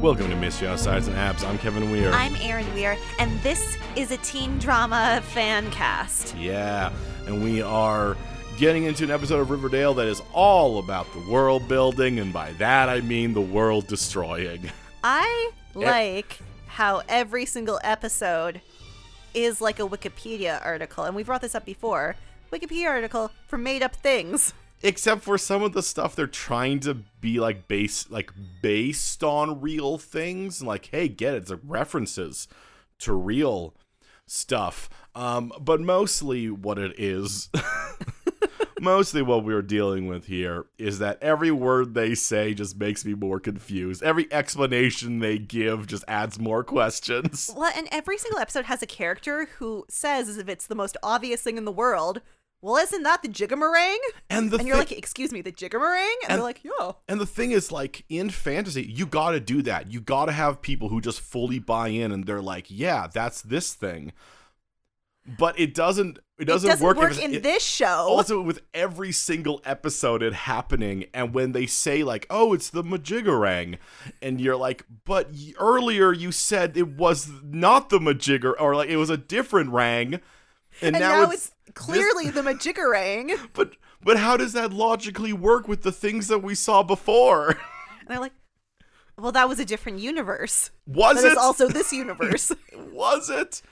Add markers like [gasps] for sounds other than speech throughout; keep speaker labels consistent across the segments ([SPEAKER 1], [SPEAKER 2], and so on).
[SPEAKER 1] Welcome to Miss Your Sides and Abs. I'm Kevin Weir.
[SPEAKER 2] I'm Aaron Weir, and this is a teen drama fan cast.
[SPEAKER 1] yeah, and we are getting into an episode of Riverdale that is all about the world building, and by that I mean the world destroying. [laughs]
[SPEAKER 2] I like how every single episode is like a Wikipedia article, and we brought this up before. Wikipedia article for made up things.
[SPEAKER 1] Except for some of the stuff they're trying to be like base like based on real things. Like, hey, get it, it's like references to real stuff. Um, but mostly what it is [laughs] mostly what we are dealing with here is that every word they say just makes me more confused. Every explanation they give just adds more [laughs] questions.
[SPEAKER 2] Well, and every single episode has a character who says, as if it's the most obvious thing in the world, well, isn't that the jiggamarang?
[SPEAKER 1] And the
[SPEAKER 2] And you're
[SPEAKER 1] thi-
[SPEAKER 2] like, excuse me, the jiggamarang? And,
[SPEAKER 1] And-
[SPEAKER 2] they're like, yeah.
[SPEAKER 1] And the thing is, like in fantasy, you got to do that. You got to have people who just fully buy in and they're like, "Yeah, that's this thing." But it doesn't. It doesn't,
[SPEAKER 2] it doesn't work,
[SPEAKER 1] if it's-
[SPEAKER 2] in
[SPEAKER 1] it-
[SPEAKER 2] this show.
[SPEAKER 1] Also, with every single episode, it happening, and when they say like, "Oh, it's the Majiggerang," and you're like, "But y- earlier you said it was not the Majigger, or like it was a different rang." And,
[SPEAKER 2] and now, it's, clearly the majiggerang.
[SPEAKER 1] this- but but how does that logically work with the things that we saw before? [laughs]
[SPEAKER 2] And they're like, well, that was a different universe.
[SPEAKER 1] Was
[SPEAKER 2] That
[SPEAKER 1] it [laughs]
[SPEAKER 2] is also this universe.
[SPEAKER 1] Was it?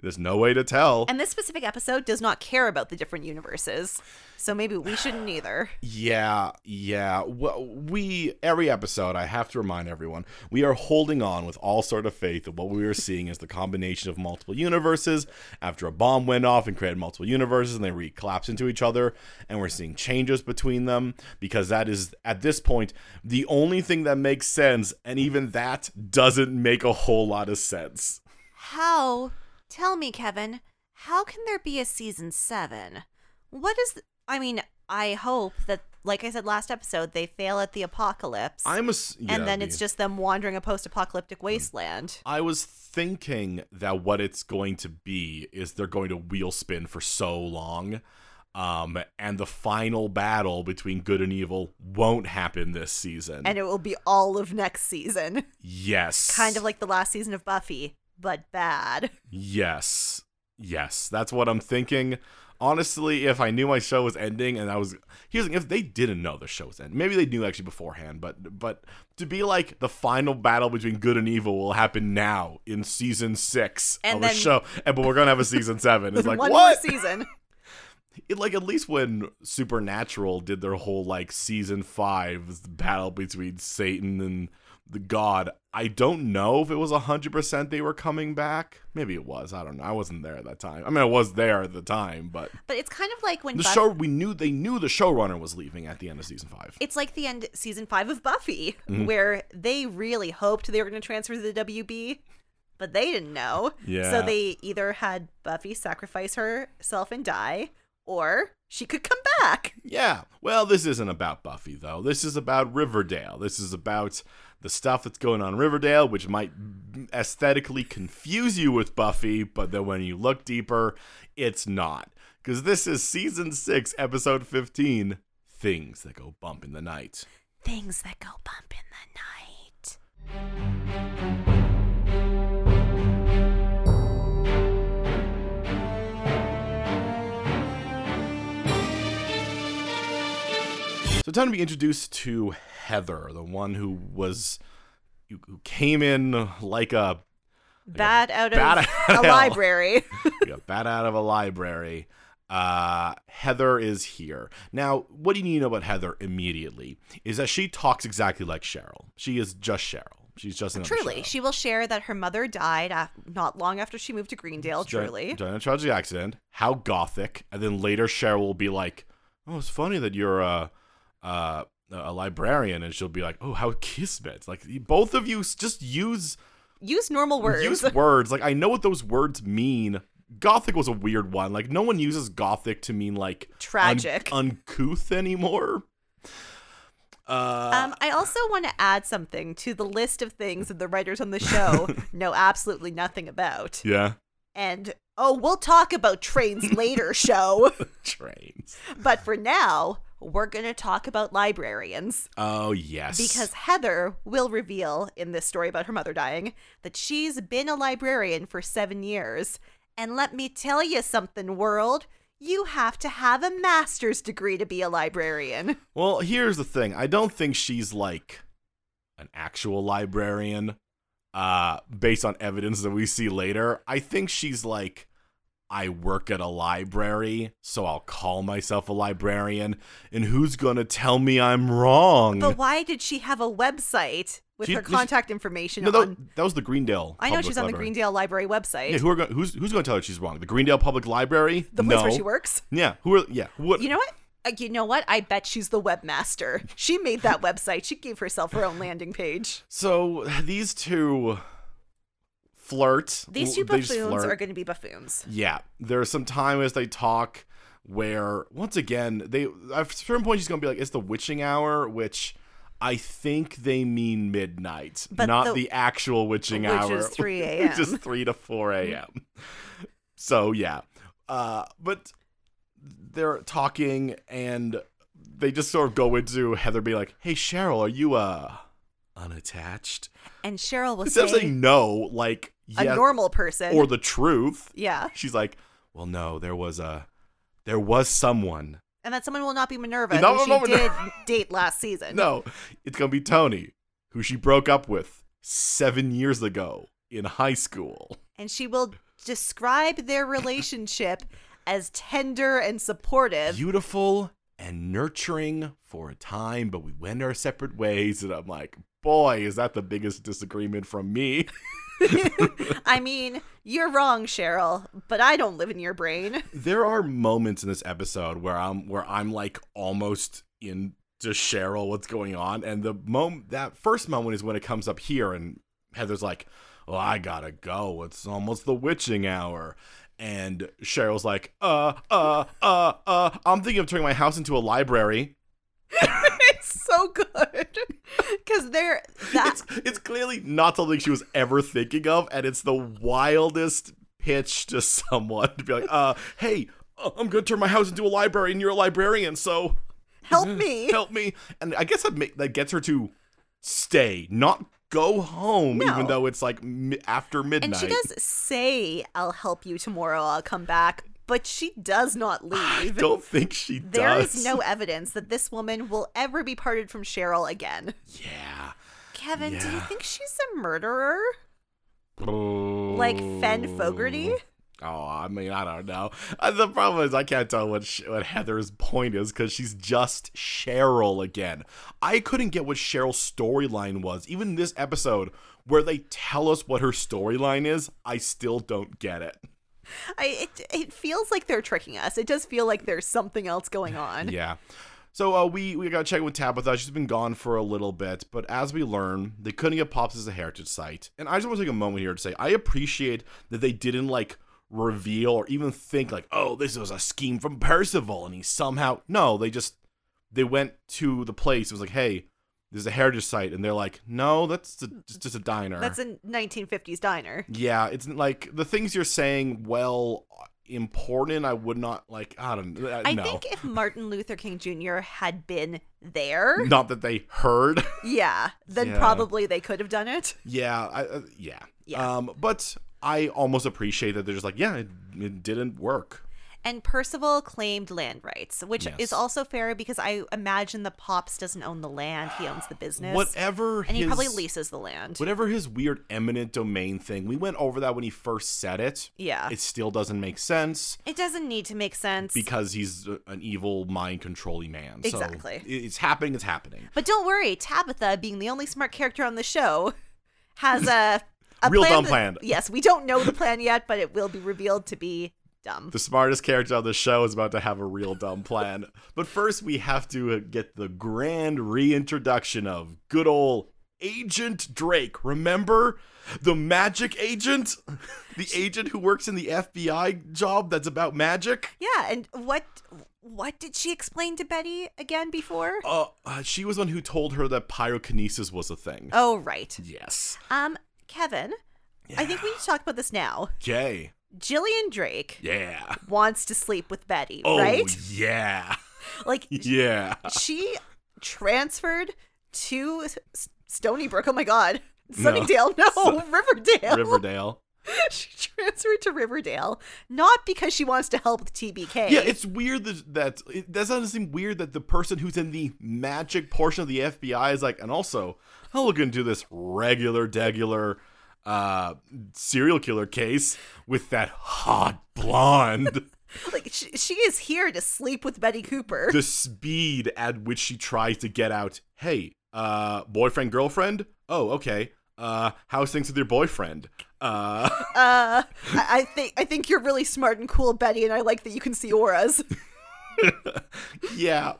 [SPEAKER 1] There's no way to tell.
[SPEAKER 2] and this specific episode does not care about the different universes. So maybe we shouldn't either.
[SPEAKER 1] yeah, yeah. Well, we every episode, I have to remind everyone, we are holding on with all sort of faith that what we are seeing is the combination of multiple universes. After a bomb went off and created multiple universes, and they re-collapse into each other, and we're seeing changes between them because that is at this point the only thing that makes sense, and even that doesn't make a whole lot of sense.
[SPEAKER 2] How? Tell me, Kevin, how can there be a season seven? What is. th- I mean, I hope that, like I said last episode, they fail at the apocalypse.
[SPEAKER 1] I'm a s- yeah, Mm.
[SPEAKER 2] and then
[SPEAKER 1] the-
[SPEAKER 2] it's just them wandering a post apocalyptic wasteland.
[SPEAKER 1] I was thinking that what it's going to be is they're going to wheel spin for so long. Um, and the final battle between good and evil won't happen this season.
[SPEAKER 2] And it will be all of next
[SPEAKER 1] [laughs]
[SPEAKER 2] season.
[SPEAKER 1] yes.
[SPEAKER 2] Kind of like the last season of Buffy, but bad.
[SPEAKER 1] Yes. Yes. That's what I'm thinking. Honestly, if I knew my show was ending and I was here's the thing, if they didn't know the show was ending, maybe they knew actually beforehand, but but to be like the final battle between good and evil will happen now in season six
[SPEAKER 2] And
[SPEAKER 1] of a
[SPEAKER 2] then-
[SPEAKER 1] show. And but we're gonna have a season seven.
[SPEAKER 2] [laughs]
[SPEAKER 1] It's like
[SPEAKER 2] One
[SPEAKER 1] what?
[SPEAKER 2] more season.
[SPEAKER 1] It, like at least when Supernatural did their whole like season five battle between Satan and the God, I don't know if it was hundred percent they were coming back. Maybe it was. I don't know. I wasn't there at that time. I mean, I was there at the time, but
[SPEAKER 2] But it's kind of like when
[SPEAKER 1] the
[SPEAKER 2] Buff-
[SPEAKER 1] show we knew they knew the showrunner was leaving at the end of season five.
[SPEAKER 2] it's like the end season five of Buffy,
[SPEAKER 1] Mm-hmm.
[SPEAKER 2] where they really hoped they were going to transfer to the WB, but they didn't know.
[SPEAKER 1] Yeah.
[SPEAKER 2] So they either had Buffy sacrifice herself and die, or she could come back.
[SPEAKER 1] Yeah. Well, this isn't about Buffy, though. This is about Riverdale. This is about the stuff that's going on in Riverdale, which might aesthetically confuse you with Buffy, but then when you look deeper, it's not. Because this is season six, episode 15 Things That Go Bump in the Night.
[SPEAKER 2] Things that go bump in the night.
[SPEAKER 1] So, time to be introduced to Heather, the one who was. Who who came in like a
[SPEAKER 2] Bad out of
[SPEAKER 1] bat out
[SPEAKER 2] [laughs] a
[SPEAKER 1] of hell.
[SPEAKER 2] library.
[SPEAKER 1] we got bat out of a library. Uh, Heather is here. Now, what do you need to know about Heather immediately is that she talks exactly like Cheryl. She is just Cheryl. She's just another
[SPEAKER 2] truly,
[SPEAKER 1] Cheryl.
[SPEAKER 2] she will share that her mother died af- not long after she moved to Greendale.
[SPEAKER 1] During-
[SPEAKER 2] Truly.
[SPEAKER 1] During a tragic accident, how gothic. And then later Cheryl will be like, oh, it's funny that you're a, uh, a librarian. And she'll be like, oh, how kismet. Like, both of you s- just use
[SPEAKER 2] Use normal words.
[SPEAKER 1] Use words. Like I know what those words mean. Gothic was a weird one. Like no one uses gothic to mean like un-
[SPEAKER 2] Tragic.
[SPEAKER 1] uncouth anymore. Uh,
[SPEAKER 2] Um, I also want to add something to the list of things that the writers on
[SPEAKER 1] [laughs]
[SPEAKER 2] the show know absolutely nothing about.
[SPEAKER 1] yeah,
[SPEAKER 2] And
[SPEAKER 1] [laughs]
[SPEAKER 2] oh, we'll talk about trains later, show.
[SPEAKER 1] trains.
[SPEAKER 2] But for now, we're going to talk about librarians
[SPEAKER 1] Oh yes.
[SPEAKER 2] because Heather will reveal in this story about her mother dying that she's been a librarian for seven years. And let me tell you something, world. You have to have a master's degree to be a librarian.
[SPEAKER 1] Well, here's the thing. I don't think she's like an actual librarian uh based on evidence that we see later. I think she's like I work at a library, so I'll call myself a librarian, and who's going to tell me I'm wrong?
[SPEAKER 2] But why did she have a website with
[SPEAKER 1] Mm. She-
[SPEAKER 2] her
[SPEAKER 1] she-
[SPEAKER 2] contact information
[SPEAKER 1] no, that,
[SPEAKER 2] on?
[SPEAKER 1] that was the Greendale.
[SPEAKER 2] I know
[SPEAKER 1] Public
[SPEAKER 2] she's on the
[SPEAKER 1] Library.
[SPEAKER 2] Greendale Library website,
[SPEAKER 1] Yeah, who are going who's who's going to tell her she's wrong? The Greendale Public Library?
[SPEAKER 2] the place
[SPEAKER 1] no.
[SPEAKER 2] where she works.
[SPEAKER 1] Yeah, who are yeah, what
[SPEAKER 2] You know what? Uh, You know what? I bet she's the webmaster. She made that website. She gave herself her own landing page.
[SPEAKER 1] So these two flirt.
[SPEAKER 2] These two
[SPEAKER 1] They just
[SPEAKER 2] buffoons
[SPEAKER 1] flirt.
[SPEAKER 2] are going to be buffoons.
[SPEAKER 1] Yeah, there's some time as they talk where once again they at a certain point she's gonna be like it's the witching hour, which I think they mean midnight,
[SPEAKER 2] But
[SPEAKER 1] not
[SPEAKER 2] the-
[SPEAKER 1] the, actual witching
[SPEAKER 2] which
[SPEAKER 1] hour, [laughs]
[SPEAKER 2] is 3
[SPEAKER 1] which is
[SPEAKER 2] a.m..
[SPEAKER 1] three to four a.m. so yeah, uh, but they're talking and they just sort of go into Heather being like, "Hey Cheryl, are you uh unattached?"
[SPEAKER 2] And Cheryl will
[SPEAKER 1] Instead of
[SPEAKER 2] say
[SPEAKER 1] saying no, like
[SPEAKER 2] a
[SPEAKER 1] yeah,
[SPEAKER 2] normal person.
[SPEAKER 1] or the truth,
[SPEAKER 2] yeah.
[SPEAKER 1] She's like, "Well, no, there was a, there was someone.
[SPEAKER 2] And that someone will not be Minerva,
[SPEAKER 1] No,
[SPEAKER 2] who she
[SPEAKER 1] no, no,
[SPEAKER 2] did [laughs] date last season.
[SPEAKER 1] No, it's gonna be Tony, who she broke up with seven years ago in high school.
[SPEAKER 2] And she will describe their relationship as tender and supportive.
[SPEAKER 1] Beautiful and nurturing for a time, but we went our separate ways." And I'm like, "Boy, is that the biggest disagreement from me?"
[SPEAKER 2] I mean, you're wrong, Cheryl, but I don't live in your brain.
[SPEAKER 1] there are moments in this episode where I'm where I'm like almost in to Cheryl what's going on, and the moment that first moment is when it comes up here, and Heather's like, "Well, I gotta go. It's almost the witching hour." And Cheryl's like, uh, uh, uh, uh, I'm thinking of turning my house into a library.
[SPEAKER 2] it's so good [laughs] because they're that
[SPEAKER 1] It's, it's clearly not something she was ever thinking of, and it's the wildest pitch to [laughs] someone to be like, uh, hey, uh, I'm gonna turn my house into a library, and you're a librarian, so
[SPEAKER 2] help me.
[SPEAKER 1] help me and i guess that, ma- that gets her to stay not go home even
[SPEAKER 2] No.
[SPEAKER 1] though it's like mi- after midnight
[SPEAKER 2] And she does say, "I'll help you tomorrow. I'll come back," but she does not
[SPEAKER 1] [sighs] [sighs] i
[SPEAKER 2] leave.
[SPEAKER 1] don't think she
[SPEAKER 2] There
[SPEAKER 1] does [laughs]
[SPEAKER 2] is no evidence that this woman will ever be parted from Cheryl again.
[SPEAKER 1] yeah
[SPEAKER 2] Kevin, do you
[SPEAKER 1] Yeah.
[SPEAKER 2] think she's a murderer? Fen Fogarty?
[SPEAKER 1] oh i mean i don't know Uh, the problem is i can't tell what Sh- what heather's point is because she's just cheryl again i couldn't get what cheryl's storyline was even in this episode where they tell us what her storyline is i still don't get it
[SPEAKER 2] I it, it feels like they're tricking us. It does feel like there's something else going on.
[SPEAKER 1] Yeah. So uh, we we got to check in with Tabitha. She's been gone for a little bit, but as we learn, they couldn't get Pops as a heritage site. And I just want to take a moment here to say I appreciate that they didn't like reveal or even think like, oh, this was a scheme from Percival, and he somehow no, they just they went to the place. It was like, hey, there's a heritage site, and they're like, no, that's a, just, just a diner.
[SPEAKER 2] That's a 1950s diner.
[SPEAKER 1] Yeah, it's like the things you're saying. Well, uh, important. I would not like. I don't. Uh,
[SPEAKER 2] I
[SPEAKER 1] no.
[SPEAKER 2] think if Martin Luther King Jr. had been
[SPEAKER 1] [laughs]
[SPEAKER 2] there,
[SPEAKER 1] not that they heard.
[SPEAKER 2] yeah, then
[SPEAKER 1] Yeah.
[SPEAKER 2] probably they could have done it.
[SPEAKER 1] Yeah, I, uh, yeah,
[SPEAKER 2] Yeah.
[SPEAKER 1] Um, but I almost appreciate that they're just like, yeah, it, it didn't work.
[SPEAKER 2] And Percival claimed land rights, which
[SPEAKER 1] Yes.
[SPEAKER 2] is also fair because I imagine the Pops doesn't own the land; he owns the business,
[SPEAKER 1] Whatever,
[SPEAKER 2] and
[SPEAKER 1] his,
[SPEAKER 2] he probably leases the land.
[SPEAKER 1] Whatever his weird eminent domain thing, we went over that when he first said it.
[SPEAKER 2] Yeah.
[SPEAKER 1] it still doesn't make sense
[SPEAKER 2] It doesn't need to make sense.
[SPEAKER 1] because he's a- an evil, mind controlling man. So
[SPEAKER 2] Exactly.
[SPEAKER 1] it- it's happening. It's happening.
[SPEAKER 2] But don't worry, Tabitha, being the only smart character on the show, has a,
[SPEAKER 1] [laughs]
[SPEAKER 2] a
[SPEAKER 1] Real
[SPEAKER 2] plan
[SPEAKER 1] dumb
[SPEAKER 2] that-
[SPEAKER 1] plan.
[SPEAKER 2] Yes, we don't know the plan yet, but it will be revealed to be dumb.
[SPEAKER 1] The smartest character on the show is about to have a real dumb plan. but first, we have to uh, get the grand reintroduction of good old Agent Drake. Remember the magic agent? [laughs] The agent who works in the FBI job that's about magic?
[SPEAKER 2] yeah, and what what did she explain to Betty again before?
[SPEAKER 1] Uh, uh, she was the one who told her that pyrokinesis was a thing.
[SPEAKER 2] Oh, right.
[SPEAKER 1] Yes.
[SPEAKER 2] Um, Kevin, I think we need to talk about this now.
[SPEAKER 1] Okay.
[SPEAKER 2] Jillian Drake
[SPEAKER 1] Yeah.
[SPEAKER 2] wants to sleep with Betty,
[SPEAKER 1] Oh,
[SPEAKER 2] right?
[SPEAKER 1] yeah. [laughs]
[SPEAKER 2] Like [laughs]
[SPEAKER 1] Yeah.
[SPEAKER 2] she transferred to S- Stony Brook. Oh my God. Sunningdale, no, Riverdale.
[SPEAKER 1] Riverdale.
[SPEAKER 2] [laughs] she transferred to Riverdale, not because she wants to help with TBK.
[SPEAKER 1] Yeah, it's weird that that it, that doesn't seem weird that the person who's in the magic portion of the FBI is like, and also I'll look into this regular, degular uh serial killer case with that hot blonde
[SPEAKER 2] like she, she is here to sleep with Betty Cooper.
[SPEAKER 1] the speed at which she tries to get out hey uh boyfriend girlfriend oh okay uh how's things with your boyfriend uh [laughs]
[SPEAKER 2] Uh, I, I think I think you're really smart and cool, Betty, and I like that you can see auras.
[SPEAKER 1] yeah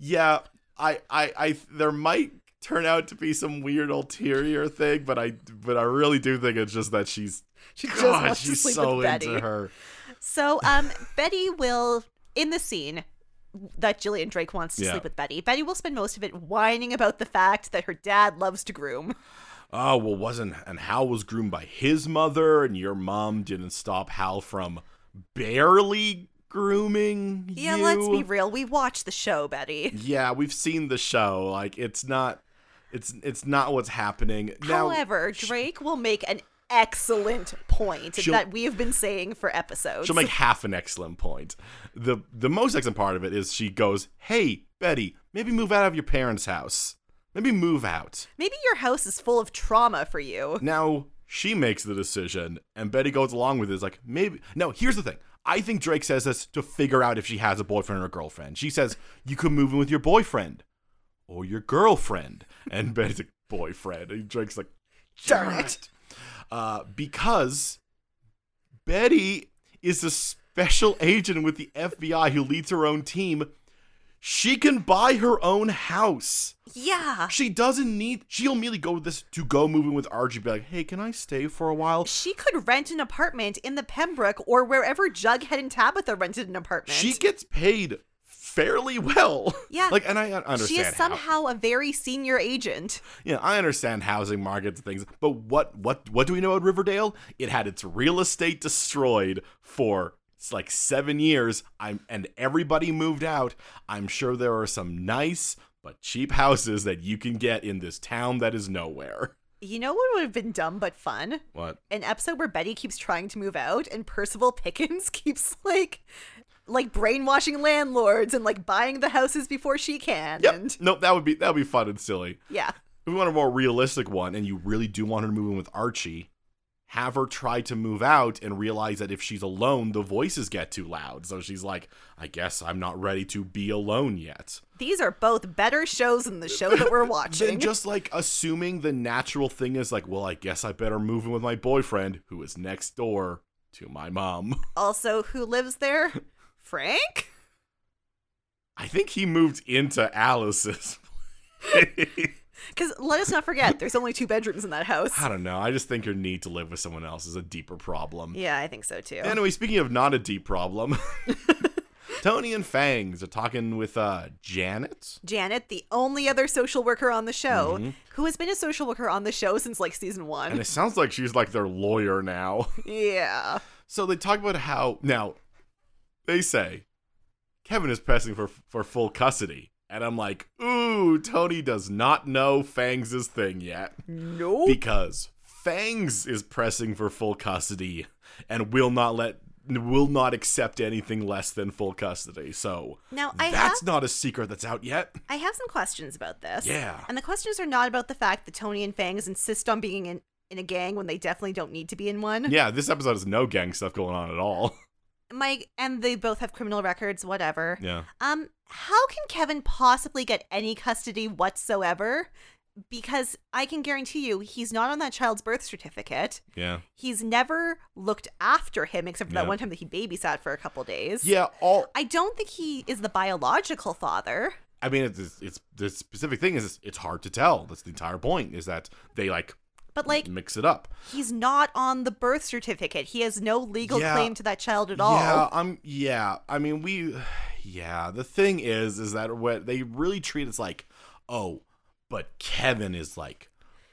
[SPEAKER 1] yeah I, I i there might turn out to be some weird ulterior thing but i but i really do think it's just that she's
[SPEAKER 2] She just
[SPEAKER 1] god
[SPEAKER 2] wants to
[SPEAKER 1] she's
[SPEAKER 2] sleep
[SPEAKER 1] so
[SPEAKER 2] with Betty.
[SPEAKER 1] into her
[SPEAKER 2] So, um, Betty will in the scene that Jillian Drake wants to
[SPEAKER 1] Yeah.
[SPEAKER 2] sleep with Betty. Betty will spend most of it whining about the fact that her dad loves
[SPEAKER 1] [laughs]
[SPEAKER 2] to groom.
[SPEAKER 1] oh well wasn't and hal was groomed by his mother and your mom didn't stop hal from barely grooming
[SPEAKER 2] Yeah,
[SPEAKER 1] you.
[SPEAKER 2] let's be real. We watch the show, Betty.
[SPEAKER 1] yeah we've seen the show like it's not it's it's not what's happening now
[SPEAKER 2] However, Drake will make an excellent point
[SPEAKER 1] She'll-
[SPEAKER 2] that we have been saying for episodes.
[SPEAKER 1] She'll make half an excellent point. The the most excellent part of it is she goes, "Hey, Betty, maybe move out of your parents' house. Maybe move out."
[SPEAKER 2] Maybe your house is full of trauma for you. [laughs]
[SPEAKER 1] Now she makes the decision, and Betty goes along with it. It's like, maybe. No, here's the thing. I think Drake says this to figure out if she has a boyfriend or a girlfriend. She says, "You could move in with your boyfriend or your girlfriend," and [laughs] Betty's like, "Boyfriend," and Drake's like,
[SPEAKER 2] Darn it.
[SPEAKER 1] uh, because Betty is a special agent with the FBI who leads her own team. She can buy her own house.
[SPEAKER 2] Yeah.
[SPEAKER 1] She doesn't need. She'll immediately go with this to go moving with RG. Be like, hey, can I stay for a while?
[SPEAKER 2] She could rent an apartment in the Pembroke or wherever Jughead and Tabitha rented an apartment.
[SPEAKER 1] She gets paid fairly well.
[SPEAKER 2] Yeah.
[SPEAKER 1] like, and I I understand.
[SPEAKER 2] She is
[SPEAKER 1] how-
[SPEAKER 2] somehow a very senior agent.
[SPEAKER 1] you know, I understand housing markets and things, but what what what do we know about Riverdale? It had its real estate destroyed for it's like seven years. I'm and everybody moved out. I'm sure there are some nice but cheap houses that you can get in this town that is nowhere.
[SPEAKER 2] You know what would have been dumb but fun?
[SPEAKER 1] What?
[SPEAKER 2] An episode where Betty keeps trying to move out and Percival [laughs] Pickens keeps like like brainwashing landlords and like buying the houses before she can.
[SPEAKER 1] Yep.
[SPEAKER 2] And
[SPEAKER 1] Nope. That would be that would be fun and silly.
[SPEAKER 2] yeah.
[SPEAKER 1] If we want a more realistic one, and you really do want her to move in with Archie, have her try to move out and realize that if she's alone, the voices get too loud. So she's like, I guess I'm not ready to be alone yet.
[SPEAKER 2] These are both better shows than the show
[SPEAKER 1] [laughs]
[SPEAKER 2] that we're watching.
[SPEAKER 1] Then just like assuming the natural thing is like, well, I guess I better move in with my boyfriend who is next door to my mom. [laughs]
[SPEAKER 2] also, who lives there? Frank?
[SPEAKER 1] I think he moved into Alice's. [laughs]
[SPEAKER 2] Because let us not forget, there's only two bedrooms in that house.
[SPEAKER 1] I don't know. I just think your need to live with someone else is a deeper problem.
[SPEAKER 2] Yeah, I think so too.
[SPEAKER 1] Anyway, speaking of not a deep problem, [laughs] Tony and Fangs are talking with uh, Janet.
[SPEAKER 2] Janet, the only other social worker on the show, who has been a social worker on the show since like season one.
[SPEAKER 1] Mm-hmm. And it sounds like she's like their lawyer now. [laughs]
[SPEAKER 2] yeah.
[SPEAKER 1] So they talk about how now they say Kevin is pressing for for full custody, and I'm like, ooh, Tony does not know Fangs' thing yet
[SPEAKER 2] Nope.
[SPEAKER 1] because Fangs is pressing for full custody and will not let will not accept anything less than full custody. So
[SPEAKER 2] Now, I
[SPEAKER 1] that's
[SPEAKER 2] have-
[SPEAKER 1] not a secret that's out yet.
[SPEAKER 2] I have some questions about this.
[SPEAKER 1] Yeah.
[SPEAKER 2] And the questions are not about the fact that Tony and Fangs insist on being in, in a gang when they definitely don't need to be in [laughs] one.
[SPEAKER 1] Yeah, this episode has no gang stuff going on at all. [laughs]
[SPEAKER 2] Mike and they both have criminal records, whatever.
[SPEAKER 1] Yeah.
[SPEAKER 2] Um, how can Kevin possibly get any custody whatsoever? Because I can guarantee you he's not on that child's birth certificate.
[SPEAKER 1] Yeah.
[SPEAKER 2] He's never looked after him except for that
[SPEAKER 1] Yeah.
[SPEAKER 2] one time that he babysat for a couple days.
[SPEAKER 1] Yeah, all
[SPEAKER 2] I don't think he is the biological father.
[SPEAKER 1] I mean, it's, it's, it's the specific thing is it's hard to tell. That's the entire point is that they like
[SPEAKER 2] But like
[SPEAKER 1] mix it up.
[SPEAKER 2] he's not on the birth certificate. He has no legal
[SPEAKER 1] Yeah.
[SPEAKER 2] claim to that child at all.
[SPEAKER 1] Yeah, I'm. Yeah, I mean, we. [sighs] Yeah, the thing is, is that what they really treat it's like, oh, but Kevin is like,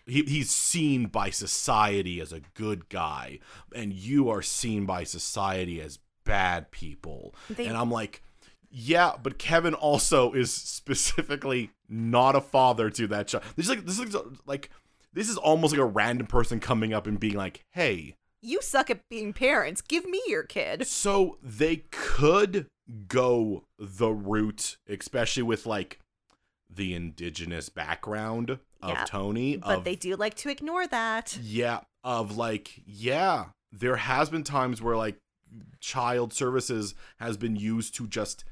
[SPEAKER 1] he, he's seen by society as a good guy, and you are seen by society as bad people,
[SPEAKER 2] They-
[SPEAKER 1] and I'm like. Yeah, but Kevin also is specifically not a father to that child. This is like this is like this is almost like a random person coming up and being like, "Hey."
[SPEAKER 2] You suck at being parents. Give me your kid.
[SPEAKER 1] [laughs] So they could go the route, especially with like the indigenous background of
[SPEAKER 2] Yeah,
[SPEAKER 1] Tony.
[SPEAKER 2] But
[SPEAKER 1] of,
[SPEAKER 2] they do like to ignore that.
[SPEAKER 1] yeah, of like yeah, there has been times where like child services has been used to just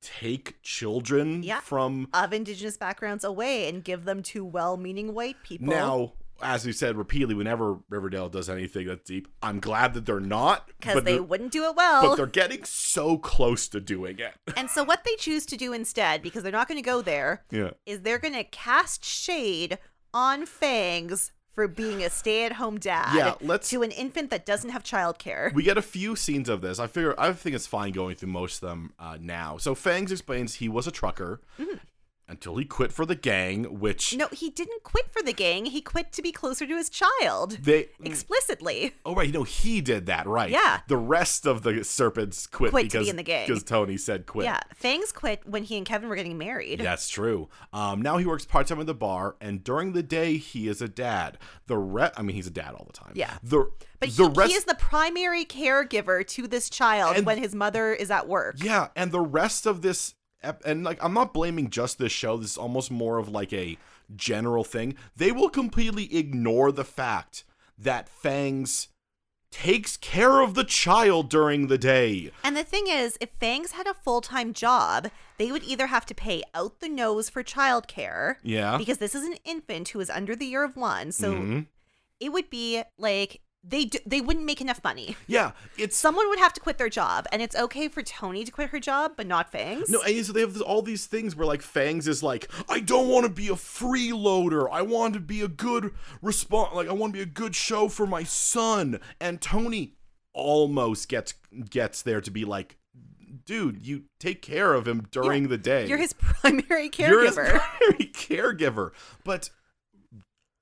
[SPEAKER 1] take children
[SPEAKER 2] Yeah.
[SPEAKER 1] from
[SPEAKER 2] Of indigenous backgrounds away and give them to well meaning white people.
[SPEAKER 1] Now, as we said repeatedly, whenever Riverdale does anything that's deep, I'm glad that they're not.
[SPEAKER 2] because
[SPEAKER 1] but
[SPEAKER 2] they
[SPEAKER 1] they're-
[SPEAKER 2] wouldn't do it
[SPEAKER 1] but
[SPEAKER 2] well.
[SPEAKER 1] they're getting so close to doing it.
[SPEAKER 2] And so, what they choose to do instead, because they're not going to go there,
[SPEAKER 1] Yeah.
[SPEAKER 2] is they're going to cast shade on Fangs for being a stay-at-home dad
[SPEAKER 1] Yeah, let's-
[SPEAKER 2] to an infant that doesn't have childcare.
[SPEAKER 1] We get a few scenes of this. I figure I think it's fine going through most of them uh, now. So Fangs explains he was a trucker until he quit for the gang, which
[SPEAKER 2] Mm. No, he didn't quit for the gang. He quit to be closer to his child.
[SPEAKER 1] they
[SPEAKER 2] Explicitly.
[SPEAKER 1] Oh right, no, he did that, right?
[SPEAKER 2] Yeah.
[SPEAKER 1] The rest of the serpents quit,
[SPEAKER 2] Quit to be
[SPEAKER 1] because
[SPEAKER 2] in the gang.
[SPEAKER 1] because Tony said quit.
[SPEAKER 2] Yeah. Fangs quit when he and Kevin were getting married.
[SPEAKER 1] That's true. Um, now he works part time at the bar, and during the day he is a dad. The re- I mean, he's a dad all the time.
[SPEAKER 2] Yeah.
[SPEAKER 1] The
[SPEAKER 2] But
[SPEAKER 1] the
[SPEAKER 2] he,
[SPEAKER 1] rest.
[SPEAKER 2] he is the primary caregiver to this child
[SPEAKER 1] And-
[SPEAKER 2] when his mother is at work.
[SPEAKER 1] yeah, and the rest of this, ep- and like I'm not blaming just this show. This is almost more of like a general thing. They will completely ignore the fact that Fangs takes care of the child during the day.
[SPEAKER 2] And the thing is, if Fangs had a full time job, they would either have to pay out the nose for childcare.
[SPEAKER 1] Yeah.
[SPEAKER 2] Because this is an infant who is under the year of one. So
[SPEAKER 1] Mhm.
[SPEAKER 2] it would be like they d they wouldn't make enough money.
[SPEAKER 1] Yeah, it's
[SPEAKER 2] Someone would have to quit their job, and it's okay for Tony to quit her job, but not Fangs.
[SPEAKER 1] No, and so they have this, all these things where like Fangs is like, I don't want to be a freeloader. I want to be a good response. Like I want to be a good show for my son. And Tony almost gets gets there to be like, dude, you take care of him during the day.
[SPEAKER 2] You're his [laughs] primary caregiver.
[SPEAKER 1] You're his [laughs] primary caregiver. But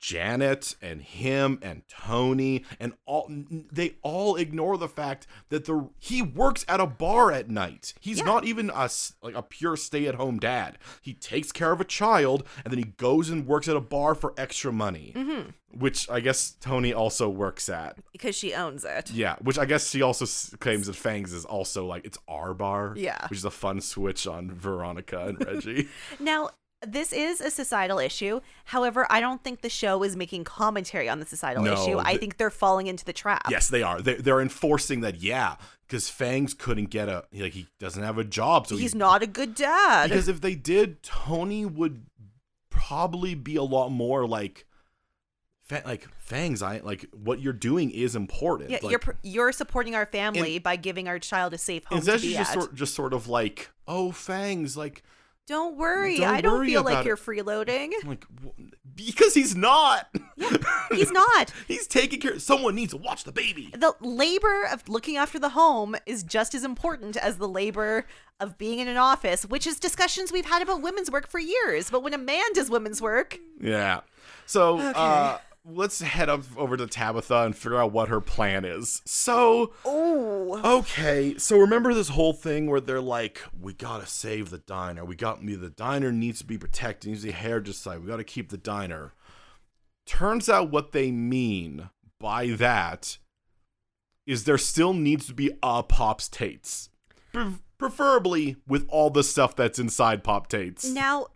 [SPEAKER 1] Janet and him and Tony and all they all ignore the fact that the he works at a bar at night. He's
[SPEAKER 2] Yeah.
[SPEAKER 1] not even a s- like a pure stay-at-home dad. He takes care of a child and then he goes and works at a bar for extra money,
[SPEAKER 2] Mm-hmm.
[SPEAKER 1] which I guess Tony also works at.
[SPEAKER 2] because she owns it.
[SPEAKER 1] Yeah, which I guess she also s- claims that Fangs is also like it's our bar.
[SPEAKER 2] Yeah.
[SPEAKER 1] which is a fun switch on Veronica and Reggie.
[SPEAKER 2] Now, this is a societal issue. However, I don't think the show is making commentary on the societal
[SPEAKER 1] No,
[SPEAKER 2] issue. I
[SPEAKER 1] the-
[SPEAKER 2] think they're falling into the trap.
[SPEAKER 1] Yes, they are. They, they're enforcing that. Yeah, because Fangs couldn't get a like he doesn't have a job, so
[SPEAKER 2] He's
[SPEAKER 1] he's
[SPEAKER 2] not a good dad.
[SPEAKER 1] because if they did, Tony would probably be a lot more like. Fa- like fangs, I like what you're doing is important.
[SPEAKER 2] yeah,
[SPEAKER 1] like,
[SPEAKER 2] you're pr- you're supporting our family by giving our child a safe home to
[SPEAKER 1] instead she's
[SPEAKER 2] be
[SPEAKER 1] just
[SPEAKER 2] at.
[SPEAKER 1] sort, just sort of like, oh, fangs, like,
[SPEAKER 2] don't worry,
[SPEAKER 1] Don't
[SPEAKER 2] I don't
[SPEAKER 1] worry
[SPEAKER 2] feel like
[SPEAKER 1] about it.
[SPEAKER 2] you're freeloading.
[SPEAKER 1] I'm like w- because he's not. [laughs]
[SPEAKER 2] He's not.
[SPEAKER 1] he's taking care. Someone needs to watch the baby.
[SPEAKER 2] The labor of looking after the home is just as important as the labor of being in an office, which is discussions we've had about women's work for years. But when a man does women's work,
[SPEAKER 1] Yeah. So uh, let's head up over to Tabitha and figure out what her plan is. So
[SPEAKER 2] oh,
[SPEAKER 1] okay, so remember this whole thing where they're like, "We gotta save the diner. We got the diner needs to be protected. Needs to be held just like we gotta keep the diner." Turns out what they mean by that is there still needs to be a Pop's Tates, Pre- preferably with all the stuff that's inside Pop Tates.
[SPEAKER 2] Now,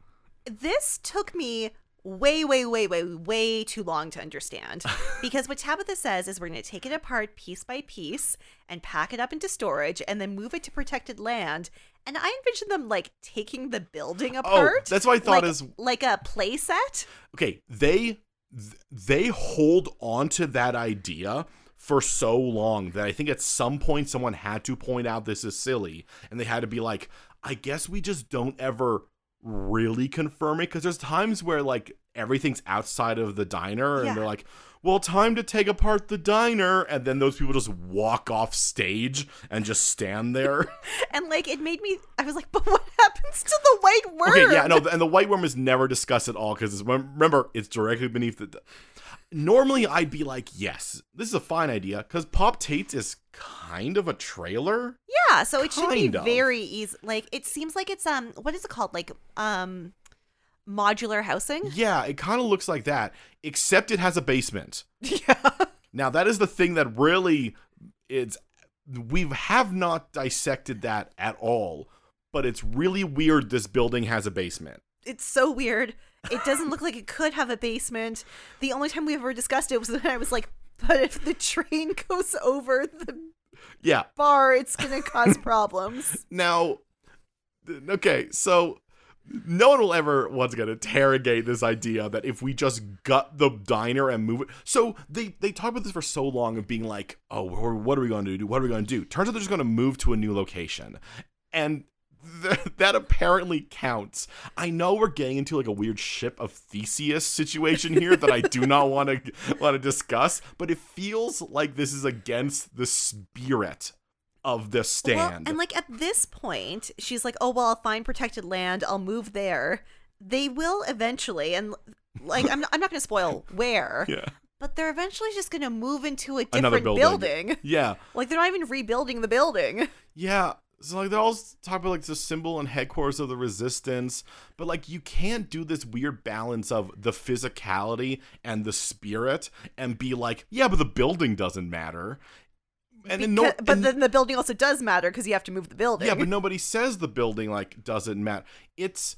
[SPEAKER 2] this took me way, way, way, way, way too long
[SPEAKER 1] [laughs]
[SPEAKER 2] to understand. because what Tabitha says is we're going to take it apart piece by piece and pack it up into storage and then move it to protected land. And I envision them like taking the building apart.
[SPEAKER 1] Oh, that's what I thought
[SPEAKER 2] like,
[SPEAKER 1] is-
[SPEAKER 2] like a play set.
[SPEAKER 1] okay they th- they hold on to that idea for so long that i think at some point someone had to point out this is silly and they had to be like i guess we just don't ever really confirm it because there's times where like everything's outside of the diner
[SPEAKER 2] Yeah.
[SPEAKER 1] and they're like well time to take apart the diner and then those people just walk off stage and just stand there [laughs]
[SPEAKER 2] And like it made me, I was like, but what [laughs] happens to the white worm?
[SPEAKER 1] Okay, yeah, no, and the white worm is never discussed at all because remember it's directly beneath the. normally I'd be like, yes, this is a fine idea because Pop Tates is kind of a trailer.
[SPEAKER 2] Yeah, so it should be
[SPEAKER 1] Kind of.
[SPEAKER 2] very easy. Like it seems like it's um, what is it called? Like um, modular housing.
[SPEAKER 1] Yeah, it kind of looks like that, except it has a basement.
[SPEAKER 2] Yeah.
[SPEAKER 1] Now that is the thing that really it's we have not dissected that at all, but it's really weird this building has a basement.
[SPEAKER 2] It's so weird. It doesn't look like it could have a basement. The only time we ever discussed it was when I was like, "But if the train [laughs] goes over the
[SPEAKER 1] Yeah.
[SPEAKER 2] bar, it's gonna
[SPEAKER 1] [laughs]
[SPEAKER 2] cause problems."
[SPEAKER 1] Now th- okay, so no one will ever once again interrogate this idea that if we just gut the diner and move it. So they they talk about this for so long of being like, oh, wh- what are we going to do? What are we going to do? Turns out they're just going to move to a new location, and th- [laughs] that apparently counts. I know we're getting into like a weird ship of Theseus situation here that I do not want [laughs] to want to discuss, but it feels like this is against the spirit of the
[SPEAKER 2] Well,
[SPEAKER 1] stand.
[SPEAKER 2] and like at this point, she's like, "Oh well, I'll find protected land. I'll move there. They will eventually." And like, I'm not, I'm not gonna spoil where.
[SPEAKER 1] [laughs] yeah.
[SPEAKER 2] But they're eventually just going to move into a
[SPEAKER 1] Another
[SPEAKER 2] different
[SPEAKER 1] building.
[SPEAKER 2] building.
[SPEAKER 1] Yeah.
[SPEAKER 2] Like they're not even rebuilding the building.
[SPEAKER 1] Yeah. So like they're all talking about like the symbol and headquarters of the resistance, but like you can't do this weird balance of the physicality and the spirit and be like, yeah, but the building doesn't matter. And then no,
[SPEAKER 2] Ca- but
[SPEAKER 1] and-
[SPEAKER 2] then the building also does matter because you have to move the building. [laughs]
[SPEAKER 1] yeah, but nobody says the building like doesn't matter. It's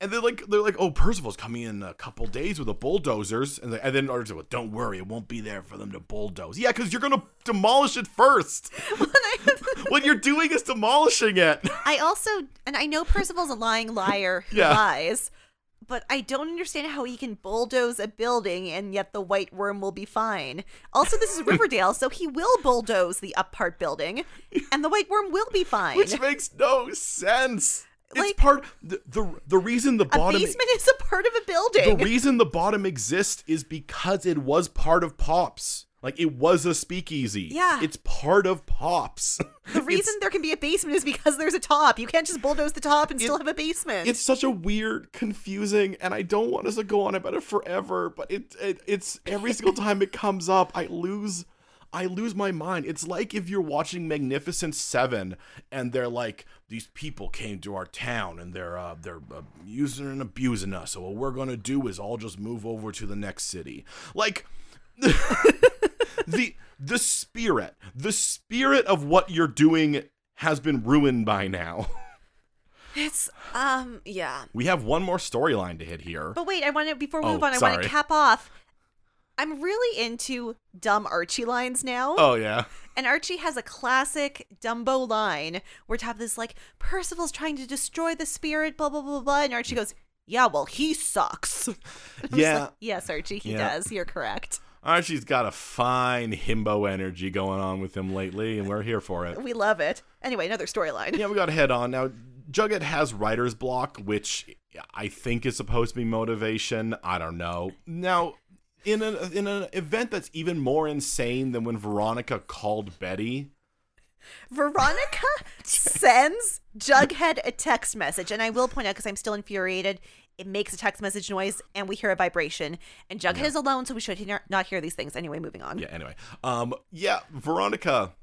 [SPEAKER 1] and they're like they're like, oh, Percival's coming in a couple days with the bulldozers, and, they, and then Arthur's like, well, don't worry, it won't be there for them to bulldoze. Yeah, because you're gonna demolish it first. what you're doing is demolishing it.
[SPEAKER 2] I also, and I know Percival's a lying liar who
[SPEAKER 1] Yeah.
[SPEAKER 2] lies, but I don't understand how he can bulldoze a building and yet the white worm will be fine. Also,
[SPEAKER 1] [laughs]
[SPEAKER 2] this is Riverdale, so he will bulldoze the up part building and the white worm will be fine. [laughs]
[SPEAKER 1] which makes no sense.
[SPEAKER 2] Like-
[SPEAKER 1] it's part the, the the reason the
[SPEAKER 2] a
[SPEAKER 1] bottom
[SPEAKER 2] basement is a part of a [laughs]
[SPEAKER 1] the
[SPEAKER 2] building.
[SPEAKER 1] reason the bottom exists is because it was part of Pops. Like it was a speakeasy.
[SPEAKER 2] Yeah.
[SPEAKER 1] it's part of Pops. [laughs]
[SPEAKER 2] the reason there can be a basement is because there's a top. You can't just bulldoze the top and still have a basement.
[SPEAKER 1] It's such a weird, confusing, and I don't want us to go on about it forever. But it, it it's every single time it comes up, I lose. I lose my mind. It's like if you're watching Magnificent Seven, and they're like, "These people came to our town, and they're uh, they're abusing and abusing us. So what we're gonna do is all just move over to the next city." Like, [laughs] the the spirit, the spirit of what you're doing has been ruined by now. [laughs]
[SPEAKER 2] It's um yeah.
[SPEAKER 1] We have one more storyline to hit here.
[SPEAKER 2] But wait, I want to before we
[SPEAKER 1] Oh,
[SPEAKER 2] move on, I want
[SPEAKER 1] sorry.
[SPEAKER 2] to cap off. I'm really into dumb Archie lines now.
[SPEAKER 1] Oh yeah.
[SPEAKER 2] And Archie has a classic Dumbo line where top of this like Percival's trying to destroy the spirit, blah blah blah blah, and Archie goes, "Yeah, well, he sucks." I'm just
[SPEAKER 1] Yeah.
[SPEAKER 2] like, [laughs] yes, Archie, he
[SPEAKER 1] Yeah.
[SPEAKER 2] does. You're correct.
[SPEAKER 1] Archie's got a fine himbo energy going on with him lately, and we're here for
[SPEAKER 2] [laughs]
[SPEAKER 1] it.
[SPEAKER 2] We love it. Anyway, another storyline.
[SPEAKER 1] Yeah, we gotta head on. Now Jughead has writer's block, which I think is supposed to be motivation. I don't know. Now in an in an event that's even more insane than when Veronica called Betty.
[SPEAKER 2] Veronica sends Jughead a text message, and I will point out because I'm still infuriated. It makes a text message noise, and we hear a vibration. And Jughead is alone, so we should he- not hear these things. Anyway, moving on.
[SPEAKER 1] Yeah, anyway. Um yeah, Veronica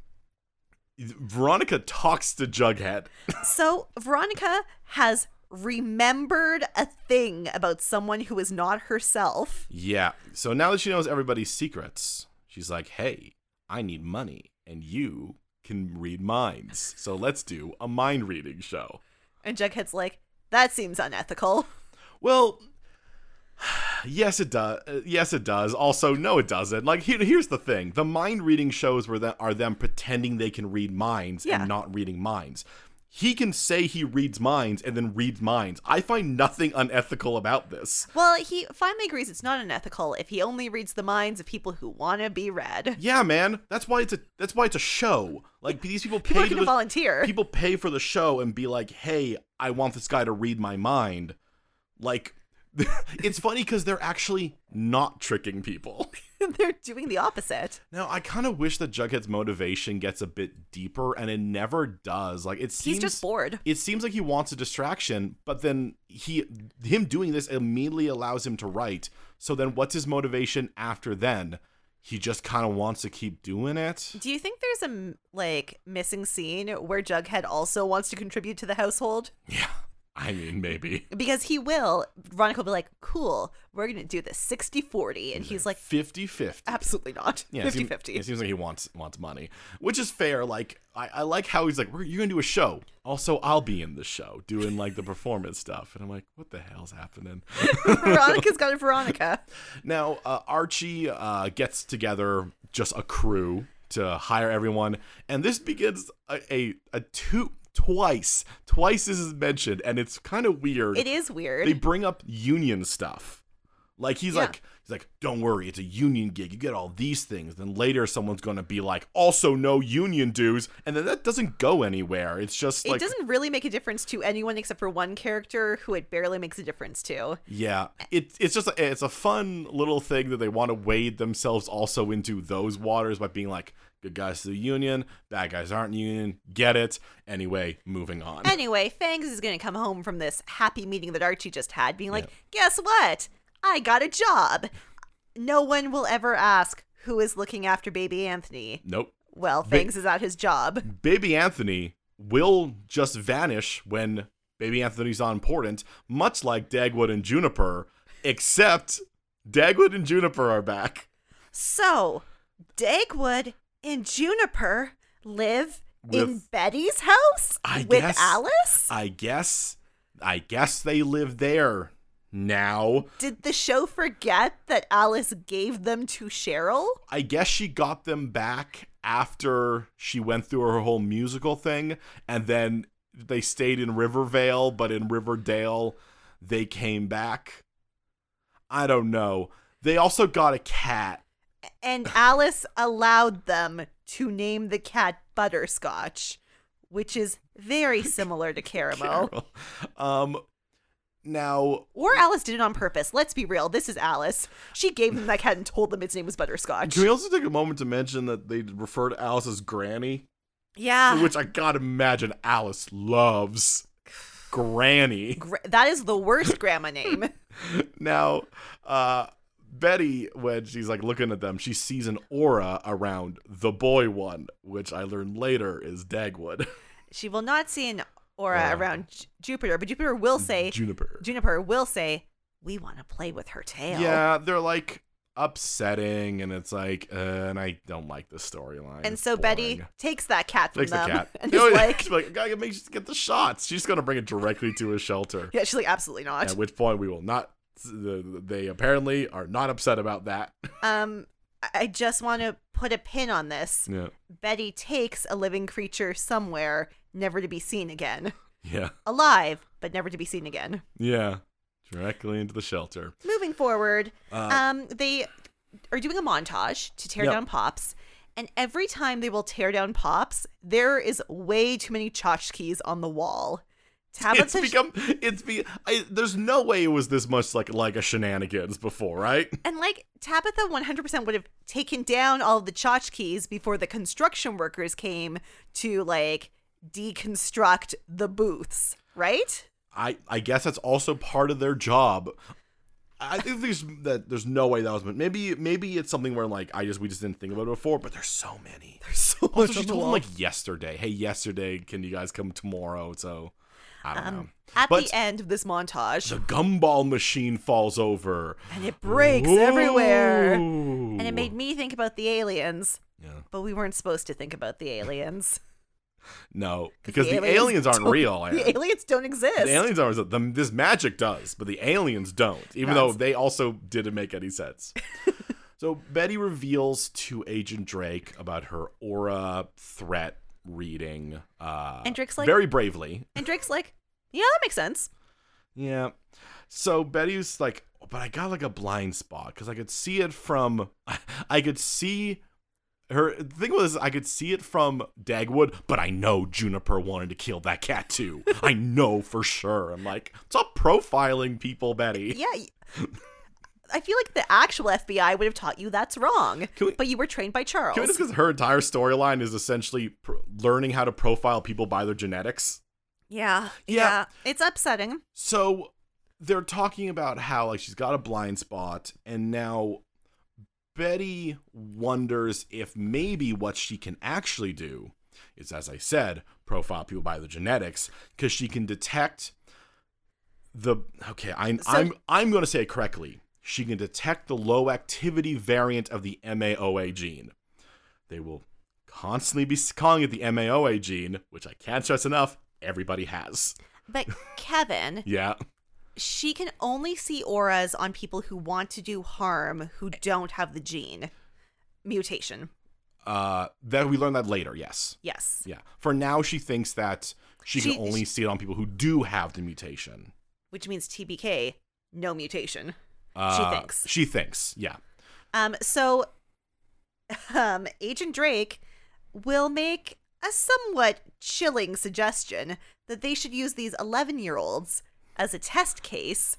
[SPEAKER 1] Veronica talks to Jughead.
[SPEAKER 2] So Veronica has remembered a thing about someone who is not herself.
[SPEAKER 1] Yeah. So now that she knows everybody's secrets, she's like, hey, I need money and you can read minds. So let's do a mind reading show.
[SPEAKER 2] And Jughead's like, that seems unethical.
[SPEAKER 1] Well, [sighs] yes, it does. Yes, it does. Also, no, it doesn't. Like, here, here's the thing the mind reading shows were that are them pretending they can read minds
[SPEAKER 2] Yeah.
[SPEAKER 1] and not reading minds. He can say he reads minds and then reads minds. I find nothing unethical about this.
[SPEAKER 2] Well, he finally agrees it's not unethical if he only reads the minds of people who want to be read.
[SPEAKER 1] Yeah, man. That's why it's a that's why it's a show. Like these people pay
[SPEAKER 2] People are
[SPEAKER 1] to
[SPEAKER 2] going to
[SPEAKER 1] lis-
[SPEAKER 2] volunteer.
[SPEAKER 1] [laughs] people pay for the show and be like, [laughs] "Hey, I want this guy to read my mind." Like it's funny because they're actually not tricking people. [laughs]
[SPEAKER 2] [laughs] They're doing the opposite.
[SPEAKER 1] Now, I kind of wish that Jughead's motivation gets a bit deeper, and it never does. Like it seems
[SPEAKER 2] He's just bored.
[SPEAKER 1] it seems like he wants a distraction, but then he him doing this immediately allows him to write. So then what's his motivation after then? He just kind of wants to keep doing it.
[SPEAKER 2] Do you think there's a m- like missing scene where Jughead also wants to contribute to the household?
[SPEAKER 1] [laughs] Yeah. I mean, maybe.
[SPEAKER 2] Because he will. Veronica will be like, cool, we're going to do this 60 40. And he's like,
[SPEAKER 1] 50-50.
[SPEAKER 2] absolutely not.
[SPEAKER 1] Yeah,
[SPEAKER 2] 50
[SPEAKER 1] It seems,
[SPEAKER 2] 50.
[SPEAKER 1] it seems like he wants wants money, which is fair. Like I, I like how he's like, We're, you're gonna do a show. Also, I'll be in the show doing like the performance stuff, and I'm like, what the hell's happening? [laughs]
[SPEAKER 2] Veronica's got a Veronica.
[SPEAKER 1] Now, uh, Archie uh, gets together just a crew to hire everyone, and this begins a, a, a two twice twice this is mentioned, and it's kind of weird.
[SPEAKER 2] It is weird.
[SPEAKER 1] They bring up union stuff. Like he's
[SPEAKER 2] Yeah.
[SPEAKER 1] like he's like, don't worry, it's a union gig. You get all these things. Then later, someone's gonna be like, also no union dues, and then that doesn't go anywhere. It's just
[SPEAKER 2] it
[SPEAKER 1] like,
[SPEAKER 2] doesn't really make a difference to anyone except for one character who it barely makes a difference to.
[SPEAKER 1] yeah, it, it's just a, it's a fun little thing that they want to wade themselves also into those waters by being like, good guys to the union, bad guys aren't union. Get it? Anyway, moving on.
[SPEAKER 2] Anyway, Fangs is going to come home from this happy meeting that Archie just had, being like, guess what? I got a job. No one will ever ask who is looking after baby Anthony.
[SPEAKER 1] nope.
[SPEAKER 2] Well, Fangs is at his job.
[SPEAKER 1] Baby Anthony will just vanish when Baby Anthony's not important, much like Dagwood and Juniper, except Dagwood and Juniper are back.
[SPEAKER 2] So, Dagwood and Juniper live in
[SPEAKER 1] With-
[SPEAKER 2] Betty's house
[SPEAKER 1] I
[SPEAKER 2] with
[SPEAKER 1] guess-
[SPEAKER 2] Alice?
[SPEAKER 1] I guess I guess they live there now.
[SPEAKER 2] Did the show forget that Alice gave them to Cheryl?
[SPEAKER 1] I guess she got them back after she went through her whole musical thing and then they stayed in Rivervale, but in Riverdale they came back. I don't know. They also got a cat [sighs]
[SPEAKER 2] And Alice allowed them to name the cat Butterscotch, which is
[SPEAKER 1] [laughs]
[SPEAKER 2] very similar to Caramel.
[SPEAKER 1] Carol. Um, now
[SPEAKER 2] Or Alice did it on purpose. Let's be real. This is Alice. She gave them that cat and told them its name was Butterscotch.
[SPEAKER 1] can we also take a moment to mention that they refer to Alice as Granny,
[SPEAKER 2] Yeah.
[SPEAKER 1] which I gotta imagine Alice loves Granny.
[SPEAKER 2] Gra- that is the worst grandma
[SPEAKER 1] [laughs]
[SPEAKER 2] name.
[SPEAKER 1] Now, uh, Betty, when she's like looking at them, she sees an aura around the boy one, which I learned later is Dagwood
[SPEAKER 2] She will not see an aura
[SPEAKER 1] Wow.
[SPEAKER 2] around J- Jupiter, but Jupiter will say,
[SPEAKER 1] [laughs] Juniper.
[SPEAKER 2] Juniper will say, we want to play with her tail.
[SPEAKER 1] Yeah, they're like upsetting, and it's like, uh, and I don't like this storyline.
[SPEAKER 2] And
[SPEAKER 1] It's
[SPEAKER 2] so Betty
[SPEAKER 1] boring.
[SPEAKER 2] takes that cat from
[SPEAKER 1] Takes the
[SPEAKER 2] them
[SPEAKER 1] cat.
[SPEAKER 2] [laughs]
[SPEAKER 1] Oh,
[SPEAKER 2] and
[SPEAKER 1] You
[SPEAKER 2] is
[SPEAKER 1] know,
[SPEAKER 2] like,
[SPEAKER 1] she's [laughs] like, I gotta make sure to get the shots. She's gonna bring it directly to his
[SPEAKER 2] [laughs]
[SPEAKER 1] shelter.
[SPEAKER 2] yeah, she's like, absolutely not.
[SPEAKER 1] At which point we will not. They apparently are not upset about that. [laughs]
[SPEAKER 2] Um, I- I just want to put a pin on this.
[SPEAKER 1] Yeah,
[SPEAKER 2] Betty takes a living creature somewhere, never to be seen again.
[SPEAKER 1] yeah,
[SPEAKER 2] Alive, but never to be seen again.
[SPEAKER 1] yeah. Directly into the shelter.
[SPEAKER 2] Moving forward,
[SPEAKER 1] Uh,
[SPEAKER 2] um, they are doing a montage to tear
[SPEAKER 1] Yep.
[SPEAKER 2] down pops, and every time they will tear down pops, there is way too many tchotchkes on the wall.
[SPEAKER 1] [laughs] It's
[SPEAKER 2] Tabitha,
[SPEAKER 1] become. It's be. I, there's no way it was this much like like a shenanigans before, right?
[SPEAKER 2] and like Tabitha, one hundred percent would have taken down all of the tchotchkes before the construction workers came to like deconstruct the booths, right?
[SPEAKER 1] I I guess that's also part of their job. I think there's that there's no way that was meant. Maybe maybe it's something where like I just we just didn't think about it before, but there's so
[SPEAKER 2] [laughs]
[SPEAKER 1] many. There's so
[SPEAKER 2] much
[SPEAKER 1] She
[SPEAKER 2] on
[SPEAKER 1] told
[SPEAKER 2] the
[SPEAKER 1] them
[SPEAKER 2] wall.
[SPEAKER 1] like yesterday. Hey, yesterday, can you guys come tomorrow? So I don't know.
[SPEAKER 2] Um, At
[SPEAKER 1] But-
[SPEAKER 2] the end of this
[SPEAKER 1] [sighs]
[SPEAKER 2] montage,
[SPEAKER 1] The gumball machine falls over.
[SPEAKER 2] and it breaks everywhere,
[SPEAKER 1] Ooh.
[SPEAKER 2] and it made me think about the aliens.
[SPEAKER 1] Yeah.
[SPEAKER 2] But we weren't supposed to think about the aliens.
[SPEAKER 1] No, [laughs] because the,
[SPEAKER 2] aliens
[SPEAKER 1] aliens, aren't
[SPEAKER 2] don't-
[SPEAKER 1] real. Aaron.
[SPEAKER 2] [laughs] the aliens don't exist.
[SPEAKER 1] The aliens are the, this magic does, but the aliens don't. Even
[SPEAKER 2] No,
[SPEAKER 1] though
[SPEAKER 2] it's-
[SPEAKER 1] they also didn't make any sense. so Betty reveals to Agent Drake about her aura threat reading. Uh,
[SPEAKER 2] And Drake's like-
[SPEAKER 1] very bravely.
[SPEAKER 2] and Drake's like, yeah, that makes sense.
[SPEAKER 1] Yeah. So Betty's like, [laughs] but I got like a blind spot because I could see it from, I could see her the thing was I could see it from Dagwood, but I know Juniper wanted to kill that cat too. I know for sure. I'm like, stop profiling people, Betty.
[SPEAKER 2] Yeah. y- I feel like the actual FBI would have taught you that's wrong,
[SPEAKER 1] Can we-
[SPEAKER 2] but you were trained by Charles.
[SPEAKER 1] Can we discuss her entire storyline is essentially pr- learning how to profile people by their genetics?
[SPEAKER 2] yeah,
[SPEAKER 1] Yeah.
[SPEAKER 2] It's upsetting.
[SPEAKER 1] So they're talking about how like she's got a blind spot and now Betty wonders if maybe what she can actually do is as I said, profile people by their genetics cuz she can detect the okay, I'm
[SPEAKER 2] So-
[SPEAKER 1] I'm I'm going to say it correctly. She can detect the low activity variant of the MAOA gene. They will constantly be calling it the MAOA gene, which I can't stress enough, everybody has.
[SPEAKER 2] But Kevin,
[SPEAKER 1] Yeah.
[SPEAKER 2] she can only see auras on people who want to do harm who don't have the gene mutation.
[SPEAKER 1] Uh, that we learn that later. Yes.
[SPEAKER 2] Yes.
[SPEAKER 1] Yeah. For now, she thinks that she,
[SPEAKER 2] She-
[SPEAKER 1] can only see it on people who do have the mutation.
[SPEAKER 2] Which means TBK, no mutation.
[SPEAKER 1] Uh,
[SPEAKER 2] thinks.
[SPEAKER 1] She thinks. Yeah.
[SPEAKER 2] Um, so um, Agent Drake will make a somewhat chilling suggestion that they should use these 11 year olds as a test case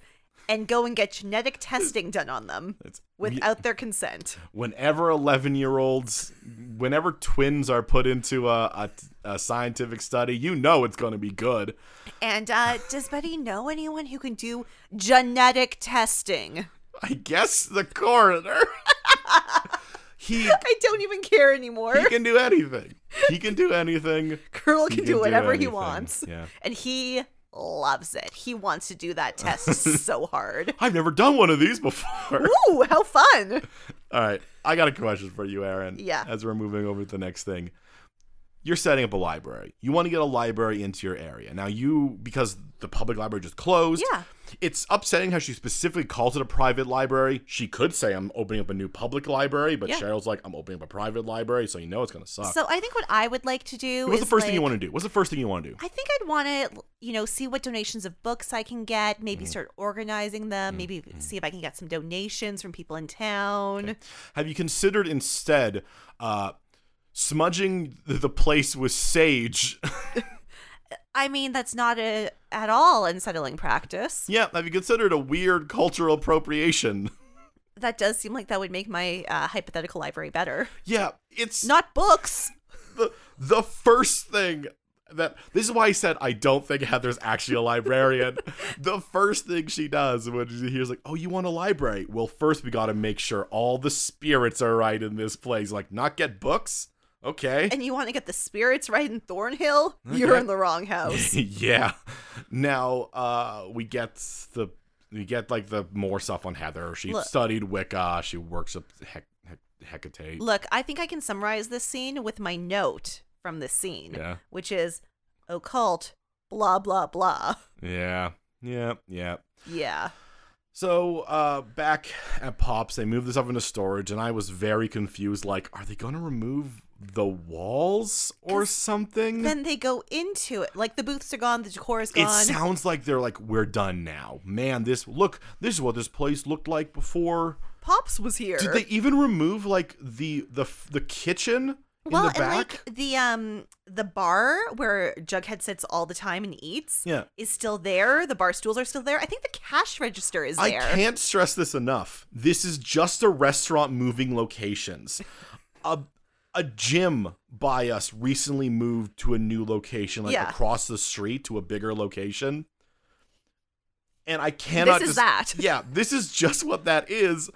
[SPEAKER 2] and go and get genetic testing done on them
[SPEAKER 1] It's,
[SPEAKER 2] without
[SPEAKER 1] [laughs]
[SPEAKER 2] their consent.
[SPEAKER 1] whenever eleven-year-olds, whenever twins are put into a, a, a scientific study, you know it's going to be good.
[SPEAKER 2] And uh, does Betty know anyone who can do genetic testing?
[SPEAKER 1] I guess the coroner. [laughs] he
[SPEAKER 2] I don't even care anymore. [laughs]
[SPEAKER 1] he can do anything. He can do anything.
[SPEAKER 2] Curl can,
[SPEAKER 1] He
[SPEAKER 2] do whatever he
[SPEAKER 1] anything.
[SPEAKER 2] wants.
[SPEAKER 1] Yeah.
[SPEAKER 2] And he loves it. He wants to do that test
[SPEAKER 1] [laughs]
[SPEAKER 2] so hard.
[SPEAKER 1] I've never done one of these before.
[SPEAKER 2] [laughs] Ooh, how fun.
[SPEAKER 1] All right, I got a question for you, Aaron.
[SPEAKER 2] Yeah.
[SPEAKER 1] As we're moving over to the next thing, you're setting up a library. You want to get a library into your area. Now, you because the public library just closed.
[SPEAKER 2] Yeah.
[SPEAKER 1] It's upsetting how she specifically calls it a private library. She could say I'm opening up a new public library, but
[SPEAKER 2] Yeah.
[SPEAKER 1] Cheryl's like I'm opening up a private library, so you know it's gonna suck.
[SPEAKER 2] So I think what I would like to do
[SPEAKER 1] What's Uh, the
[SPEAKER 2] is,
[SPEAKER 1] first thing you
[SPEAKER 2] like,
[SPEAKER 1] want to do? What's the first thing you want to do?
[SPEAKER 2] I think I'd want to, you know, see what donations of books I can get, maybe
[SPEAKER 1] Mm-hmm.
[SPEAKER 2] start organizing them, maybe see if I can get some donations from people in town.
[SPEAKER 1] Have you considered instead uh, smudging the- the place with sage? [laughs]
[SPEAKER 2] I mean, that's not a, at all unsettling practice.
[SPEAKER 1] yeah. Have you considered a weird cultural appropriation?
[SPEAKER 2] That does seem like that would make my uh, hypothetical library
[SPEAKER 1] [laughs]
[SPEAKER 2] better.
[SPEAKER 1] Yeah, it's
[SPEAKER 2] Not books.
[SPEAKER 1] the the first thing that this is why I said I don't think Heather's actually a
[SPEAKER 2] [laughs]
[SPEAKER 1] librarian. the first thing she does when she hears like, "Oh, you want a library?" Well, first we got to make sure all the spirits are right in this place. Like, not get books. Okay. [laughs]
[SPEAKER 2] And you want to get the spirits right in Thornhill? You're
[SPEAKER 1] Okay.
[SPEAKER 2] in the
[SPEAKER 1] [laughs]
[SPEAKER 2] wrong house.
[SPEAKER 1] yeah. Now, uh, we get the we get like the more stuff on Heather. She
[SPEAKER 2] Look.
[SPEAKER 1] studied Wicca. She works at Hec- Hec- Hecate.
[SPEAKER 2] Look, I think I can summarize this scene with my note from this scene,
[SPEAKER 1] Yeah.
[SPEAKER 2] which is occult, blah, blah, blah.
[SPEAKER 1] Yeah. Yeah. [laughs] Yeah.
[SPEAKER 2] Yeah.
[SPEAKER 1] So uh, back at Pops, they moved this up into storage, and I was very confused. Like, are they going to remove the walls or
[SPEAKER 2] 'Cause
[SPEAKER 1] something?
[SPEAKER 2] Then they go into it. Like the booths are gone, the decor is
[SPEAKER 1] it
[SPEAKER 2] gone.
[SPEAKER 1] sounds like they're like, we're done now, man. This look, this is what this place looked like before.
[SPEAKER 2] Pops was here.
[SPEAKER 1] Did they even remove like the the f- the kitchen
[SPEAKER 2] well,
[SPEAKER 1] in the
[SPEAKER 2] and
[SPEAKER 1] back?
[SPEAKER 2] like the um the bar where Jughead sits all the time and eats
[SPEAKER 1] Yeah.
[SPEAKER 2] is still there. The bar stools are still there. I think the cash register is
[SPEAKER 1] I
[SPEAKER 2] there.
[SPEAKER 1] can't stress this enough. This is just a restaurant moving locations. a a gym by us recently moved to a new location, like
[SPEAKER 2] Yeah.
[SPEAKER 1] across the street to a bigger location. And I cannot
[SPEAKER 2] This is
[SPEAKER 1] dis-
[SPEAKER 2] that.
[SPEAKER 1] Yeah, this is just what that is.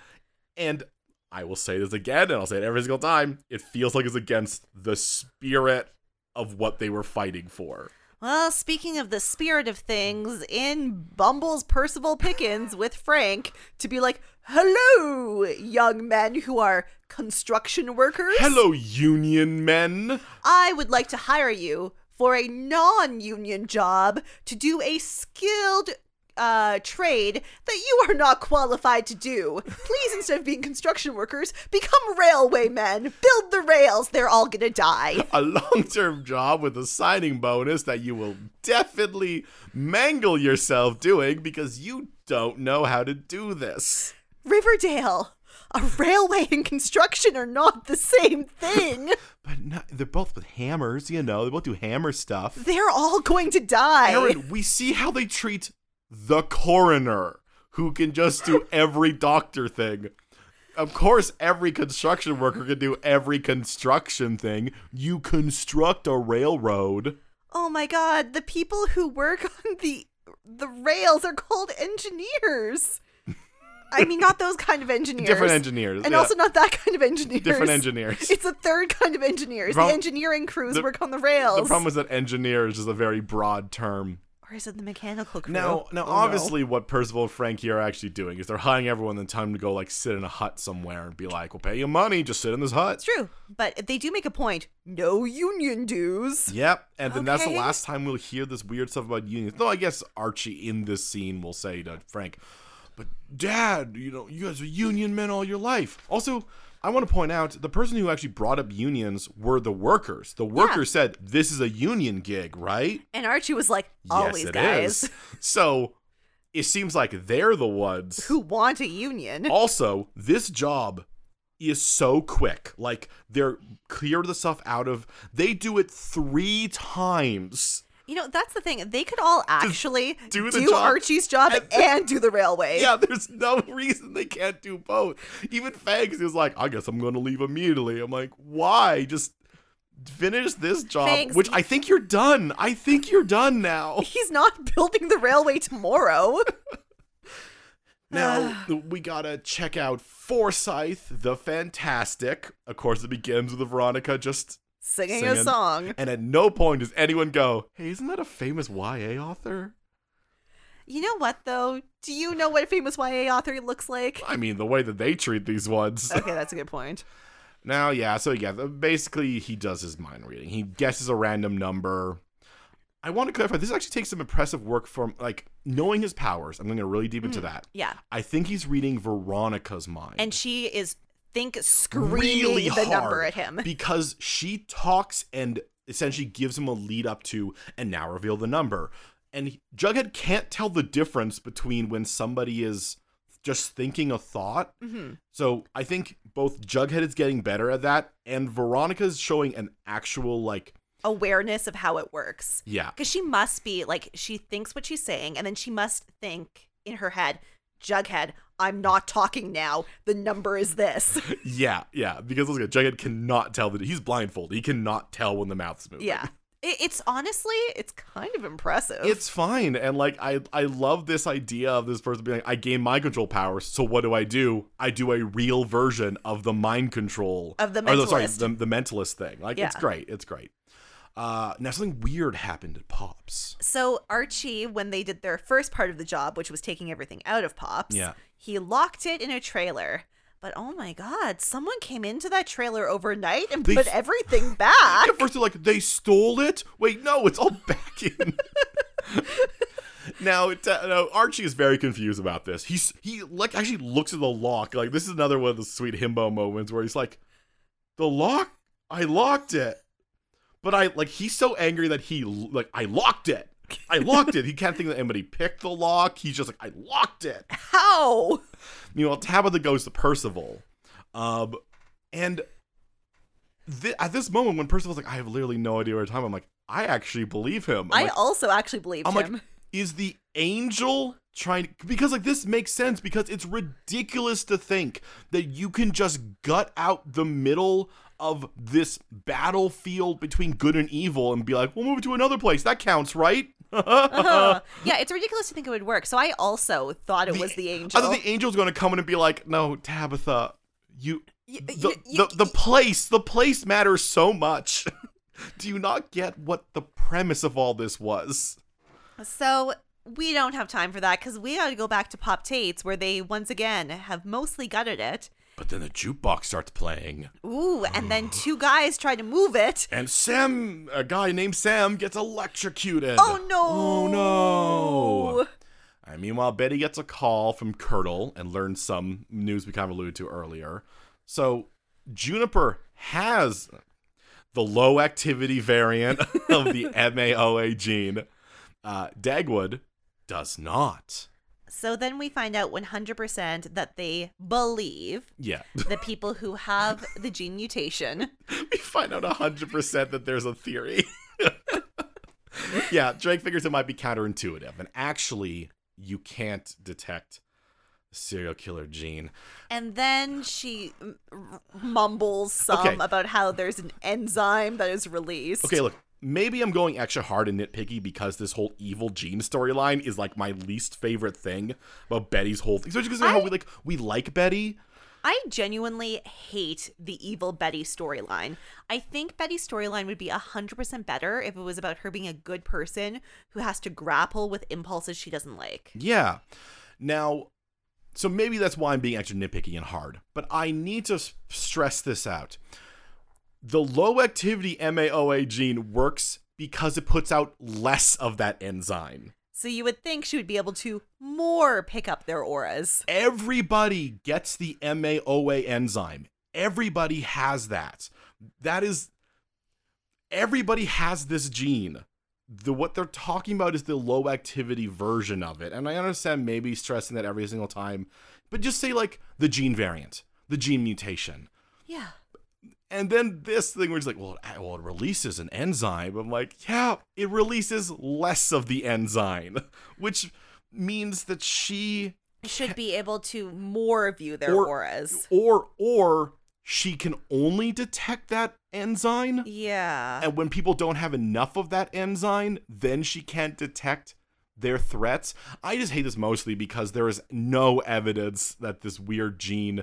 [SPEAKER 1] And I will say this again, and I'll say it every single time. It feels like it's against the spirit of what they were fighting for.
[SPEAKER 2] Well, speaking of the spirit of things, in Bumble's Percival Pickens with Frank to be like, hello, young men who are construction workers.
[SPEAKER 1] Hello, union men.
[SPEAKER 2] I would like to hire you for a non union job to do a skilled uh, trade that you are not qualified to do. Please, instead of being construction workers, become railway men. Build the rails. They're all going to die.
[SPEAKER 1] a long-term job with a signing bonus that you will definitely mangle yourself doing because you don't know how to do this.
[SPEAKER 2] Riverdale. a railway and construction are not the same thing.
[SPEAKER 1] But not, they're both with hammers, you know. They both do hammer
[SPEAKER 2] [laughs]
[SPEAKER 1] stuff.
[SPEAKER 2] They're all going to die.
[SPEAKER 1] Aaron, we see how they treat the coroner, who can just do every doctor thing. Of course, every construction worker can do every construction thing. You construct a railroad.
[SPEAKER 2] Oh my god, the people who work [laughs] on the the rails are called engineers. I mean, not
[SPEAKER 1] [laughs]
[SPEAKER 2] those kind of engineers.
[SPEAKER 1] Different engineers.
[SPEAKER 2] And
[SPEAKER 1] yeah.
[SPEAKER 2] also not that kind of engineers.
[SPEAKER 1] different engineers.
[SPEAKER 2] [laughs] It's a third kind of engineers.
[SPEAKER 1] The
[SPEAKER 2] The,
[SPEAKER 1] problem-
[SPEAKER 2] engineering crews
[SPEAKER 1] the-
[SPEAKER 2] work on the
[SPEAKER 1] The
[SPEAKER 2] rails.
[SPEAKER 1] problem is that engineers is a very broad term.
[SPEAKER 2] or is it the mechanical crew?
[SPEAKER 1] Now, now,
[SPEAKER 2] Oh, no.
[SPEAKER 1] obviously, what Percival and Frankie are actually doing is they're hiring everyone the time to go like sit in a hut somewhere and be like, "We'll pay you money, just sit in this hut."
[SPEAKER 2] It's true, but they do make a point. No union dues.
[SPEAKER 1] Yep, and then that's the
[SPEAKER 2] Okay.
[SPEAKER 1] last time we'll hear this weird stuff about unions. Though I guess Archie in this scene will say to Frank, "But Dad, you know, you guys were union men all your life." Also, I want to point out the person who actually brought up unions were the workers. The workers said, "This is a union gig, right?"
[SPEAKER 2] And Archie was like, always
[SPEAKER 1] it
[SPEAKER 2] guys
[SPEAKER 1] is." So it seems like they're the ones
[SPEAKER 2] [laughs] who want a union.
[SPEAKER 1] also, this job is so quick. Like they're clear the stuff out of. They do it three times.
[SPEAKER 2] You know, that's the thing. They could all actually
[SPEAKER 1] do
[SPEAKER 2] do,
[SPEAKER 1] the job
[SPEAKER 2] Archie's job
[SPEAKER 1] and-
[SPEAKER 2] and, do the railway.
[SPEAKER 1] Yeah, there's no [laughs] reason they can't do both. Even Fangs is like, I guess I'm going to leave immediately. I'm like, why? Just finish this job,
[SPEAKER 2] Fangs,
[SPEAKER 1] which
[SPEAKER 2] you-
[SPEAKER 1] I think you're done. I think you're done
[SPEAKER 2] [sighs]
[SPEAKER 1] now.
[SPEAKER 2] [laughs] He's not building the railway tomorrow. [laughs]
[SPEAKER 1] Now we gotta check out Forsyth the Fantastic. Of course, it begins with Veronica just
[SPEAKER 2] Singing,
[SPEAKER 1] Singing.
[SPEAKER 2] a song.
[SPEAKER 1] And at no point does anyone go, hey, isn't that a famous YA author?
[SPEAKER 2] You know what, though? Do you know what a famous YA author
[SPEAKER 1] [laughs]
[SPEAKER 2] looks like?
[SPEAKER 1] I mean, the way that they treat these
[SPEAKER 2] [laughs]
[SPEAKER 1] ones.
[SPEAKER 2] Okay, that's a good point.
[SPEAKER 1] now, yeah, so yeah, th- basically he does his mind reading. He guesses a random number. I want to clarify, this actually takes some impressive work from, like, knowing his powers. I'm going to really deep into that.
[SPEAKER 2] Yeah.
[SPEAKER 1] I think he's reading Veronica's mind.
[SPEAKER 2] And she is, think, screaming
[SPEAKER 1] really
[SPEAKER 2] the
[SPEAKER 1] hard
[SPEAKER 2] number at him. [laughs]
[SPEAKER 1] [laughs] because she talks and essentially gives him a lead up to and now reveal the number. And he- Jughead can't tell the difference between when somebody is just thinking a thought.
[SPEAKER 2] Mm-hmm.
[SPEAKER 1] So I think both Jughead is getting better at that and Veronica's showing an actual like
[SPEAKER 2] Awareness of how it works.
[SPEAKER 1] yeah. [laughs]
[SPEAKER 2] Because she must be, like, she thinks what she's saying, and then she must think in her head, Jughead, I'm not talking now. The number is this. [laughs]
[SPEAKER 1] Yeah, yeah, because let's get Jughead cannot tell that he's blindfolded. He cannot tell when the mouth's moving. [laughs]
[SPEAKER 2] Yeah. It, it's honestly, it's kind of impressive.
[SPEAKER 1] It's fine. And like I I love this idea of this person being like, I gain mind control powers, so what do I do? I do a real version of the mind control
[SPEAKER 2] Of the
[SPEAKER 1] or sorry,
[SPEAKER 2] mentalist.
[SPEAKER 1] the, the mentalist thing. Like it's
[SPEAKER 2] Yeah.
[SPEAKER 1] great. It's great. Uh now something weird happened at Pops.
[SPEAKER 2] So Archie, when they did their first part of the job, which was taking everything out of Pops,
[SPEAKER 1] Yeah.
[SPEAKER 2] he locked it in a trailer. But oh my god, someone came into that trailer overnight and
[SPEAKER 1] They
[SPEAKER 2] put
[SPEAKER 1] f- [laughs]
[SPEAKER 2] everything back.
[SPEAKER 1] At first they're like, they stole it? Wait, no, it's all [laughs] back in. Now, it, uh, now Archie is very confused about this. He's he like actually looks at the lock. Like this is another one of the sweet himbo moments where he's like, "The lock? I locked it." But I like he's so angry that he l- like I locked it. I locked it. He can't think that anybody picked the lock. He's just like I locked it.
[SPEAKER 2] How?
[SPEAKER 1] Meanwhile, Tabitha goes to Percival, um, and thi- at this moment when Percival's like, "I have literally no idea where time," I'm like, "I actually believe him." I'm
[SPEAKER 2] I
[SPEAKER 1] like,
[SPEAKER 2] also actually believed
[SPEAKER 1] I'm
[SPEAKER 2] him.
[SPEAKER 1] like, is the angel trying to, because like this makes sense because it's ridiculous to think that you can just gut out the middle of this battlefield between good and evil and be like, we'll move it to another place. That counts, right? uh-huh.
[SPEAKER 2] Uh, [laughs] yeah, it's ridiculous to think it would work. So I also thought
[SPEAKER 1] [laughs]
[SPEAKER 2] it was the angel.
[SPEAKER 1] I thought the angel's going to come in and be like, no, Tabitha, you.
[SPEAKER 2] Y-
[SPEAKER 1] The,
[SPEAKER 2] y- y-
[SPEAKER 1] the, the place, the place matters so much. [laughs] Do you not get what the premise of all this was?
[SPEAKER 2] So we don't have time for that because we got to go back to Pop Tate's, where they once again have mostly gutted it.
[SPEAKER 1] But then the jukebox starts playing.
[SPEAKER 2] Ooh,
[SPEAKER 1] [sighs]
[SPEAKER 2] and then two guys try to move it.
[SPEAKER 1] And Sam, a guy named Sam, gets electrocuted.
[SPEAKER 2] Oh no!
[SPEAKER 1] Oh no! And meanwhile, Betty gets a call from Kirtle and learns some news we kind of alluded to earlier. So Juniper has the low activity variant [laughs] of the MAOA gene. Uh, Dagwood does not.
[SPEAKER 2] So then we find out 100% that they believe
[SPEAKER 1] Yeah.
[SPEAKER 2] the people who have the gene mutation.
[SPEAKER 1] [laughs] we find out 100% that there's a theory. [laughs] yeah, Drake figures it might be counterintuitive. And actually, you can't detect the serial killer gene.
[SPEAKER 2] And then she m- r- mumbles some
[SPEAKER 1] Okay.
[SPEAKER 2] about how there's an enzyme that is released.
[SPEAKER 1] Okay, look, maybe I'm going extra hard and nitpicky because this whole evil gene storyline is like my least favorite thing about Betty's whole thing. Especially because how
[SPEAKER 2] I-
[SPEAKER 1] we like we like Betty.
[SPEAKER 2] I genuinely hate the evil Betty storyline. I think Betty's storyline would be 100% better if it was about her being a good person who has to grapple with impulses she doesn't like.
[SPEAKER 1] Yeah. Now, so maybe that's why I'm being extra nitpicky and hard, but I need to s- stress this out. The low activity MAOA gene works because it puts out less of that enzyme.
[SPEAKER 2] So you would think she would be able to more pick up their auras.
[SPEAKER 1] Everybody gets the MAOA enzyme. Everybody has that. That is everybody has this gene. The what they're talking about is the low activity version of it. And I understand maybe stressing that every single time, but just say like the gene variant, the gene mutation.
[SPEAKER 2] Yeah.
[SPEAKER 1] And then this thing where it's like, well, it, well, it releases an enzyme. I'm like, yeah, it releases less of the enzyme, [laughs] which means that she
[SPEAKER 2] Should be able to more view their
[SPEAKER 1] Or-
[SPEAKER 2] auras.
[SPEAKER 1] or or she can only detect that enzyme
[SPEAKER 2] Yeah.
[SPEAKER 1] and when people don't have enough of that enzyme then she can't detect their threats i just hate this mostly because there is no evidence that this weird gene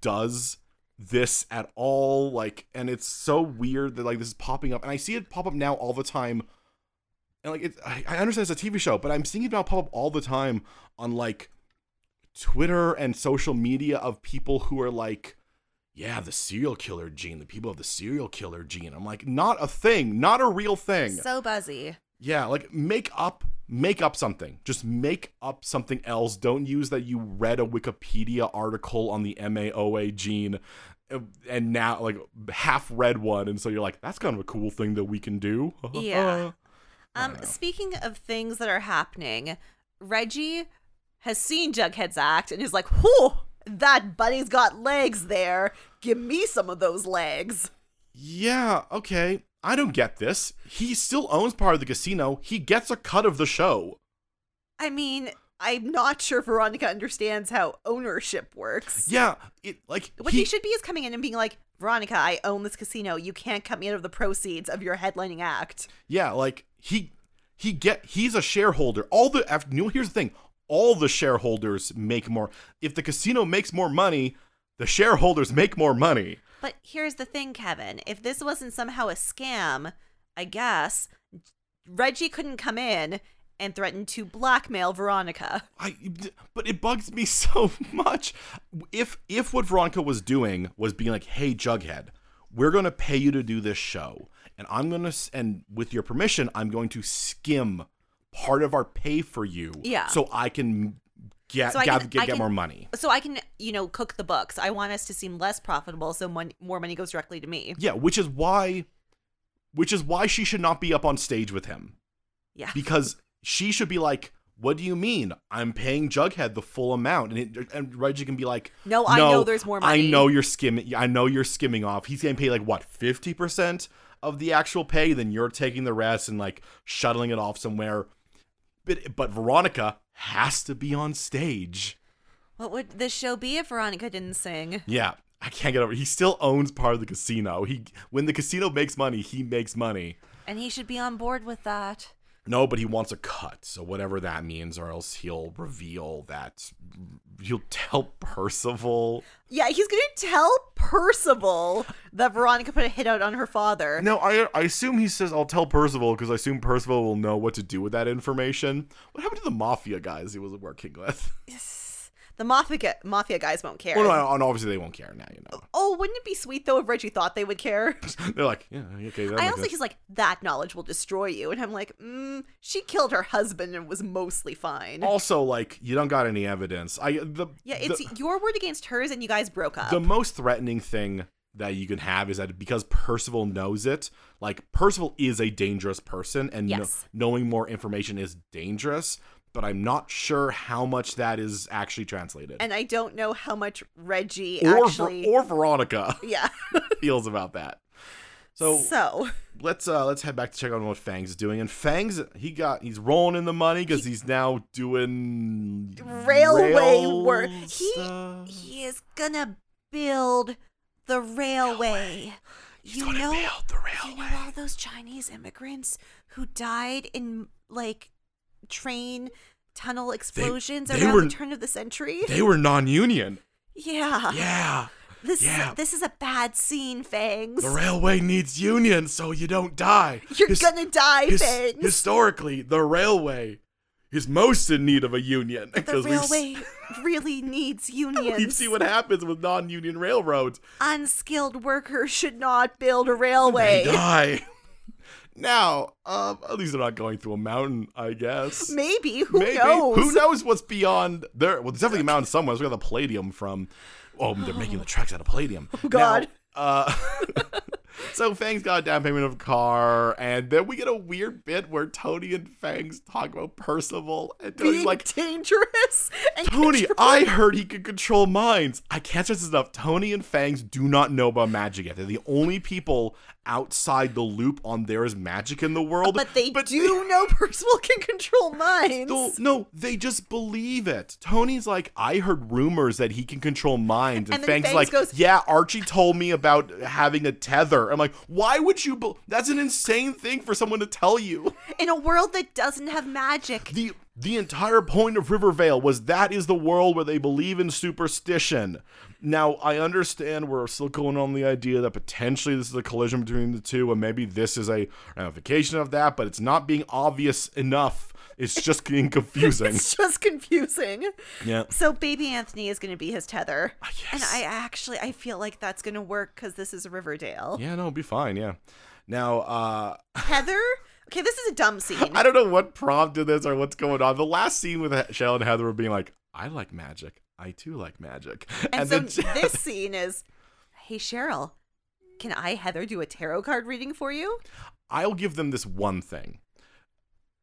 [SPEAKER 1] does this at all like and it's so weird that like this is popping up and i see it pop up now all the time and like it, I, I understand it's a tv show but i'm seeing it now pop up all the time on like twitter and social media of people who are like yeah the serial killer gene the people of the serial killer gene i'm like not a thing not a real thing
[SPEAKER 2] So buzzy.
[SPEAKER 1] yeah, like make up make up something. Just make up something else. Don't use that you read a Wikipedia article on the MAOA gene uh, and now like half read one and so you're like that's kind of a cool thing that we can do. [laughs]
[SPEAKER 2] Yeah.
[SPEAKER 1] I
[SPEAKER 2] Um,
[SPEAKER 1] don't know.
[SPEAKER 2] speaking of things that are happening, Reggie has seen Jughead's act and is like, "Whoo, that buddy's got legs there. Give me some of those legs."
[SPEAKER 1] yeah, okay. I don't get this. He still owns part of the casino. He gets a cut of the show.
[SPEAKER 2] I mean, I'm not sure Veronica understands how ownership works.
[SPEAKER 1] Yeah, it like
[SPEAKER 2] What he, should be is coming in and being like, "Veronica, I own this casino. You can't cut me out of the proceeds of your headlining act."
[SPEAKER 1] Yeah, like he he get he's a shareholder. All the af- you know, here's the thing: all the shareholders make more. If the casino makes more money, the shareholders make more money.
[SPEAKER 2] But here's the thing, Kevin. If this wasn't somehow a scam, I guess Reggie couldn't come in and threaten to blackmail Veronica.
[SPEAKER 1] I but it bugs me [laughs] so much. If if what Veronica was doing was being like, "Hey, Jughead, we're gonna pay you to do this show, and I'm gonna s- and with your permission, I'm going to skim part of our pay for you,
[SPEAKER 2] Yeah.
[SPEAKER 1] so I can." Get,
[SPEAKER 2] So I
[SPEAKER 1] gather-
[SPEAKER 2] can-
[SPEAKER 1] get,
[SPEAKER 2] I
[SPEAKER 1] get
[SPEAKER 2] can-
[SPEAKER 1] more money.
[SPEAKER 2] So I can, you know, cook the books. I want us to seem less profitable so mon- more money goes directly to me.
[SPEAKER 1] Yeah, which is why which is why she should not be up on stage with him
[SPEAKER 2] Yeah.
[SPEAKER 1] because she should be like, "What do you mean? I'm paying Jughead the full amount." And it, and Reggie can be like,
[SPEAKER 2] No, I know there's more money."
[SPEAKER 1] I know you're skimming. I know you're skimming off. He's getting paid like what fifty percent of the actual pay. Then you're taking the rest and like shuttling it off somewhere." But but Veronica has to be on stage.
[SPEAKER 2] What would this show be if Veronica didn't sing?
[SPEAKER 1] Yeah, I can't get over. He still owns part of the casino. He when the casino makes money, he makes money.
[SPEAKER 2] And he should be on board with that.
[SPEAKER 1] No, but he wants a cut. So whatever that means, or else he'll reveal that he'll tell Percival.
[SPEAKER 2] Yeah, he's going to tell Percival that Veronica put a hit out on her father.
[SPEAKER 1] No, I I assume he says I'll tell Percival because I assume Percival will know what to do with that information. What happened to the mafia guys he was working with? [laughs]
[SPEAKER 2] The mafia mafia guys won't care.
[SPEAKER 1] Well, no, and obviously they won't care now. You know, [laughs]
[SPEAKER 2] Oh, wouldn't it be sweet though if Reggie thought they would care?
[SPEAKER 1] they're like, yeah, okay. That makes
[SPEAKER 2] I also
[SPEAKER 1] sense."
[SPEAKER 2] think he's like, that knowledge will destroy you. And I'm like, mm, she killed her husband and was mostly fine.
[SPEAKER 1] also like you don't got any evidence. I the
[SPEAKER 2] yeah,
[SPEAKER 1] the-
[SPEAKER 2] it's your word against hers, and you guys broke up.
[SPEAKER 1] the most threatening thing that you can have is that because Percival knows it, like Percival is a dangerous person, and kno-
[SPEAKER 2] Yes.
[SPEAKER 1] knowing more information is dangerous. but I'm not sure how much that is actually translated.
[SPEAKER 2] And I don't know how much Reggie
[SPEAKER 1] or,
[SPEAKER 2] actually.
[SPEAKER 1] or Veronica [laughs]
[SPEAKER 2] yeah.
[SPEAKER 1] feels about that. So
[SPEAKER 2] So
[SPEAKER 1] let's uh let's head back to check on what Fangs is doing. And Fangs, he got he's rolling in the money because he's now doing
[SPEAKER 2] Railway
[SPEAKER 1] rail
[SPEAKER 2] work. He-
[SPEAKER 1] stuff.
[SPEAKER 2] he is gonna build the railway.
[SPEAKER 1] He's
[SPEAKER 2] you
[SPEAKER 1] gonna
[SPEAKER 2] know,
[SPEAKER 1] build the
[SPEAKER 2] you know
[SPEAKER 1] railway.
[SPEAKER 2] all those Chinese immigrants who died in like train tunnel explosions
[SPEAKER 1] they
[SPEAKER 2] around
[SPEAKER 1] were-
[SPEAKER 2] the turn of the century.
[SPEAKER 1] They were non-union.
[SPEAKER 2] yeah. [laughs]
[SPEAKER 1] Yeah.
[SPEAKER 2] This
[SPEAKER 1] yeah.
[SPEAKER 2] Is, this is a bad scene, Fangs.
[SPEAKER 1] The railway needs union so you don't die.
[SPEAKER 2] [laughs] You're
[SPEAKER 1] His-
[SPEAKER 2] gonna die,
[SPEAKER 1] his-
[SPEAKER 2] Fangs.
[SPEAKER 1] Historically, the railway is most in need of a union
[SPEAKER 2] the
[SPEAKER 1] because we've, s-
[SPEAKER 2] railway
[SPEAKER 1] [laughs]
[SPEAKER 2] really needs unions.
[SPEAKER 1] we've seen what happens with non-union railroads.
[SPEAKER 2] Unskilled workers should not build a
[SPEAKER 1] They
[SPEAKER 2] railway.
[SPEAKER 1] die. [laughs] Now, um, at least they're not going through a mountain, I guess.
[SPEAKER 2] Maybe. Who
[SPEAKER 1] Maybe.
[SPEAKER 2] knows?
[SPEAKER 1] Who knows what's beyond there? Well, there's definitely a mountain somewhere. It's where the palladium from. Oh, they're making the tracks out of
[SPEAKER 2] [gasps]
[SPEAKER 1] palladium. Oh,
[SPEAKER 2] God.
[SPEAKER 1] uh, [laughs] so Fangs got a down payment of a car, and then we get a weird bit where Tony and Fangs talk about Percival, and Tony's
[SPEAKER 2] Being [laughs]
[SPEAKER 1] like,
[SPEAKER 2] dangerous
[SPEAKER 1] [laughs]
[SPEAKER 2] and
[SPEAKER 1] Tony,
[SPEAKER 2] control-
[SPEAKER 1] I heard he could control minds. I can't stress this enough. Tony and Fangs do not know about magic yet. They're the only people outside the loop on there is magic in the world.
[SPEAKER 2] but they do know [laughs] Percival can control minds.
[SPEAKER 1] No, no, they just believe it. Tony's like, I heard rumors that he can control minds, and,
[SPEAKER 2] And then
[SPEAKER 1] Fangs, is
[SPEAKER 2] Fangs
[SPEAKER 1] like,
[SPEAKER 2] goes-
[SPEAKER 1] Yeah, Archie told me about having a tether. I'm like, why would you? Be- That's an insane thing for someone to tell you.
[SPEAKER 2] In a world that doesn't have magic, [laughs]
[SPEAKER 1] The the entire point of Rivervale was that is the world where they believe in superstition. Now I understand we're still going on the idea that potentially this is a collision between the two, and maybe this is a ramification of that, but it's not being obvious enough. It's just getting confusing.
[SPEAKER 2] it's just confusing.
[SPEAKER 1] yeah.
[SPEAKER 2] So baby Anthony is going to be his tether.
[SPEAKER 1] Ah, yes.
[SPEAKER 2] And I actually I feel like that's going to work cuz this is Riverdale.
[SPEAKER 1] Yeah, no, it'll be fine. Yeah. Now, uh,
[SPEAKER 2] Heather? Okay, this is a dumb
[SPEAKER 1] [laughs]
[SPEAKER 2] scene.
[SPEAKER 1] I don't know what prompted this or what's going on. The last scene with He- Shell and Heather were being like, I like magic. I too like magic.
[SPEAKER 2] And, so
[SPEAKER 1] then [laughs]
[SPEAKER 2] this scene is Hey Cheryl, can I Heather do a tarot card reading for you?
[SPEAKER 1] I'll give them this one thing.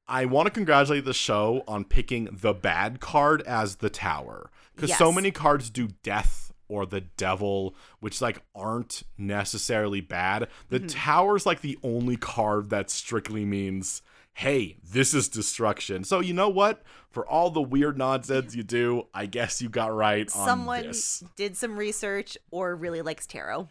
[SPEAKER 1] I want to congratulate the show on picking the bad card as the tower. Because so
[SPEAKER 2] Yes.
[SPEAKER 1] many cards do death or the devil, which like aren't necessarily bad. The
[SPEAKER 2] Mm-hmm.
[SPEAKER 1] tower's like the only card that strictly means, hey, this is destruction. So you know what? For all the weird nonsense you do, I guess you got right on
[SPEAKER 2] Someone
[SPEAKER 1] this.
[SPEAKER 2] did some research or really likes tarot.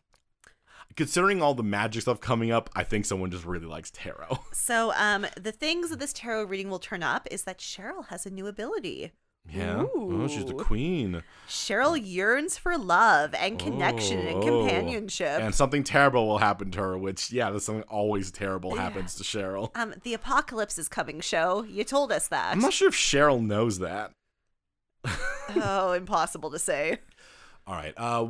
[SPEAKER 1] Considering all the magic stuff coming up, I think someone just really likes tarot.
[SPEAKER 2] So, um, the things that this tarot reading will turn up is that Cheryl has a new ability.
[SPEAKER 1] yeah. Oh, she's the
[SPEAKER 2] Ooh.
[SPEAKER 1] queen.
[SPEAKER 2] Cheryl yearns for love and connection and
[SPEAKER 1] Oh.
[SPEAKER 2] companionship.
[SPEAKER 1] And something terrible will happen to her, which, yeah, that's something always terrible happens to Cheryl.
[SPEAKER 2] um, the apocalypse is coming, show. You told us that.
[SPEAKER 1] I'm not sure if Cheryl knows that.
[SPEAKER 2] [laughs] oh, impossible to say.
[SPEAKER 1] All right. Uh,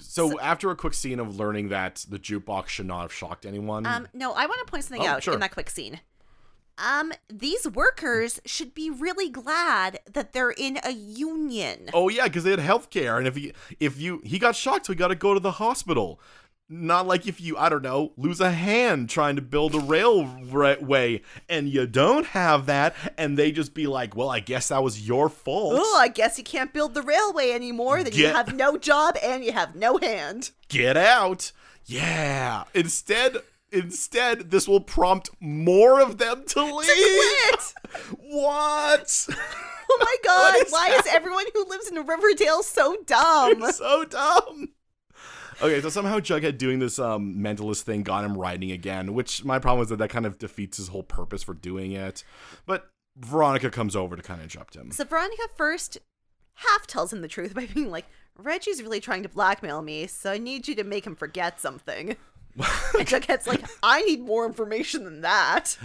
[SPEAKER 1] so, after a quick scene of learning that the jukebox should not have shocked anyone,
[SPEAKER 2] Um, no, I want to point something
[SPEAKER 1] Hmm. Oh,
[SPEAKER 2] out
[SPEAKER 1] sure.
[SPEAKER 2] in that quick scene. Um, these workers should be really glad that they're in a union.
[SPEAKER 1] oh yeah, because they had health care, and if he if you he got shocked, so he got to go to the hospital. Not like if you I don't know lose a hand trying to build a railway, and you don't have that, and they just be like, well, I guess that was your fault.
[SPEAKER 2] Oh, I guess you can't build the railway anymore. Then you
[SPEAKER 1] Get-
[SPEAKER 2] have no job and you have no
[SPEAKER 1] [laughs]
[SPEAKER 2] hand.
[SPEAKER 1] get out. Yeah. Instead, instead, this will prompt more of them to leave.
[SPEAKER 2] Quit!
[SPEAKER 1] what?
[SPEAKER 2] Oh my god,
[SPEAKER 1] is
[SPEAKER 2] why is everyone who lives in Riverdale so dumb?
[SPEAKER 1] so dumb. Okay, so somehow Jughead doing this um, mentalist thing got him writing again, which my problem was that that kind of defeats his whole purpose for doing it. But Veronica comes over to kind of interrupt him.
[SPEAKER 2] So Veronica first half tells him the truth by [laughs] being like, Reggie's really trying to blackmail me, so I need you to make him
[SPEAKER 1] [laughs]
[SPEAKER 2] forget something. and Jughead's like, I need more information than that.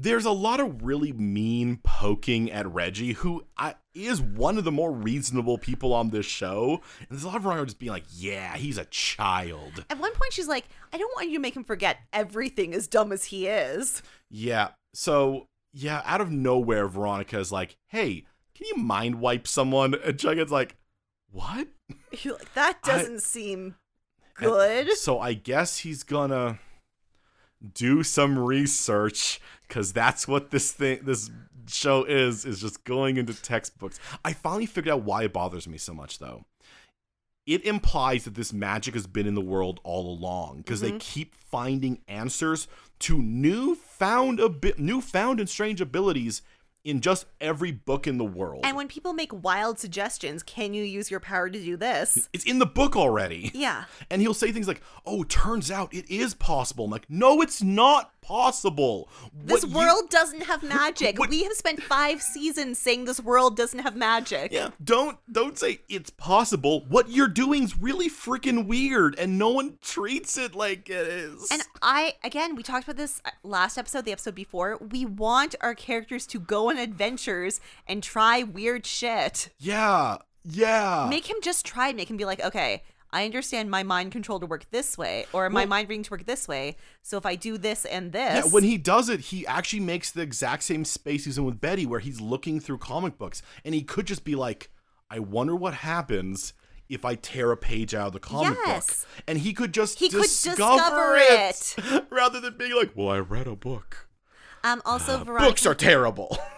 [SPEAKER 1] there's a lot of really mean poking at Reggie, who I, is one of the more reasonable people on this show. And there's a lot of Veronica just being like, yeah, he's a child.
[SPEAKER 2] At one point, she's like, I don't want you to make him forget everything as dumb as he is.
[SPEAKER 1] Yeah. So, yeah, out of nowhere, Veronica is like, hey, can you mind wipe someone? And Jughead's like, what?
[SPEAKER 2] You're like, that
[SPEAKER 1] I-
[SPEAKER 2] doesn't seem
[SPEAKER 1] And
[SPEAKER 2] good.
[SPEAKER 1] so I guess he's gonna do some research because that's what this thing, this show is is just going into textbooks. I finally figured out why it bothers me so much though. It implies that this magic has been in the world all along because they keep finding answers to new found abi- new found and strange abilities in just every book in the world.
[SPEAKER 2] And when people make wild suggestions, can you use your power to do this?
[SPEAKER 1] it's in the book already.
[SPEAKER 2] Yeah.
[SPEAKER 1] And he'll say things like, "Oh, turns out it is possible." I'm like, "No, it's not possible."
[SPEAKER 2] This
[SPEAKER 1] What you-
[SPEAKER 2] world doesn't have
[SPEAKER 1] [laughs]
[SPEAKER 2] magic.
[SPEAKER 1] what-
[SPEAKER 2] we have spent five seasons saying this world doesn't have magic.
[SPEAKER 1] Yeah, don't don't say it's possible. What you're doing's really freaking weird, and no one treats it like it is.
[SPEAKER 2] And I, again, we talked about this uh, last episode, the episode before. We want our characters to go on adventures and try weird shit.
[SPEAKER 1] yeah, yeah.
[SPEAKER 2] Make him just try, make him be like, okay, I understand my mind control to work this way, or my
[SPEAKER 1] Well-
[SPEAKER 2] mind reading to work this way. So if I do this and
[SPEAKER 1] yeah,
[SPEAKER 2] this,
[SPEAKER 1] when he does it, he actually makes the exact same space he's in with Betty, where he's looking through comic books, and he could just be like, "I wonder what happens if I tear a page out of the comic
[SPEAKER 2] Yes.
[SPEAKER 1] book," and he could just
[SPEAKER 2] He could discover
[SPEAKER 1] it [laughs] rather than being like, "Well, I read a book.
[SPEAKER 2] um, also Veronica,
[SPEAKER 1] Uh, Books are terrible." [laughs]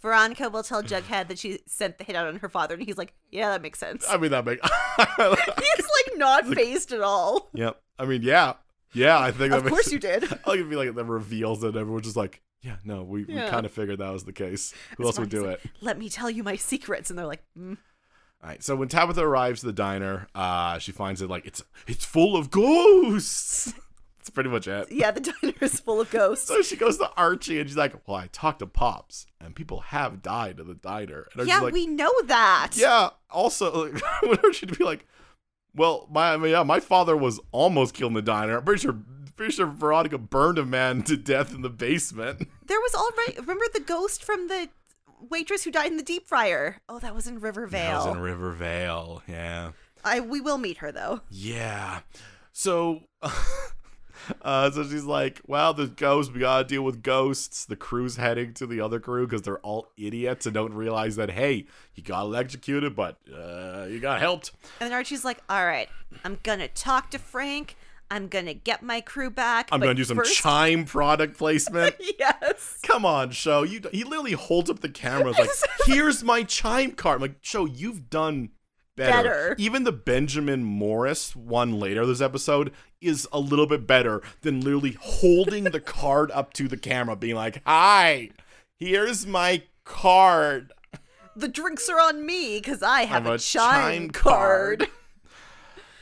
[SPEAKER 2] Veronica will tell Jughead that she sent the hit out on her father, and he's like, yeah, that makes
[SPEAKER 1] [laughs]
[SPEAKER 2] sense.
[SPEAKER 1] I mean, that makes.
[SPEAKER 2] He's like not phased at all.
[SPEAKER 1] Yep. I mean, yeah. Yeah, I think that
[SPEAKER 2] Of
[SPEAKER 1] makes
[SPEAKER 2] course
[SPEAKER 1] it-
[SPEAKER 2] you
[SPEAKER 1] [laughs]
[SPEAKER 2] did.
[SPEAKER 1] I like if you like that reveals that everyone's just like, yeah, no, we,
[SPEAKER 2] Yeah.
[SPEAKER 1] we kind of figured that was the case. Who else would
[SPEAKER 2] He's
[SPEAKER 1] do
[SPEAKER 2] like,
[SPEAKER 1] it?
[SPEAKER 2] Let me tell you my secrets, and they're like, mm,
[SPEAKER 1] All right. So when Tabitha arrives at the diner, uh, she finds it like it's it's full of ghosts. [laughs] That's pretty much it.
[SPEAKER 2] yeah, the diner is full of ghosts.
[SPEAKER 1] So she goes to Archie and she's like, "Well, I talked to Pops, and people have died at the diner." And Archie's
[SPEAKER 2] Yeah,
[SPEAKER 1] like,
[SPEAKER 2] we know that.
[SPEAKER 1] Yeah. Also, [laughs] like, I want Archie to be like, well, my I mean, yeah, my father was almost killed in the diner. I'm pretty sure, pretty sure Veronica burned a man [laughs] to death in the basement.
[SPEAKER 2] There was already remember the ghost from the waitress who died in the deep fryer. Oh, that was in Rivervale.
[SPEAKER 1] Rivervale. Yeah.
[SPEAKER 2] I we will meet her though.
[SPEAKER 1] Yeah. So, [laughs] uh, so she's like, well, there's ghosts. We gotta deal with ghosts. The crew's heading to the other crew because they're all idiots and don't realize that hey, he got electrocuted, but uh, he got helped.
[SPEAKER 2] And then Archie's like, "All right, I'm gonna talk to Frank. I'm gonna get my crew back.
[SPEAKER 1] I'm
[SPEAKER 2] but
[SPEAKER 1] gonna do some
[SPEAKER 2] first-
[SPEAKER 1] chime product placement.
[SPEAKER 2] [laughs] yes.
[SPEAKER 1] Come on, show you. He literally holds up the
[SPEAKER 2] [laughs]
[SPEAKER 1] camera like, "Here's my chime card." I'm like, show you've done better.
[SPEAKER 2] Better.
[SPEAKER 1] Even the Benjamin Morris one later this episode is a little bit better than literally holding
[SPEAKER 2] [laughs]
[SPEAKER 1] the card up to the camera, being like, "Hi, here's my card.
[SPEAKER 2] The drinks are on me because I have
[SPEAKER 1] I'm
[SPEAKER 2] a, chime card.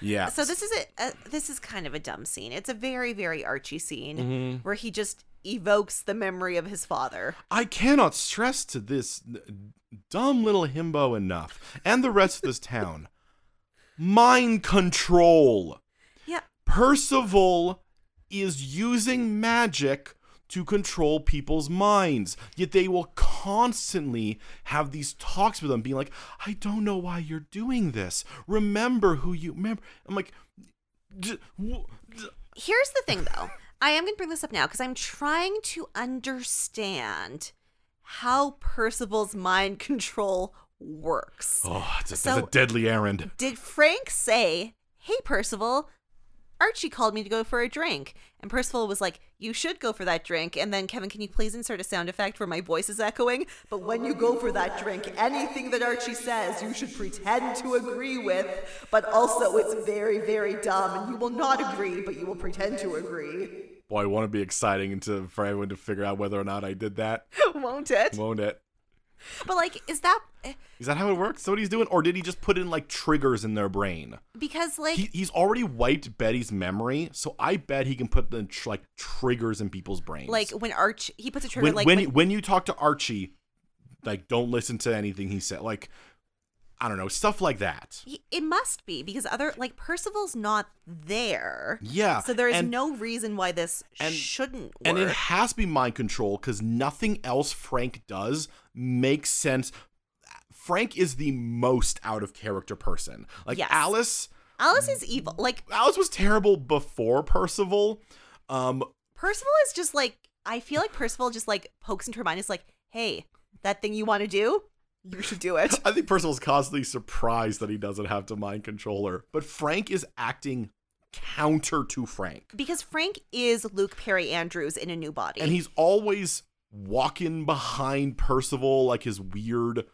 [SPEAKER 1] yeah.
[SPEAKER 2] [laughs] So this is a, a this is kind of a dumb scene. It's a very very Archie scene
[SPEAKER 1] Mm-hmm.
[SPEAKER 2] where he just evokes the memory of his father.
[SPEAKER 1] I cannot stress to this n- dumb little himbo enough, and the rest of this town, mind control.
[SPEAKER 2] Yeah.
[SPEAKER 1] Percival is using magic to control people's minds. Yet they will constantly have these talks with them, being like, I don't know why you're doing this. Remember who you remember. I'm like, "D- w- d-
[SPEAKER 2] Here's the thing, though. I am going to bring this up now because I'm trying to understand how Percival's mind control works.
[SPEAKER 1] oh, that's a, that's
[SPEAKER 2] So-
[SPEAKER 1] a deadly errand.
[SPEAKER 2] Did Frank say, Hey, Percival, Archie called me to go for a drink? And Percival was like, You should go for that drink. And then, Kevin, can you please insert a sound effect where my voice is echoing? But when you go for that drink, anything that Archie says, you should pretend to agree with. But also, it's very, very dumb. And you will not agree, but you will pretend to agree.
[SPEAKER 1] Boy, I want to be exciting to, for everyone to figure out whether or not I did that,
[SPEAKER 2] [laughs] Won't it?
[SPEAKER 1] won't it?
[SPEAKER 2] But, like, is that eh,
[SPEAKER 1] Is that how it works? Is that what he's doing? Or did he just put in like triggers in their brain?
[SPEAKER 2] because, like,
[SPEAKER 1] he, he's already wiped Betty's memory, so I bet he can put the tr- like triggers in people's brains.
[SPEAKER 2] like when Arch he puts a trigger
[SPEAKER 1] when
[SPEAKER 2] like
[SPEAKER 1] when,
[SPEAKER 2] when-
[SPEAKER 1] when you talk to Archie, like don't listen to anything he said. Like I don't know stuff like that.
[SPEAKER 2] he- it must be because other like Percival's not there.
[SPEAKER 1] Yeah,
[SPEAKER 2] So there is
[SPEAKER 1] and-
[SPEAKER 2] no reason why this
[SPEAKER 1] and-
[SPEAKER 2] shouldn't work.
[SPEAKER 1] And it has to be mind control because nothing else Frank does makes sense. Frank is the most out of character person. Like
[SPEAKER 2] Yes.
[SPEAKER 1] Alice,
[SPEAKER 2] Alice is evil. Like
[SPEAKER 1] Alice was terrible before Percival. Um,
[SPEAKER 2] Percival is just like I feel like Percival just like pokes into her mind. It's like, hey, that thing you want to do, you should
[SPEAKER 1] [laughs]
[SPEAKER 2] do it.
[SPEAKER 1] I think Percival's constantly surprised that he doesn't have to mind control her. But Frank is acting counter to Frank.
[SPEAKER 2] Because Frank is Luke Perry Andrews in a new body.
[SPEAKER 1] And he's always walking behind Percival like his weird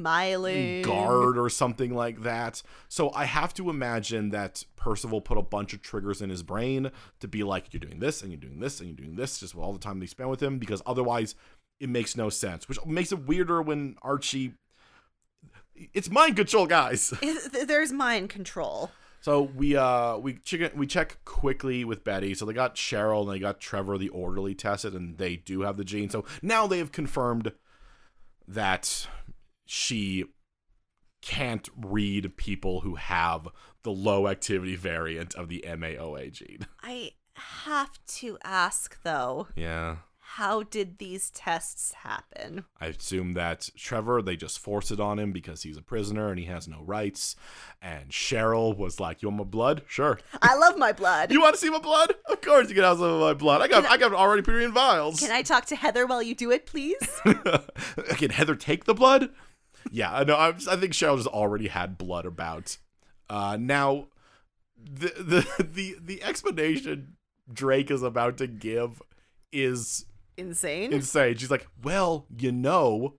[SPEAKER 2] Smiling.
[SPEAKER 1] guard or something like that. So I have to imagine that Percival put a bunch of triggers in his brain to be like, you're doing this and you're doing this and you're doing this, just all the time they spend with him, because otherwise it makes no sense, which makes it weirder when Archie. It's mind control, guys.
[SPEAKER 2] Is- [laughs] There's mind control.
[SPEAKER 1] So we uh we check we check quickly with Betty. So they got Cheryl and they got Trevor the orderly tested, and they do have the gene. So now they have confirmed that she can't read people who have the low activity variant of the MAOA gene. [laughs]
[SPEAKER 2] I have to ask though,
[SPEAKER 1] Yeah.
[SPEAKER 2] how did these tests happen?
[SPEAKER 1] I assume that Trevor, they just forced it on him because he's a prisoner and he has no rights. And Cheryl was like, You want my blood? Sure.
[SPEAKER 2] I love my blood.
[SPEAKER 1] You want to see my blood? Of course you can have some of my blood. I got I, got already put in vials.
[SPEAKER 2] [laughs] Can I talk to Heather while you do
[SPEAKER 1] [laughs]
[SPEAKER 2] it, please?
[SPEAKER 1] Can Heather take the blood? Yeah, I know. I, I think Cheryl just already had blood about. Uh, now, the the [laughs] the the explanation Drake is about to give is
[SPEAKER 2] Insane.
[SPEAKER 1] insane. She's like, "Well, you know,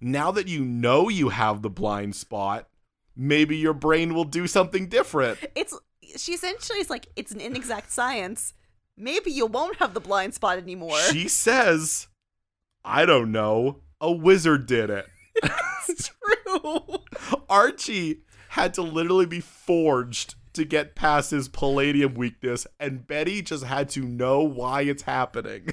[SPEAKER 1] now that you know you have the blind spot, maybe your brain will do something different."
[SPEAKER 2] it's she essentially is like it's an inexact science. Maybe you won't have the blind spot anymore. [laughs]
[SPEAKER 1] She says, "I don't know. A wizard did it."
[SPEAKER 2] It's true.
[SPEAKER 1] Archie had to literally be forged to get past his palladium weakness, and Betty just had to know why it's happening.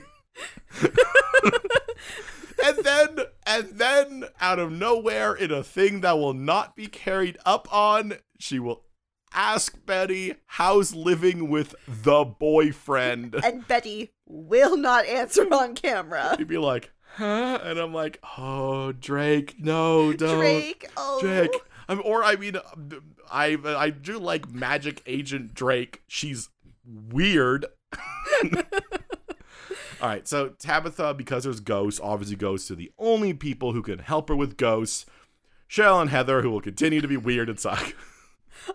[SPEAKER 1] and then, and then, out of nowhere, in a thing that will not be carried up on, she will ask Betty, "How's living with the boyfriend?"
[SPEAKER 2] and Betty will not answer on camera.
[SPEAKER 1] She'd be like, "Huh?" And I'm like, "Oh, Drake, no, don't."
[SPEAKER 2] Drake, oh,
[SPEAKER 1] Drake. I'm, or I mean, I I do like Magic Agent Drake. She's weird. [laughs] All right, so Tabitha, because there's ghosts, obviously goes to the only people who can help her with ghosts. Cheryl and Heather, who will continue to be weird and [laughs] suck.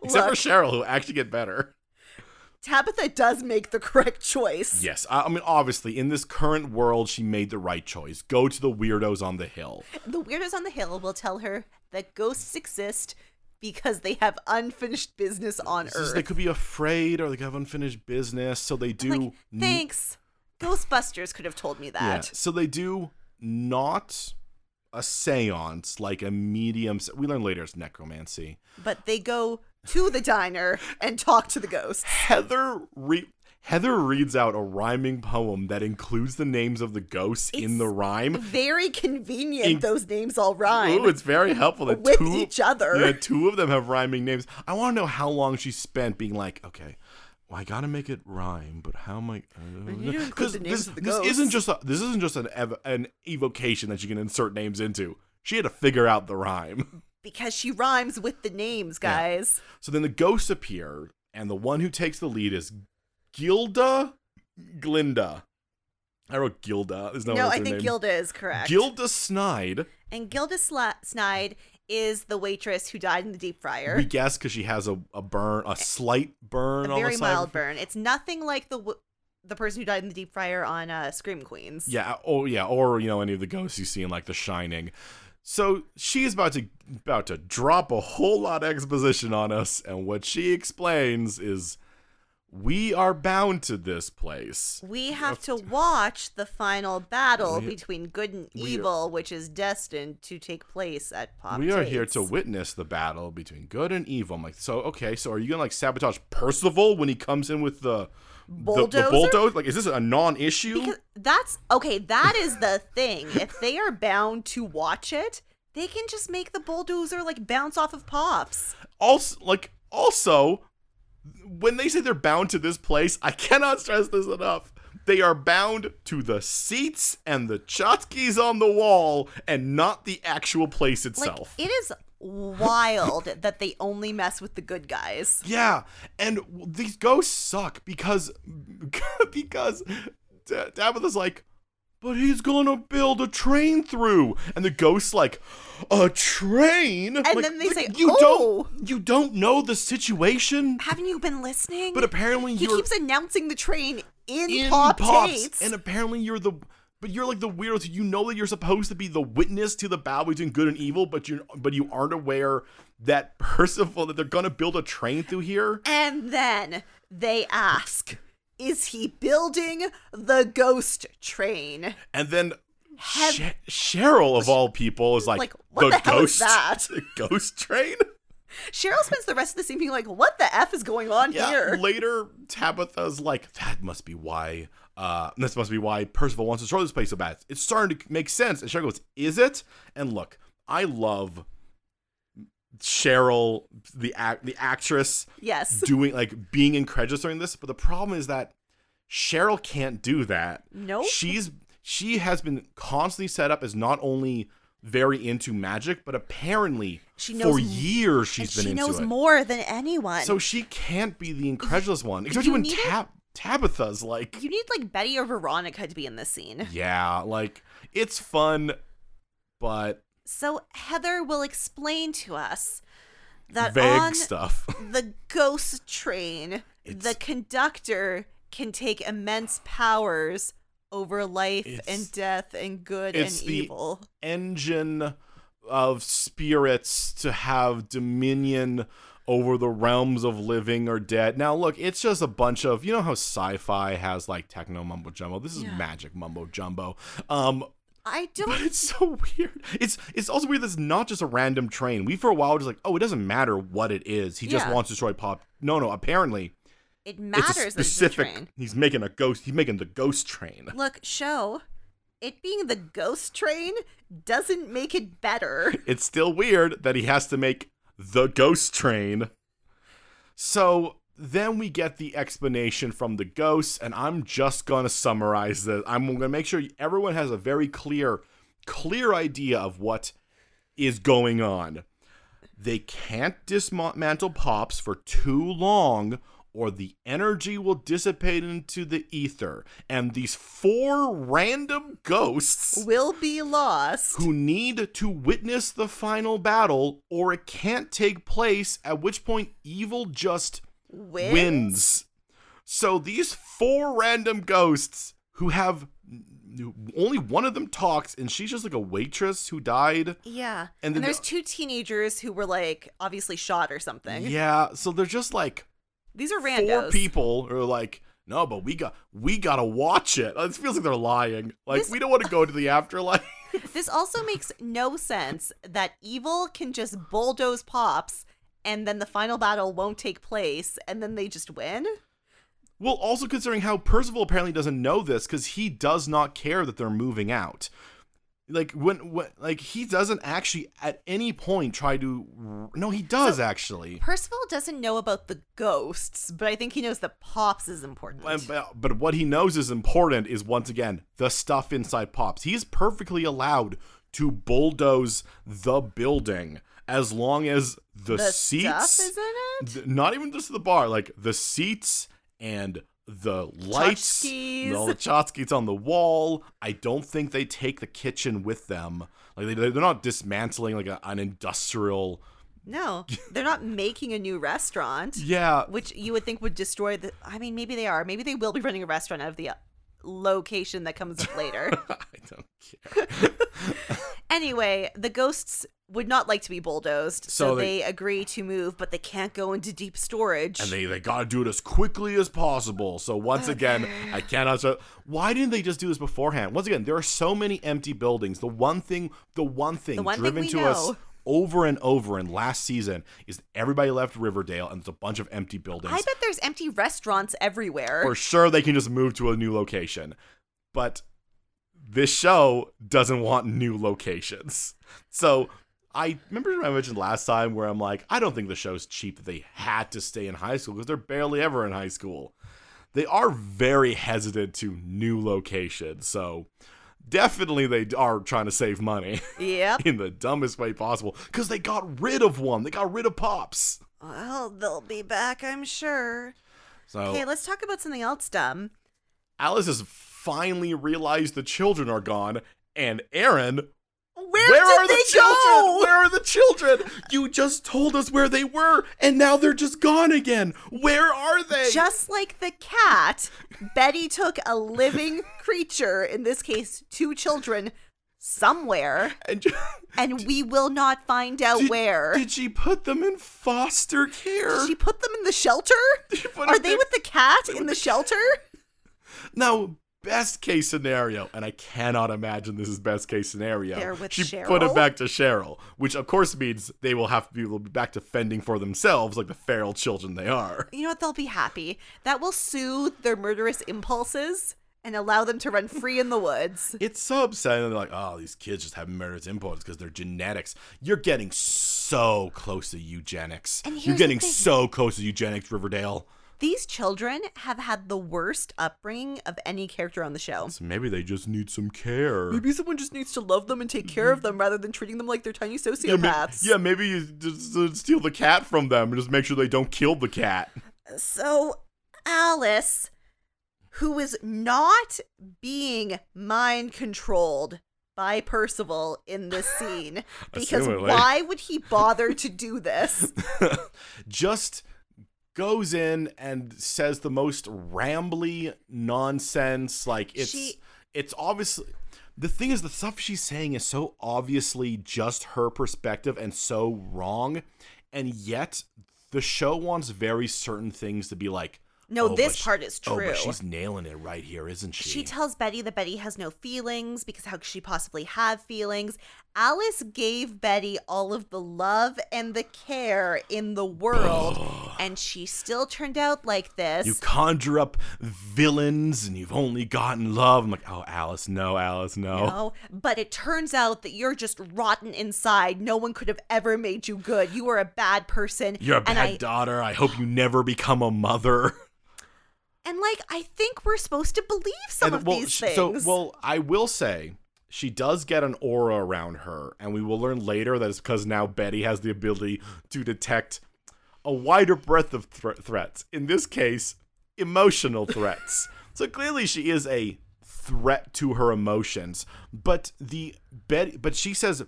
[SPEAKER 1] Except
[SPEAKER 2] Look.
[SPEAKER 1] for Cheryl, who actually get better.
[SPEAKER 2] Tabitha does make the correct choice.
[SPEAKER 1] Yes, I, I mean, obviously, in this current world, she made the right choice. Go to the weirdos on the hill.
[SPEAKER 2] The weirdos on the hill will tell her that ghosts exist because they have unfinished business on
[SPEAKER 1] This is-
[SPEAKER 2] Earth.
[SPEAKER 1] they could be afraid or they could have unfinished business, so they do.
[SPEAKER 2] like,
[SPEAKER 1] n-
[SPEAKER 2] thanks. Ghostbusters could have told me that.
[SPEAKER 1] So they do not a seance, like a medium. se- We learn later it's necromancy.
[SPEAKER 2] But they go to the diner and talk to the ghosts.
[SPEAKER 1] Heather re- Heather reads out a rhyming poem that includes the names of the ghosts in the rhyme.
[SPEAKER 2] Very convenient
[SPEAKER 1] In-
[SPEAKER 2] those names all rhyme.
[SPEAKER 1] Ooh, it's very helpful that
[SPEAKER 2] With
[SPEAKER 1] two,
[SPEAKER 2] each other.
[SPEAKER 1] Yeah, two of them have rhyming names. I want to know how long she spent being like, okay, well, I gotta make it rhyme, but how am I? uh,
[SPEAKER 2] you didn't include the names
[SPEAKER 1] this,
[SPEAKER 2] of the
[SPEAKER 1] this
[SPEAKER 2] ghosts.
[SPEAKER 1] isn't just a, this isn't just an ev- an evocation that you can insert names into. She had to figure out the rhyme.
[SPEAKER 2] because she rhymes with the names,
[SPEAKER 1] Yeah.
[SPEAKER 2] guys.
[SPEAKER 1] So then the ghosts appear, and the one who takes the lead is Gilda Glinda. I wrote Gilda. There's no,
[SPEAKER 2] no,
[SPEAKER 1] other
[SPEAKER 2] I think
[SPEAKER 1] name.
[SPEAKER 2] Gilda is correct.
[SPEAKER 1] Gilda Snide.
[SPEAKER 2] and Gilda Sla- Snide is the waitress who died in the deep fryer.
[SPEAKER 1] We guess because she has a, a burn, a slight burn
[SPEAKER 2] a
[SPEAKER 1] on
[SPEAKER 2] very
[SPEAKER 1] the side.
[SPEAKER 2] mild burn. It's nothing like the w- the person who died in the deep fryer on uh, Scream Queens.
[SPEAKER 1] Yeah. Oh, yeah. Or you know any of the ghosts you see in like The Shining. So she's about to about to drop a whole lot of exposition on us, and what she explains is, we are bound to this place.
[SPEAKER 2] We have to watch the final battle
[SPEAKER 1] We-
[SPEAKER 2] between good and
[SPEAKER 1] we are-
[SPEAKER 2] evil, which is destined to take place at Pop.
[SPEAKER 1] we are here to
[SPEAKER 2] Tate's.
[SPEAKER 1] witness the battle between good and evil. I'm like, so okay, so are you gonna like sabotage Percival when he comes in with the the, the
[SPEAKER 2] Bulldozer?
[SPEAKER 1] bulldozer? Like, is this a non-issue?
[SPEAKER 2] Because that's okay. That is the thing. if they are bound to watch it, they can just make the bulldozer like bounce off of Pops.
[SPEAKER 1] also, like, also, when they say they're bound to this place, I cannot stress this enough. They are bound to the seats and the tchotchkes on the wall, and not the actual place
[SPEAKER 2] Like
[SPEAKER 1] itself.
[SPEAKER 2] it is wild that they only mess with the good guys.
[SPEAKER 1] Yeah, and w- these ghosts suck because [laughs] because D- Tabitha's like, but he's gonna build a train through, and the ghosts like, a train. And
[SPEAKER 2] then they say,
[SPEAKER 1] you
[SPEAKER 2] "Oh."
[SPEAKER 1] don't you don't know the situation,
[SPEAKER 2] Haven't you been listening?
[SPEAKER 1] but apparently
[SPEAKER 2] he
[SPEAKER 1] you're
[SPEAKER 2] keeps announcing the train in,
[SPEAKER 1] in
[SPEAKER 2] Pop
[SPEAKER 1] pops,
[SPEAKER 2] Tate's.
[SPEAKER 1] and apparently you're the But you're like the weirdo. You know that you're supposed to be the witness to the battle between good and evil, but you but you aren't aware that Percival that they're gonna build a train through here.
[SPEAKER 2] And then they ask, is he building the ghost train?
[SPEAKER 1] And then
[SPEAKER 2] Have-
[SPEAKER 1] Sh- Cheryl of all people is like,
[SPEAKER 2] Like, what the hell
[SPEAKER 1] ghost
[SPEAKER 2] is that?
[SPEAKER 1] the [laughs] ghost
[SPEAKER 2] [laughs]
[SPEAKER 1] train.
[SPEAKER 2] Cheryl spends the rest of the scene being like, what the F is going on
[SPEAKER 1] Yeah.
[SPEAKER 2] here?
[SPEAKER 1] Later, Tabitha's like, that must be why. Uh, this must be why Percival wants to destroy this place so bad. It's starting to make sense. And Cheryl goes, "Is it?" And look, I love Cheryl, the act, the actress,
[SPEAKER 2] yes.
[SPEAKER 1] [laughs] doing like being incredulous during this. But the problem is that Cheryl can't do that.
[SPEAKER 2] Nope.
[SPEAKER 1] She's she has been constantly set up as not only very into magic, but apparently
[SPEAKER 2] She
[SPEAKER 1] for
[SPEAKER 2] knows-
[SPEAKER 1] years
[SPEAKER 2] And
[SPEAKER 1] she's been
[SPEAKER 2] she
[SPEAKER 1] into
[SPEAKER 2] knows
[SPEAKER 1] it.
[SPEAKER 2] more than anyone.
[SPEAKER 1] So she can't be the incredulous one, especially
[SPEAKER 2] you
[SPEAKER 1] when
[SPEAKER 2] need it?
[SPEAKER 1] Tab- Tabitha's like,
[SPEAKER 2] you need like Betty or Veronica to be in this scene.
[SPEAKER 1] yeah, like it's fun, but
[SPEAKER 2] So Heather will explain to us that
[SPEAKER 1] vague
[SPEAKER 2] on
[SPEAKER 1] stuff.
[SPEAKER 2] the ghost train, the
[SPEAKER 1] It's-
[SPEAKER 2] conductor can take immense powers over life
[SPEAKER 1] It's-
[SPEAKER 2] and death and good and
[SPEAKER 1] it's the-
[SPEAKER 2] evil.
[SPEAKER 1] Engine of spirits to have dominion over the realms of living or dead. Now, look, it's just a bunch of you know how sci-fi has like techno mumbo jumbo. This is
[SPEAKER 2] Yeah.
[SPEAKER 1] magic mumbo jumbo. Um, [laughs]
[SPEAKER 2] I
[SPEAKER 1] But
[SPEAKER 2] don't
[SPEAKER 1] it's so weird. It's it's also weird that it's not just a random train. We for a while were just like, oh, it doesn't matter what it is. He just
[SPEAKER 2] Yeah.
[SPEAKER 1] wants to destroy pop. No, no. Apparently,
[SPEAKER 2] it matters
[SPEAKER 1] it's a
[SPEAKER 2] that
[SPEAKER 1] specific.
[SPEAKER 2] it's a train.
[SPEAKER 1] He's making a ghost. He's making the ghost train.
[SPEAKER 2] Look, show it being the ghost train doesn't make
[SPEAKER 1] [laughs]
[SPEAKER 2] it better.
[SPEAKER 1] It's still weird that he has to make the ghost train. So then we get the explanation from the ghosts, and I'm just gonna summarize this. I'm gonna make sure everyone has a very clear, clear idea of what is going on. They can't dismantle pops for too long, or the energy will dissipate into the ether. And these four random ghosts
[SPEAKER 2] Will be lost.
[SPEAKER 1] who need to witness the final battle or it can't take place, at which point evil just
[SPEAKER 2] Win?
[SPEAKER 1] wins. So these four random ghosts who have only one of them talks and she's just like a waitress who died.
[SPEAKER 2] Yeah.
[SPEAKER 1] And
[SPEAKER 2] And,
[SPEAKER 1] then
[SPEAKER 2] there's
[SPEAKER 1] the-
[SPEAKER 2] two teenagers who were like obviously shot or something.
[SPEAKER 1] Yeah, so they're just like
[SPEAKER 2] These are
[SPEAKER 1] four
[SPEAKER 2] randos.
[SPEAKER 1] people who are like no, but we got we got to watch it. It feels like they're lying. Like
[SPEAKER 2] This-
[SPEAKER 1] we don't want to go to the afterlife.
[SPEAKER 2] This also makes no sense that evil can just bulldoze pops and then the final battle won't take place and then they just win.
[SPEAKER 1] Well, also considering how Percival apparently doesn't know this because he does not care that they're moving out. Like when, when, like he doesn't actually at any point try to. No, he does actually.
[SPEAKER 2] Percival doesn't know about the ghosts, but I think he knows that pops is important.
[SPEAKER 1] But, but- but what he knows is important is once again the stuff inside pops. He's perfectly allowed to bulldoze the building as long as the,
[SPEAKER 2] the
[SPEAKER 1] seats,
[SPEAKER 2] stuff is in it.
[SPEAKER 1] th- not even just the bar, like the seats and the lights,
[SPEAKER 2] Tchotchkes.
[SPEAKER 1] all the tchotchkes on the wall. I don't think they take the kitchen with them. Like they, they're not dismantling like a, an industrial. [laughs]
[SPEAKER 2] No, they're not making a new restaurant,
[SPEAKER 1] Yeah,
[SPEAKER 2] which you would think would destroy the. I mean, maybe they are. Maybe they will be running a restaurant out of the uh, location that comes
[SPEAKER 1] [laughs]
[SPEAKER 2] up later.
[SPEAKER 1] [laughs] I don't care.
[SPEAKER 2] anyway, the ghosts would not like to be bulldozed, so,
[SPEAKER 1] So they-
[SPEAKER 2] they, agree to move, but they can't go into deep storage.
[SPEAKER 1] And they, they gotta do it as quickly as possible. So once again, I cannot. So why didn't they just do this beforehand? Once again, there are so many empty buildings. The one thing, the one thing
[SPEAKER 2] one thing
[SPEAKER 1] driven
[SPEAKER 2] we
[SPEAKER 1] to us
[SPEAKER 2] know.
[SPEAKER 1] over and over in last season is everybody left Riverdale and it's a bunch of empty buildings.
[SPEAKER 2] I bet there's empty restaurants everywhere.
[SPEAKER 1] for sure they can just move to a new location. But this show doesn't want new locations. [laughs] So I remember I mentioned last time where I'm like, I don't think the show's cheap that they had to stay in high school because they're barely ever in high school. They are very hesitant to new locations. So definitely they are trying to save money
[SPEAKER 2] [laughs]
[SPEAKER 1] [laughs]
[SPEAKER 2] Yep.
[SPEAKER 1] in the dumbest way possible because they got rid of one. They got rid of Pops.
[SPEAKER 2] Well, they'll be back, I'm sure.
[SPEAKER 1] So
[SPEAKER 2] Okay, let's talk about something else dumb.
[SPEAKER 1] Alice has finally realized the children are gone, and Aaron
[SPEAKER 2] Where,
[SPEAKER 1] Where
[SPEAKER 2] did
[SPEAKER 1] are
[SPEAKER 2] they
[SPEAKER 1] the children?
[SPEAKER 2] go?
[SPEAKER 1] Where are the children? You just told us where they were, and now they're just gone again. Where are they?
[SPEAKER 2] Just like the cat, Betty took a
[SPEAKER 1] [laughs]
[SPEAKER 2] living creature, in this case, two children, somewhere,
[SPEAKER 1] [laughs] And ju-
[SPEAKER 2] and we will not find out
[SPEAKER 1] did-
[SPEAKER 2] where.
[SPEAKER 1] Did she put them in foster care? [laughs]
[SPEAKER 2] she put them in the shelter?
[SPEAKER 1] She put
[SPEAKER 2] Are
[SPEAKER 1] them
[SPEAKER 2] they
[SPEAKER 1] in-
[SPEAKER 2] with the cat in the shelter?
[SPEAKER 1] Now, best case scenario, and I cannot imagine this is best case scenario.
[SPEAKER 2] They're with
[SPEAKER 1] she put
[SPEAKER 2] Cheryl?
[SPEAKER 1] it back to Cheryl, which of course means they will have to be, will be back to fending for themselves like the feral children they are.
[SPEAKER 2] You know what? They'll be happy. That will soothe their murderous impulses and allow them to run free in the woods.
[SPEAKER 1] It's so upsetting. They're like, oh, these kids just have murderous impulses because they're genetics. You're getting so close to eugenics.
[SPEAKER 2] And
[SPEAKER 1] You're
[SPEAKER 2] here's the
[SPEAKER 1] getting
[SPEAKER 2] thing.
[SPEAKER 1] so close to eugenics, Riverdale.
[SPEAKER 2] These children have had the worst upbringing of any character on the show.
[SPEAKER 1] So maybe they just need some care.
[SPEAKER 2] someone just needs to love them and take care of them rather than treating them like they're tiny
[SPEAKER 1] yeah, may-
[SPEAKER 2] sociopaths.
[SPEAKER 1] yeah, maybe you just uh, steal the cat from them and just make sure they don't kill the cat.
[SPEAKER 2] So Alice, who is not being mind controlled by Percival
[SPEAKER 1] [laughs]
[SPEAKER 2] in this scene, because
[SPEAKER 1] Assumedly.
[SPEAKER 2] why would he bother to do this?
[SPEAKER 1] just goes in and says the most rambly nonsense. Like it's
[SPEAKER 2] She-
[SPEAKER 1] it's obviously the thing is the stuff she's saying is so obviously just her perspective and so wrong, and yet the show wants very certain things to be like.
[SPEAKER 2] No,
[SPEAKER 1] but
[SPEAKER 2] this
[SPEAKER 1] she-
[SPEAKER 2] part is
[SPEAKER 1] Oh,
[SPEAKER 2] true."
[SPEAKER 1] but she's nailing it right here, isn't she?
[SPEAKER 2] She tells Betty that Betty has no feelings because how could she possibly have feelings? Alice gave Betty all of the love and the care in
[SPEAKER 1] [sighs]
[SPEAKER 2] the world, and she still turned out like this.
[SPEAKER 1] you conjure up villains, and you've only gotten love. I'm like, oh, Alice, no, Alice, no.
[SPEAKER 2] know, but it turns out that you're just rotten inside. No one could have ever made you good. You are a bad person.
[SPEAKER 1] You're a
[SPEAKER 2] and
[SPEAKER 1] bad
[SPEAKER 2] I,
[SPEAKER 1] daughter. I hope you never become a mother. [laughs]
[SPEAKER 2] And like, I think we're supposed to believe some
[SPEAKER 1] And,
[SPEAKER 2] of
[SPEAKER 1] well,
[SPEAKER 2] these
[SPEAKER 1] sh-
[SPEAKER 2] things.
[SPEAKER 1] So, well, I will say she does get an aura around her, and we will learn later that it's because now Betty has the ability to detect a wider breadth of thre- threats. In this case, emotional
[SPEAKER 2] [laughs]
[SPEAKER 1] threats. so clearly, she is a threat to her emotions. But the Betty, but she says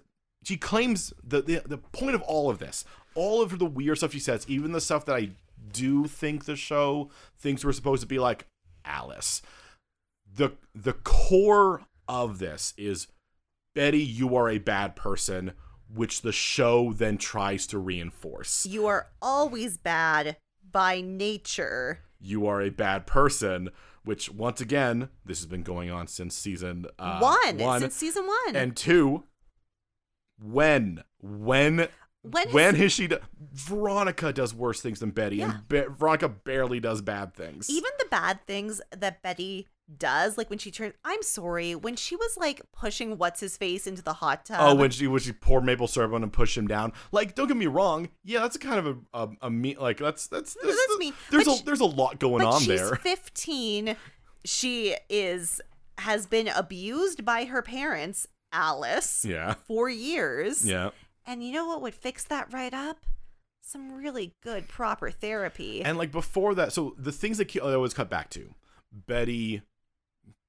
[SPEAKER 1] she claims the, the the point of all of this, all of the weird stuff she says, even the stuff that I do think the show thinks we're supposed to be like Alice the the core of this is Betty, you are a bad person, which the show then tries to reinforce.
[SPEAKER 2] you are always bad by nature.
[SPEAKER 1] You are a bad person, which once again, this has been going on since season uh,
[SPEAKER 2] one, since season one.
[SPEAKER 1] and two. When when
[SPEAKER 2] when, has-
[SPEAKER 1] when has she? Do- Veronica does worse things than Betty,
[SPEAKER 2] Yeah.
[SPEAKER 1] and Be- Veronica barely does bad things.
[SPEAKER 2] even the bad things that Betty does, like when she turns, I'm sorry, when she was like pushing what's his face into the hot tub.
[SPEAKER 1] Oh, when she when she poured maple syrup on him and pushed him down. Like, don't get me wrong. Yeah, that's a kind of a a, a me like that's that's
[SPEAKER 2] No, that's me.
[SPEAKER 1] There's
[SPEAKER 2] But
[SPEAKER 1] a
[SPEAKER 2] she-
[SPEAKER 1] there's a lot going
[SPEAKER 2] but
[SPEAKER 1] on
[SPEAKER 2] she's
[SPEAKER 1] there. [laughs]
[SPEAKER 2] 15 she is has been abused by her parents alice
[SPEAKER 1] Yeah,
[SPEAKER 2] for years
[SPEAKER 1] yeah.
[SPEAKER 2] and you know what would fix that right up some really good proper therapy
[SPEAKER 1] And like before that, so the things that ki- I always cut back to, Betty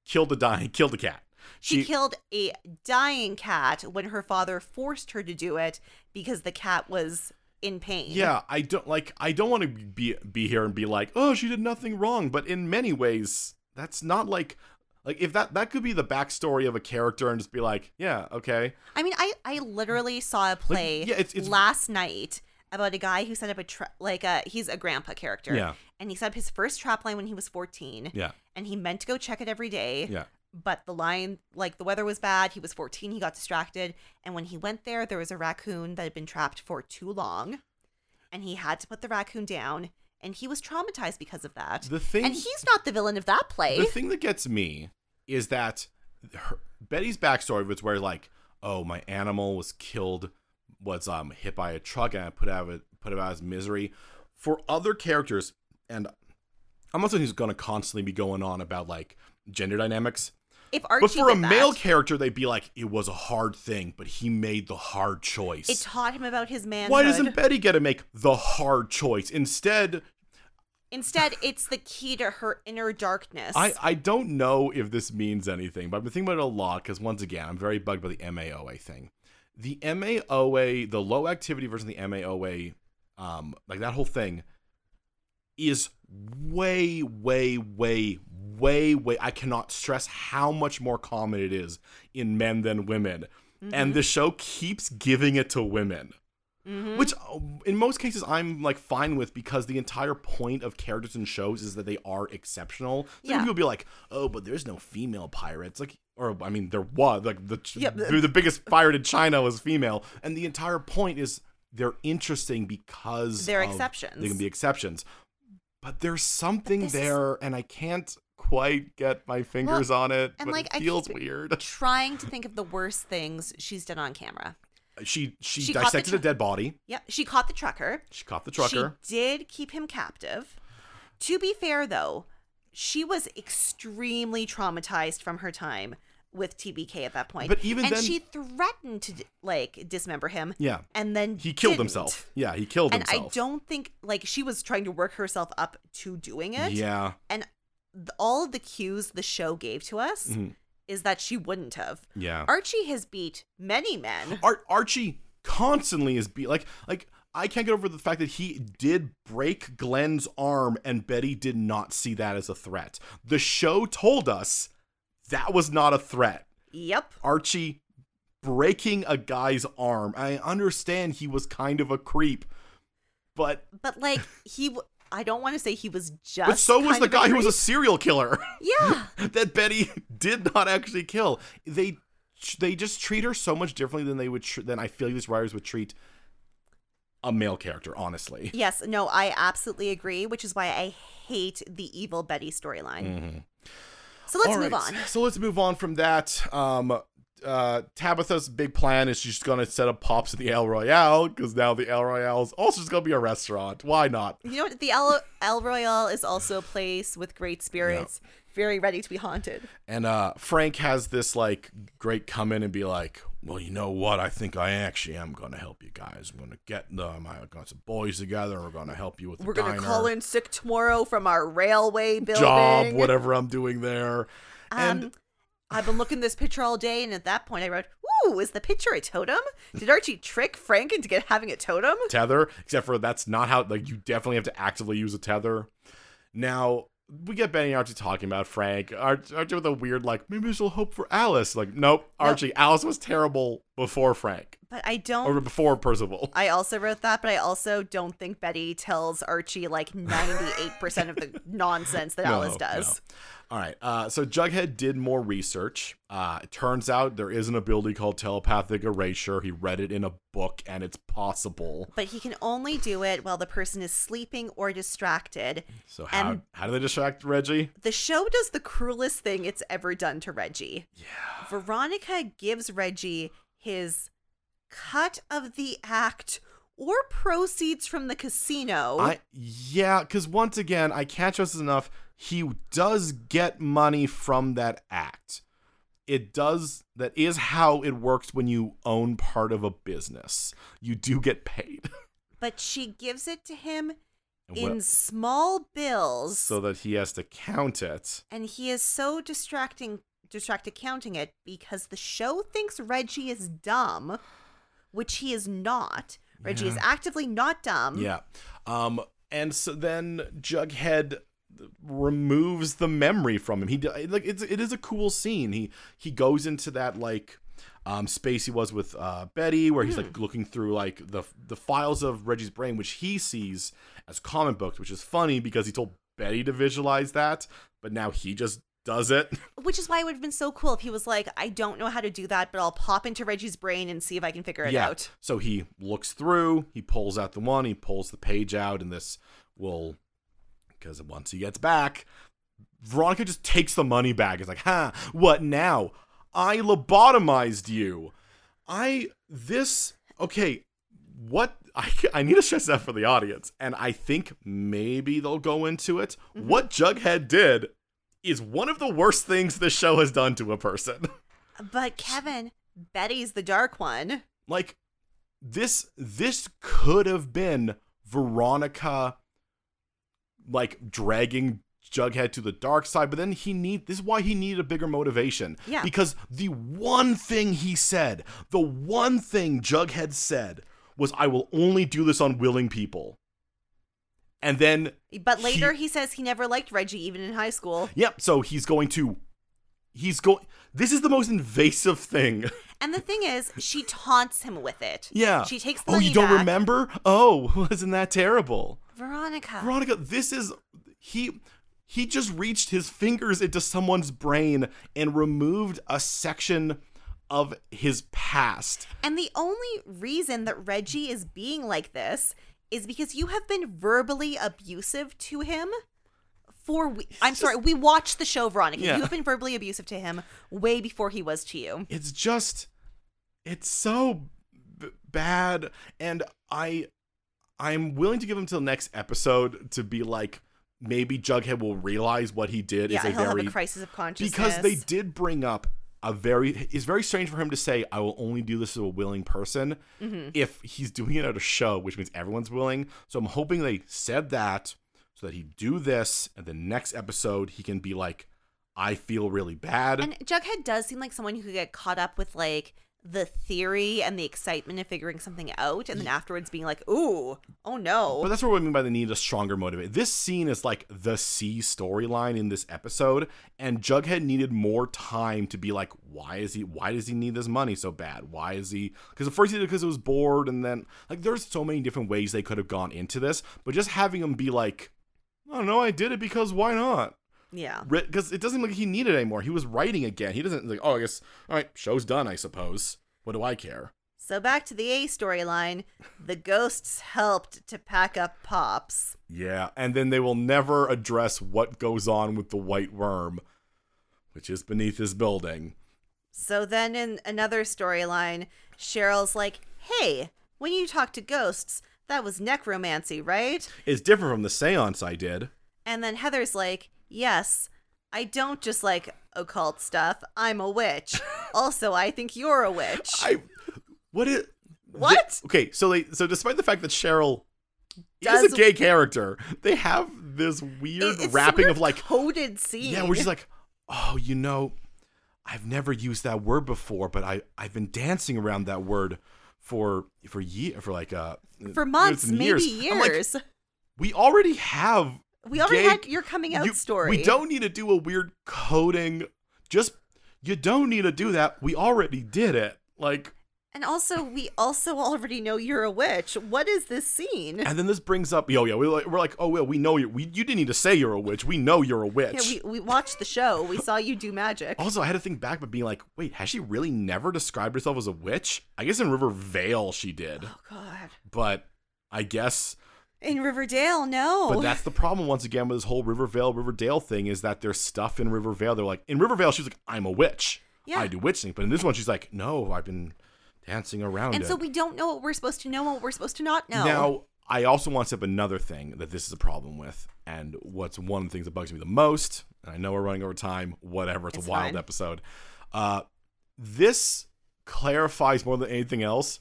[SPEAKER 1] killed a dying [laughs] killed a cat.
[SPEAKER 2] she, killed a dying cat when her father forced her to do it because the cat was in pain
[SPEAKER 1] Yeah, I don't like. I don't want to be be here and be like, oh, she did nothing wrong. But in many ways, that's not like like if that that could be the backstory of a character and just be like, yeah, okay,
[SPEAKER 2] I mean, I I literally saw a play
[SPEAKER 1] yeah, it's- it's-
[SPEAKER 2] last night about a guy who set up a tra- like a he's a grandpa character.
[SPEAKER 1] Yeah.
[SPEAKER 2] And he set up his first trap line when he was 14.
[SPEAKER 1] yeah,
[SPEAKER 2] And he meant to go check it every day.
[SPEAKER 1] yeah.
[SPEAKER 2] But the line like the weather was bad, he was 14, he got distracted, and when he went there there was a raccoon that had been trapped for too long. And he had to put the raccoon down, and he was traumatized because of that.
[SPEAKER 1] The thing
[SPEAKER 2] and he's not the villain of that play.
[SPEAKER 1] The thing that gets me is that her, Betty's backstory was where like, oh, my animal was killed, was um hit by a truck, and I put out it put him out of his misery. For other characters, and I'm not saying he's gonna constantly be going on about like gender dynamics,
[SPEAKER 2] if Archie
[SPEAKER 1] but for a
[SPEAKER 2] did
[SPEAKER 1] male
[SPEAKER 2] that,
[SPEAKER 1] character, they'd be like, it was a hard thing, but he made the hard choice.
[SPEAKER 2] it taught him about his manhood.
[SPEAKER 1] Why doesn't Betty get to make the hard choice? Instead,
[SPEAKER 2] Instead, it's the key to her inner darkness.
[SPEAKER 1] I, I don't know if this means anything, but I've been thinking about it a lot because, once again, I'm very bugged by the MAOA thing. the MAOA, the low activity version of the MAOA, um, like that whole thing is way, way, way, way, way. I cannot stress how much more common it is in men than women. And the show keeps giving it to women
[SPEAKER 2] Mhm.
[SPEAKER 1] which uh, in most cases I'm like fine with because the entire point of characters in shows is that they are exceptional. So
[SPEAKER 2] Yeah.
[SPEAKER 1] people be like, "Oh, but there's no female pirates." Like or I mean there was like the
[SPEAKER 2] Yeah, but-
[SPEAKER 1] the, the biggest pirate in China was female and the entire point is they're interesting because
[SPEAKER 2] They're
[SPEAKER 1] of-
[SPEAKER 2] exceptions.
[SPEAKER 1] They can be exceptions. But there's something
[SPEAKER 2] this is-
[SPEAKER 1] there and I can't quite get my fingers on it.
[SPEAKER 2] and,
[SPEAKER 1] but
[SPEAKER 2] like, I
[SPEAKER 1] it feels
[SPEAKER 2] keep-
[SPEAKER 1] weird.
[SPEAKER 2] Trying to think of the worst things she's done on camera.
[SPEAKER 1] She she,
[SPEAKER 2] She caught the
[SPEAKER 1] dissected a
[SPEAKER 2] tr-
[SPEAKER 1] dead body.
[SPEAKER 2] Yep, she caught the trucker.
[SPEAKER 1] She caught the trucker.
[SPEAKER 2] She did keep him captive. To be fair, though, she was extremely traumatized from her time with TBK at that point.
[SPEAKER 1] But even
[SPEAKER 2] and
[SPEAKER 1] then-
[SPEAKER 2] she threatened to like dismember him.
[SPEAKER 1] Yeah.
[SPEAKER 2] and then
[SPEAKER 1] he killed
[SPEAKER 2] didn't.
[SPEAKER 1] himself. Yeah, he killed
[SPEAKER 2] And
[SPEAKER 1] himself.
[SPEAKER 2] I don't think like she was trying to work herself up to doing it.
[SPEAKER 1] Yeah.
[SPEAKER 2] and th- all of the cues the show gave to us
[SPEAKER 1] Mhm.
[SPEAKER 2] is that she wouldn't have.
[SPEAKER 1] Yeah.
[SPEAKER 2] Archie has beat many
[SPEAKER 1] [laughs]
[SPEAKER 2] men.
[SPEAKER 1] Ar- Archie constantly is be like like I can't get over the fact that he did break Glenn's arm and Betty did not see that as a threat. The show told us that was not a threat.
[SPEAKER 2] Yep.
[SPEAKER 1] Archie breaking a guy's arm. I understand he was kind of a creep, but
[SPEAKER 2] But like he w- I don't want to say he was just
[SPEAKER 1] but so was
[SPEAKER 2] kind
[SPEAKER 1] the
[SPEAKER 2] of a
[SPEAKER 1] guy who was a
[SPEAKER 2] creep.
[SPEAKER 1] serial killer. [laughs]
[SPEAKER 2] Yeah.
[SPEAKER 1] that Betty did not actually kill. They they just treat her so much differently than they would tr- than I feel these writers would treat a male character. Honestly,
[SPEAKER 2] Yes, no, I absolutely agree, which is why I hate the evil Betty storyline.
[SPEAKER 1] Mm-hmm.
[SPEAKER 2] So let's
[SPEAKER 1] All
[SPEAKER 2] move
[SPEAKER 1] right,
[SPEAKER 2] on.
[SPEAKER 1] So let's move on from that. Um, uh, Tabitha's big plan is she's gonna set up pops at the El Royale because now the El Royale is also just gonna be a restaurant. Why not?
[SPEAKER 2] You know what? The El, El Royale is also a place with great spirits, very ready to be haunted.
[SPEAKER 1] And uh, Frank has this like great come in and be like, "Well, you know what? I think I actually am gonna help you guys. I'm gonna get them. I got some boys together. We're gonna help you with the
[SPEAKER 2] We're going
[SPEAKER 1] diner
[SPEAKER 2] to call in sick tomorrow from our railway building.
[SPEAKER 1] job, whatever I'm doing there." And
[SPEAKER 2] Um, I've been looking at this picture all day, and at that point, I wrote, "Ooh, is the picture a totem? Did Archie trick Frank into get having a totem?"
[SPEAKER 1] tether, except for that's not how. Like you definitely have to actively use a tether. Now we get Benny and Archie talking about Frank. Arch- Archie with a weird like, maybe this will hope for Alice. Like, nope, Archie. Alice was terrible before Frank
[SPEAKER 2] But I don't.
[SPEAKER 1] or before Percival.
[SPEAKER 2] I also wrote that, but I also don't think Betty tells Archie like 98%
[SPEAKER 1] [laughs]
[SPEAKER 2] of the nonsense that Alice
[SPEAKER 1] No,
[SPEAKER 2] does.
[SPEAKER 1] no. All right. Uh, so Jughead did more research. Uh, it turns out there is an ability called telepathic erasure. He read it in a book, and it's possible.
[SPEAKER 2] But he can only do it while the person is sleeping or distracted.
[SPEAKER 1] So how
[SPEAKER 2] And-
[SPEAKER 1] how do they distract Reggie?
[SPEAKER 2] The show does the cruelest thing it's ever done to Reggie.
[SPEAKER 1] Yeah.
[SPEAKER 2] Veronica gives Reggie his cut of the act or proceeds from the casino.
[SPEAKER 1] I yeah, because once again, I can't stress this enough. He does get money from that act. It does. That is how it works when you own part of a business. You do get paid. [laughs]
[SPEAKER 2] but she gives it to him
[SPEAKER 1] And
[SPEAKER 2] in
[SPEAKER 1] what-
[SPEAKER 2] small bills.
[SPEAKER 1] so that he has to count it.
[SPEAKER 2] and he is so distracting distracted counting it because the show thinks Reggie is dumb, which he is not. Reggie is
[SPEAKER 1] Yeah.
[SPEAKER 2] actively not dumb.
[SPEAKER 1] Yeah. Um, and so then Jughead removes the memory from him. He d- like it's it is a cool scene. He he goes into that like um space he was with uh Betty where he's like looking through like the the files of Reggie's brain which he sees as comic books, which is funny because he told Betty to visualize that, but now he just does it.
[SPEAKER 2] Which is why it would have been so cool if he was like, I don't know how to do that, but I'll pop into Reggie's brain and see if I can figure it out.
[SPEAKER 1] So he looks through, he pulls out the one, he pulls the page out, and this will, because once he gets back, Veronica just takes the money back. It's like, huh, what now? I lobotomized you. I, this, okay, what, [laughs] I, I need to stress that for the audience, and I think maybe they'll go into it.
[SPEAKER 2] Mm-hmm.
[SPEAKER 1] What Jughead did is one of the worst things this show has done to a person. [laughs]
[SPEAKER 2] But Kevin, Betty's the dark one.
[SPEAKER 1] like this this could have been veronica like dragging Jughead to the dark side, but then he need this is why he needed a bigger motivation.
[SPEAKER 2] Yeah.
[SPEAKER 1] Because the one thing he said, the one thing Jughead said was I will only do this on willing people. And then
[SPEAKER 2] But later he says he never liked Reggie even in high school.
[SPEAKER 1] Yep, so he's going to he's going this is the most invasive thing. [laughs]
[SPEAKER 2] And the thing is, she taunts him with it.
[SPEAKER 1] yeah.
[SPEAKER 2] She takes the
[SPEAKER 1] Oh,
[SPEAKER 2] money
[SPEAKER 1] you don't
[SPEAKER 2] back.
[SPEAKER 1] remember? Oh, [laughs] wasn't that terrible?
[SPEAKER 2] Veronica.
[SPEAKER 1] Veronica, this is he he just reached his fingers into someone's brain and removed a section of his past.
[SPEAKER 2] And the only reason that Reggie is being like this is because you have been verbally abusive to him for we- I'm sorry, we watched the show Veronica.
[SPEAKER 1] Yeah.
[SPEAKER 2] You have been verbally abusive to him way before he was to you.
[SPEAKER 1] It's just it's so b- bad and I I'm willing to give him till next episode to be like maybe Jughead will realize what he did
[SPEAKER 2] Yeah,
[SPEAKER 1] is a
[SPEAKER 2] he'll have
[SPEAKER 1] very
[SPEAKER 2] a crisis of consciousness.
[SPEAKER 1] because they did bring up a very it's very strange for him to say i will only do this to a willing person
[SPEAKER 2] Mm-hmm.
[SPEAKER 1] if he's doing it at a show which means everyone's willing so i'm hoping they said that so that he do this and the next episode he can be like i feel really bad
[SPEAKER 2] And Jughead does seem like someone who could get caught up with like the theory and the excitement of figuring something out and then afterwards being like, "Ooh, oh no."
[SPEAKER 1] but that's what I mean by the need a stronger motivate. This scene is like the C storyline in this episode, and Jughead needed more time to be like, why is he? Why does he need this money so bad? Why is he? Because at first he did because it was bored, and then like there's so many different ways they could have gone into this, but just having him be like, I don't know, I did it because why not?
[SPEAKER 2] yeah.
[SPEAKER 1] Because it doesn't look like he needed it anymore. He was writing again. He doesn't like, oh, I guess all right, show's done, I suppose. What do I care?
[SPEAKER 2] So back to the A storyline, the ghosts helped to pack up Pops.
[SPEAKER 1] Yeah, and then they will never address what goes on with the white worm, which is beneath this building.
[SPEAKER 2] So then in another storyline, Cheryl's like, "Hey, when you talk to ghosts, that was necromancy, right?"
[SPEAKER 1] It's different from the seance I did.
[SPEAKER 2] And then Heather's like, Yes, I don't just like occult stuff. I'm a
[SPEAKER 1] [laughs]
[SPEAKER 2] witch. also, I think you're a witch.
[SPEAKER 1] I what it
[SPEAKER 2] What?
[SPEAKER 1] the- okay, so they so despite the fact that Cheryl is
[SPEAKER 2] Does-
[SPEAKER 1] a gay character, they have this weird
[SPEAKER 2] It- it's
[SPEAKER 1] wrapping
[SPEAKER 2] some
[SPEAKER 1] of like
[SPEAKER 2] coded scene.
[SPEAKER 1] Yeah, we're just like, oh, you know, I've never used that word before, but I I've been dancing around that word for for year for like uh
[SPEAKER 2] for months,
[SPEAKER 1] and
[SPEAKER 2] maybe
[SPEAKER 1] I'm like,
[SPEAKER 2] years.
[SPEAKER 1] we already have
[SPEAKER 2] we already
[SPEAKER 1] gay-
[SPEAKER 2] had your coming out
[SPEAKER 1] you-
[SPEAKER 2] story.
[SPEAKER 1] We don't need to do a weird coding. Just you don't need to do that. We already did it.
[SPEAKER 2] [laughs]
[SPEAKER 1] Like,
[SPEAKER 2] And also, we also already know you're a witch. What is this scene?
[SPEAKER 1] and then this brings up, yo, yeah, we're like, we're like, oh well, we know you. We you didn't need to say you're a witch. We know you're a witch.
[SPEAKER 2] Yeah, we, we watched the show. We saw you do magic.
[SPEAKER 1] also, I had to think back, but being like, wait, has she really never described herself as a witch? I guess in River Vale she did,
[SPEAKER 2] Oh, God.
[SPEAKER 1] but I guess
[SPEAKER 2] In Riverdale, no.
[SPEAKER 1] But that's the problem once again with this whole Rivervale, Riverdale thing is that there's stuff in Rivervale. They're like, in Rivervale, she's like, I'm a witch.
[SPEAKER 2] Yeah.
[SPEAKER 1] I do witch things. But in this one, she's like, no, I've been dancing around.
[SPEAKER 2] and
[SPEAKER 1] it.
[SPEAKER 2] so we don't know what we're supposed to know and what we're supposed to not know.
[SPEAKER 1] Now, I also want to set up another thing that this is a problem with. And what's one of the things that bugs me the most, and I know we're running over time, whatever, it's,
[SPEAKER 2] It's
[SPEAKER 1] a wild
[SPEAKER 2] fine.
[SPEAKER 1] episode. Uh, this clarifies more than anything else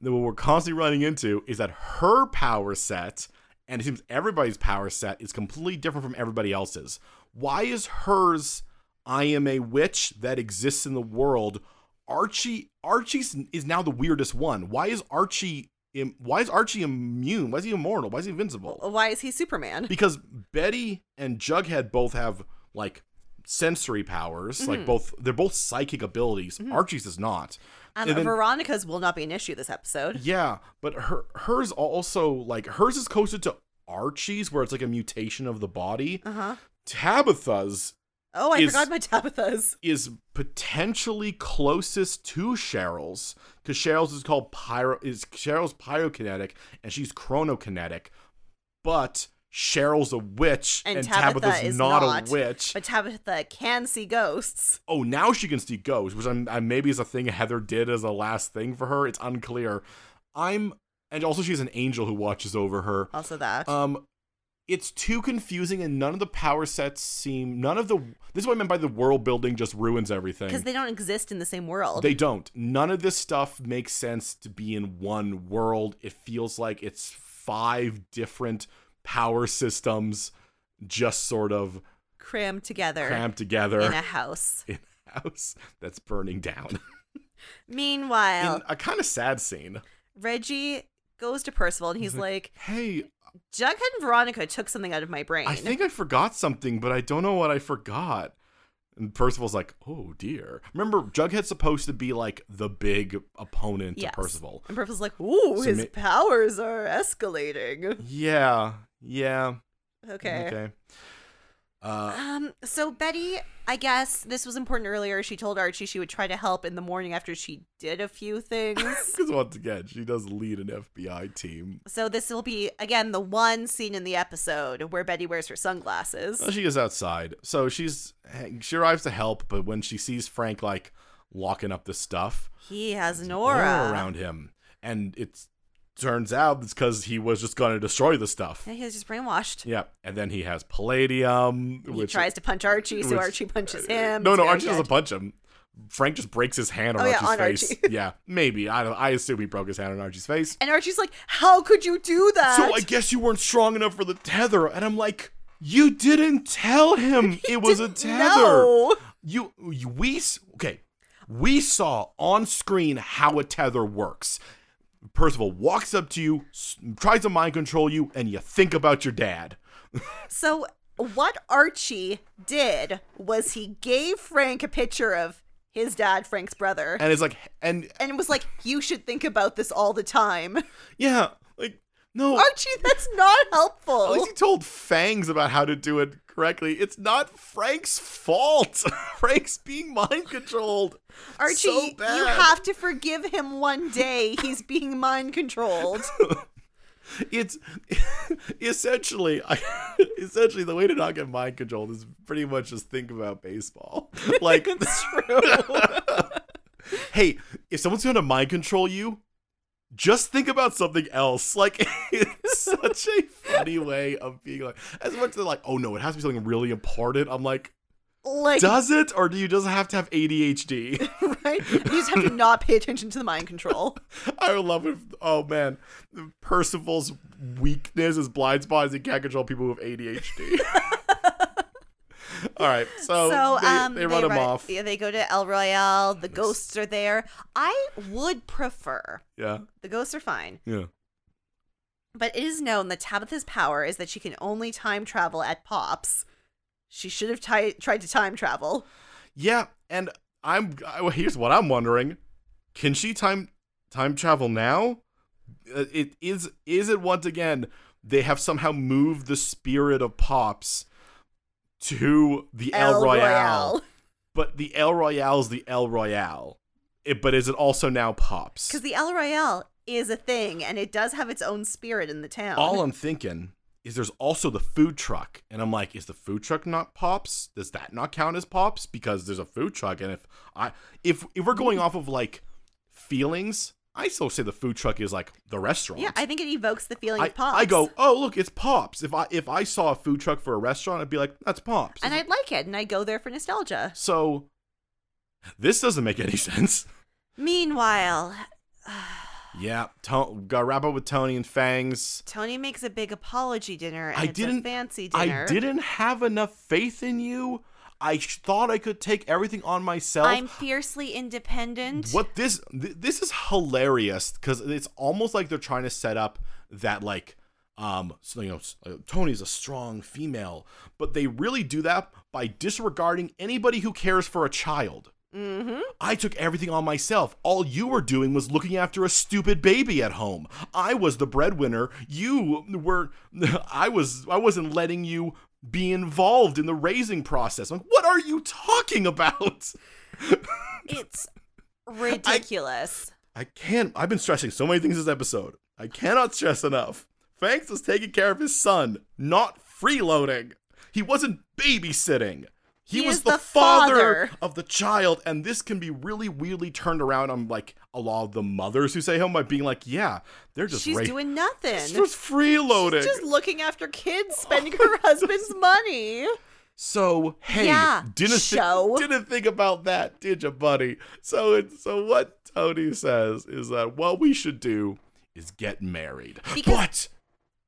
[SPEAKER 1] that what we're constantly running into is that her power set and it seems everybody's power set is completely different from everybody else's. Why is hers I am a witch that exists in the world? Archie Archie's is now the weirdest one. Why is Archie im- why is Archie immune? Why is he immortal? Why is he invincible?
[SPEAKER 2] Why is he Superman?
[SPEAKER 1] because Betty and Jughead both have like sensory powers, like both they're both psychic abilities. Archie's does not.
[SPEAKER 2] Um,
[SPEAKER 1] And then-
[SPEAKER 2] Veronica's will not be an issue this [laughs] episode.
[SPEAKER 1] yeah, but her hers also like hers is closer to Archie's, where it's like a mutation of the body.
[SPEAKER 2] Uh huh.
[SPEAKER 1] Tabitha's
[SPEAKER 2] Oh, I
[SPEAKER 1] Is-
[SPEAKER 2] forgot about Tabitha's.
[SPEAKER 1] is potentially closest to Cheryl's because Cheryl's is called pyro is Cheryl's pyrokinetic and she's chronokinetic, but Cheryl's a witch
[SPEAKER 2] And
[SPEAKER 1] and,
[SPEAKER 2] Tabitha
[SPEAKER 1] Tabitha's
[SPEAKER 2] is
[SPEAKER 1] not,
[SPEAKER 2] not,
[SPEAKER 1] a witch.
[SPEAKER 2] But Tabitha can see ghosts.
[SPEAKER 1] oh, now she can see ghosts, which I'm, I maybe is a thing Heather did as a last thing for her. It's unclear. I'm and also she's an angel who watches over her.
[SPEAKER 2] Also, that.
[SPEAKER 1] Um, it's too confusing, and none of the power sets seem. None of the. This is what I meant by the world building just ruins
[SPEAKER 2] Because
[SPEAKER 1] everything.
[SPEAKER 2] they don't exist in the same world.
[SPEAKER 1] They don't. None of this stuff makes sense to be in one world. It feels like it's five different power systems just sort of
[SPEAKER 2] crammed together
[SPEAKER 1] crammed together
[SPEAKER 2] in a house.
[SPEAKER 1] [laughs] in a house that's burning down.
[SPEAKER 2] Meanwhile,
[SPEAKER 1] in a kind of sad scene.
[SPEAKER 2] Reggie goes to Percival and he's
[SPEAKER 1] Mhm.
[SPEAKER 2] like,
[SPEAKER 1] Hey,
[SPEAKER 2] Jughead and Veronica took something out of my brain.
[SPEAKER 1] I think I forgot something, but I don't know what I forgot. And Percival's like, oh dear. Remember, Jughead's supposed to be like the big opponent
[SPEAKER 2] Yes.
[SPEAKER 1] to Percival.
[SPEAKER 2] And Percival's like, ooh,
[SPEAKER 1] So
[SPEAKER 2] his
[SPEAKER 1] ma-
[SPEAKER 2] powers are escalating.
[SPEAKER 1] Yeah, yeah.
[SPEAKER 2] Okay.
[SPEAKER 1] Uh,
[SPEAKER 2] Um, so Betty, I guess this was important earlier. She told Archie she would try to help in the morning after she did a
[SPEAKER 1] [laughs]
[SPEAKER 2] few things.
[SPEAKER 1] because once again, she does lead an FBI team.
[SPEAKER 2] so this will be again the one scene in the episode where Betty wears her
[SPEAKER 1] Well, [laughs]
[SPEAKER 2] sunglasses.
[SPEAKER 1] she is outside, so she's eh, she arrives to help, but when she sees Frank like locking up the stuff,
[SPEAKER 2] He has an
[SPEAKER 1] aura
[SPEAKER 2] aura.
[SPEAKER 1] around him, and it turns out it's because he was just going to destroy the stuff.
[SPEAKER 2] Yeah, he's just brainwashed.
[SPEAKER 1] Yeah, and then he has palladium,
[SPEAKER 2] he
[SPEAKER 1] which
[SPEAKER 2] tries to punch Archie, so
[SPEAKER 1] which- uh,
[SPEAKER 2] Archie punches him.
[SPEAKER 1] no, no,
[SPEAKER 2] It's very
[SPEAKER 1] Archie doesn't
[SPEAKER 2] good.
[SPEAKER 1] punch him. Frank just breaks his hand on
[SPEAKER 2] Oh, yeah,
[SPEAKER 1] Archie's
[SPEAKER 2] on
[SPEAKER 1] face.
[SPEAKER 2] Archie. [laughs]
[SPEAKER 1] yeah, maybe I don't. I assume he broke his hand on Archie's face.
[SPEAKER 2] And Archie's like, "How could you do that?"
[SPEAKER 1] So I guess you weren't strong enough for the tether, and I'm like, you didn't tell
[SPEAKER 2] [laughs]
[SPEAKER 1] him it was a
[SPEAKER 2] Didn't
[SPEAKER 1] tether.
[SPEAKER 2] know.
[SPEAKER 1] You, you we s- okay. We saw on screen how a tether works. Percival walks up to you, s- tries to mind control you, and you think about your dad.
[SPEAKER 2] So what Archie did was he gave Frank a picture of his dad, Frank's brother,
[SPEAKER 1] And it's like, and
[SPEAKER 2] and was like, "You should think about this all
[SPEAKER 1] [laughs]
[SPEAKER 2] the time."
[SPEAKER 1] yeah, like no.
[SPEAKER 2] Archie, that's not
[SPEAKER 1] At
[SPEAKER 2] helpful.
[SPEAKER 1] least he told Fangs about how to do it correctly. It's not Frank's fault. [laughs] Frank's being mind controlled.
[SPEAKER 2] Archie,
[SPEAKER 1] so
[SPEAKER 2] you
[SPEAKER 1] bad.
[SPEAKER 2] have to forgive him one day. He's being
[SPEAKER 1] [laughs]
[SPEAKER 2] mind controlled.
[SPEAKER 1] It's [laughs] essentially, I, [laughs] essentially the way to not get mind controlled is pretty much just think about
[SPEAKER 2] [laughs]
[SPEAKER 1] baseball. Like [laughs]
[SPEAKER 2] it's true.
[SPEAKER 1] hey, if someone's going to mind control you, just think about something else. [laughs] Like, it's such a funny way of being like, as much as they're like, oh no, it has to be something really important. I'm like,
[SPEAKER 2] Like,
[SPEAKER 1] does it? Or do you just have to have ADHD?
[SPEAKER 2] right? You just have to not pay attention to the mind control.
[SPEAKER 1] [laughs] I would love if, oh man, Percival's weakness is blind spot is he can't control people with ADHD. [laughs] All right, so,
[SPEAKER 2] so
[SPEAKER 1] they,
[SPEAKER 2] um,
[SPEAKER 1] they run him
[SPEAKER 2] ri-
[SPEAKER 1] off.
[SPEAKER 2] Yeah, they go to El Royale. The ghosts are there. I would prefer
[SPEAKER 1] Yeah,
[SPEAKER 2] the ghosts are fine,
[SPEAKER 1] yeah.
[SPEAKER 2] but it is known that Tabitha's power is that she can only time travel at Pops. She should have ti- tried to time travel.
[SPEAKER 1] Yeah, and I'm I- well, here's what I'm wondering: Can she time time travel now? Uh, It is is it once again they have somehow moved the spirit of pops to the El, Royale, but the El Royale is the El Royale. It, but is it also now pops?
[SPEAKER 2] Because the El Royale is a thing and it does have its own spirit in the town.
[SPEAKER 1] All I'm thinking is there's also the food truck, and I'm like, is the food truck not pops? Does that not count as pops? Because there's a food truck, and if I if if we're going off of like feelings, I still say the food truck is like the restaurant.
[SPEAKER 2] yeah, I think it evokes the feeling
[SPEAKER 1] I,
[SPEAKER 2] of Pops.
[SPEAKER 1] I go, oh look, it's pops. If I if I saw a food truck for a restaurant, I'd be like, that's pops.
[SPEAKER 2] And I'd like it and I go there for nostalgia.
[SPEAKER 1] so this doesn't make any [laughs] sense.
[SPEAKER 2] Meanwhile,
[SPEAKER 1] Yeah, to- got to wrap up with Tony and Fangs.
[SPEAKER 2] Tony makes a big apology dinner and
[SPEAKER 1] I
[SPEAKER 2] it's a
[SPEAKER 1] didn't-
[SPEAKER 2] fancy dinner.
[SPEAKER 1] I didn't have enough faith in you. I sh- thought I could take everything on myself.
[SPEAKER 2] I'm fiercely independent.
[SPEAKER 1] what this th- this is hilarious because it's almost like they're trying to set up that like um so, you know s- uh, Tony's a strong female, but they really do that by disregarding anybody who cares for a child.
[SPEAKER 2] Mm-hmm.
[SPEAKER 1] I took everything on myself. All you were doing was looking after a stupid baby at home. I was the breadwinner. You were [laughs] I was I wasn't letting you be involved in the raising process. Like, what are you talking [laughs] about? [laughs]
[SPEAKER 2] It's ridiculous.
[SPEAKER 1] I can't I've been stressing so many things this episode. I cannot stress enough. Fangs was taking care of his son, not freeloading. He wasn't babysitting. He,
[SPEAKER 2] He
[SPEAKER 1] was
[SPEAKER 2] is
[SPEAKER 1] the,
[SPEAKER 2] the
[SPEAKER 1] father,
[SPEAKER 2] father.
[SPEAKER 1] of the child, and this can be really weirdly turned around on like a lot of the mothers who say home by being like, yeah, they're just
[SPEAKER 2] She's
[SPEAKER 1] ra-
[SPEAKER 2] doing nothing.
[SPEAKER 1] It's just freeloading.
[SPEAKER 2] Just looking after
[SPEAKER 1] [laughs]
[SPEAKER 2] kids, spending her husband's money.
[SPEAKER 1] So hey,
[SPEAKER 2] Yeah,
[SPEAKER 1] didn't thi-
[SPEAKER 2] show.
[SPEAKER 1] didn't think about that, did you, buddy? So it's so what Tony says is that what we should do is get married.
[SPEAKER 2] Because-
[SPEAKER 1] but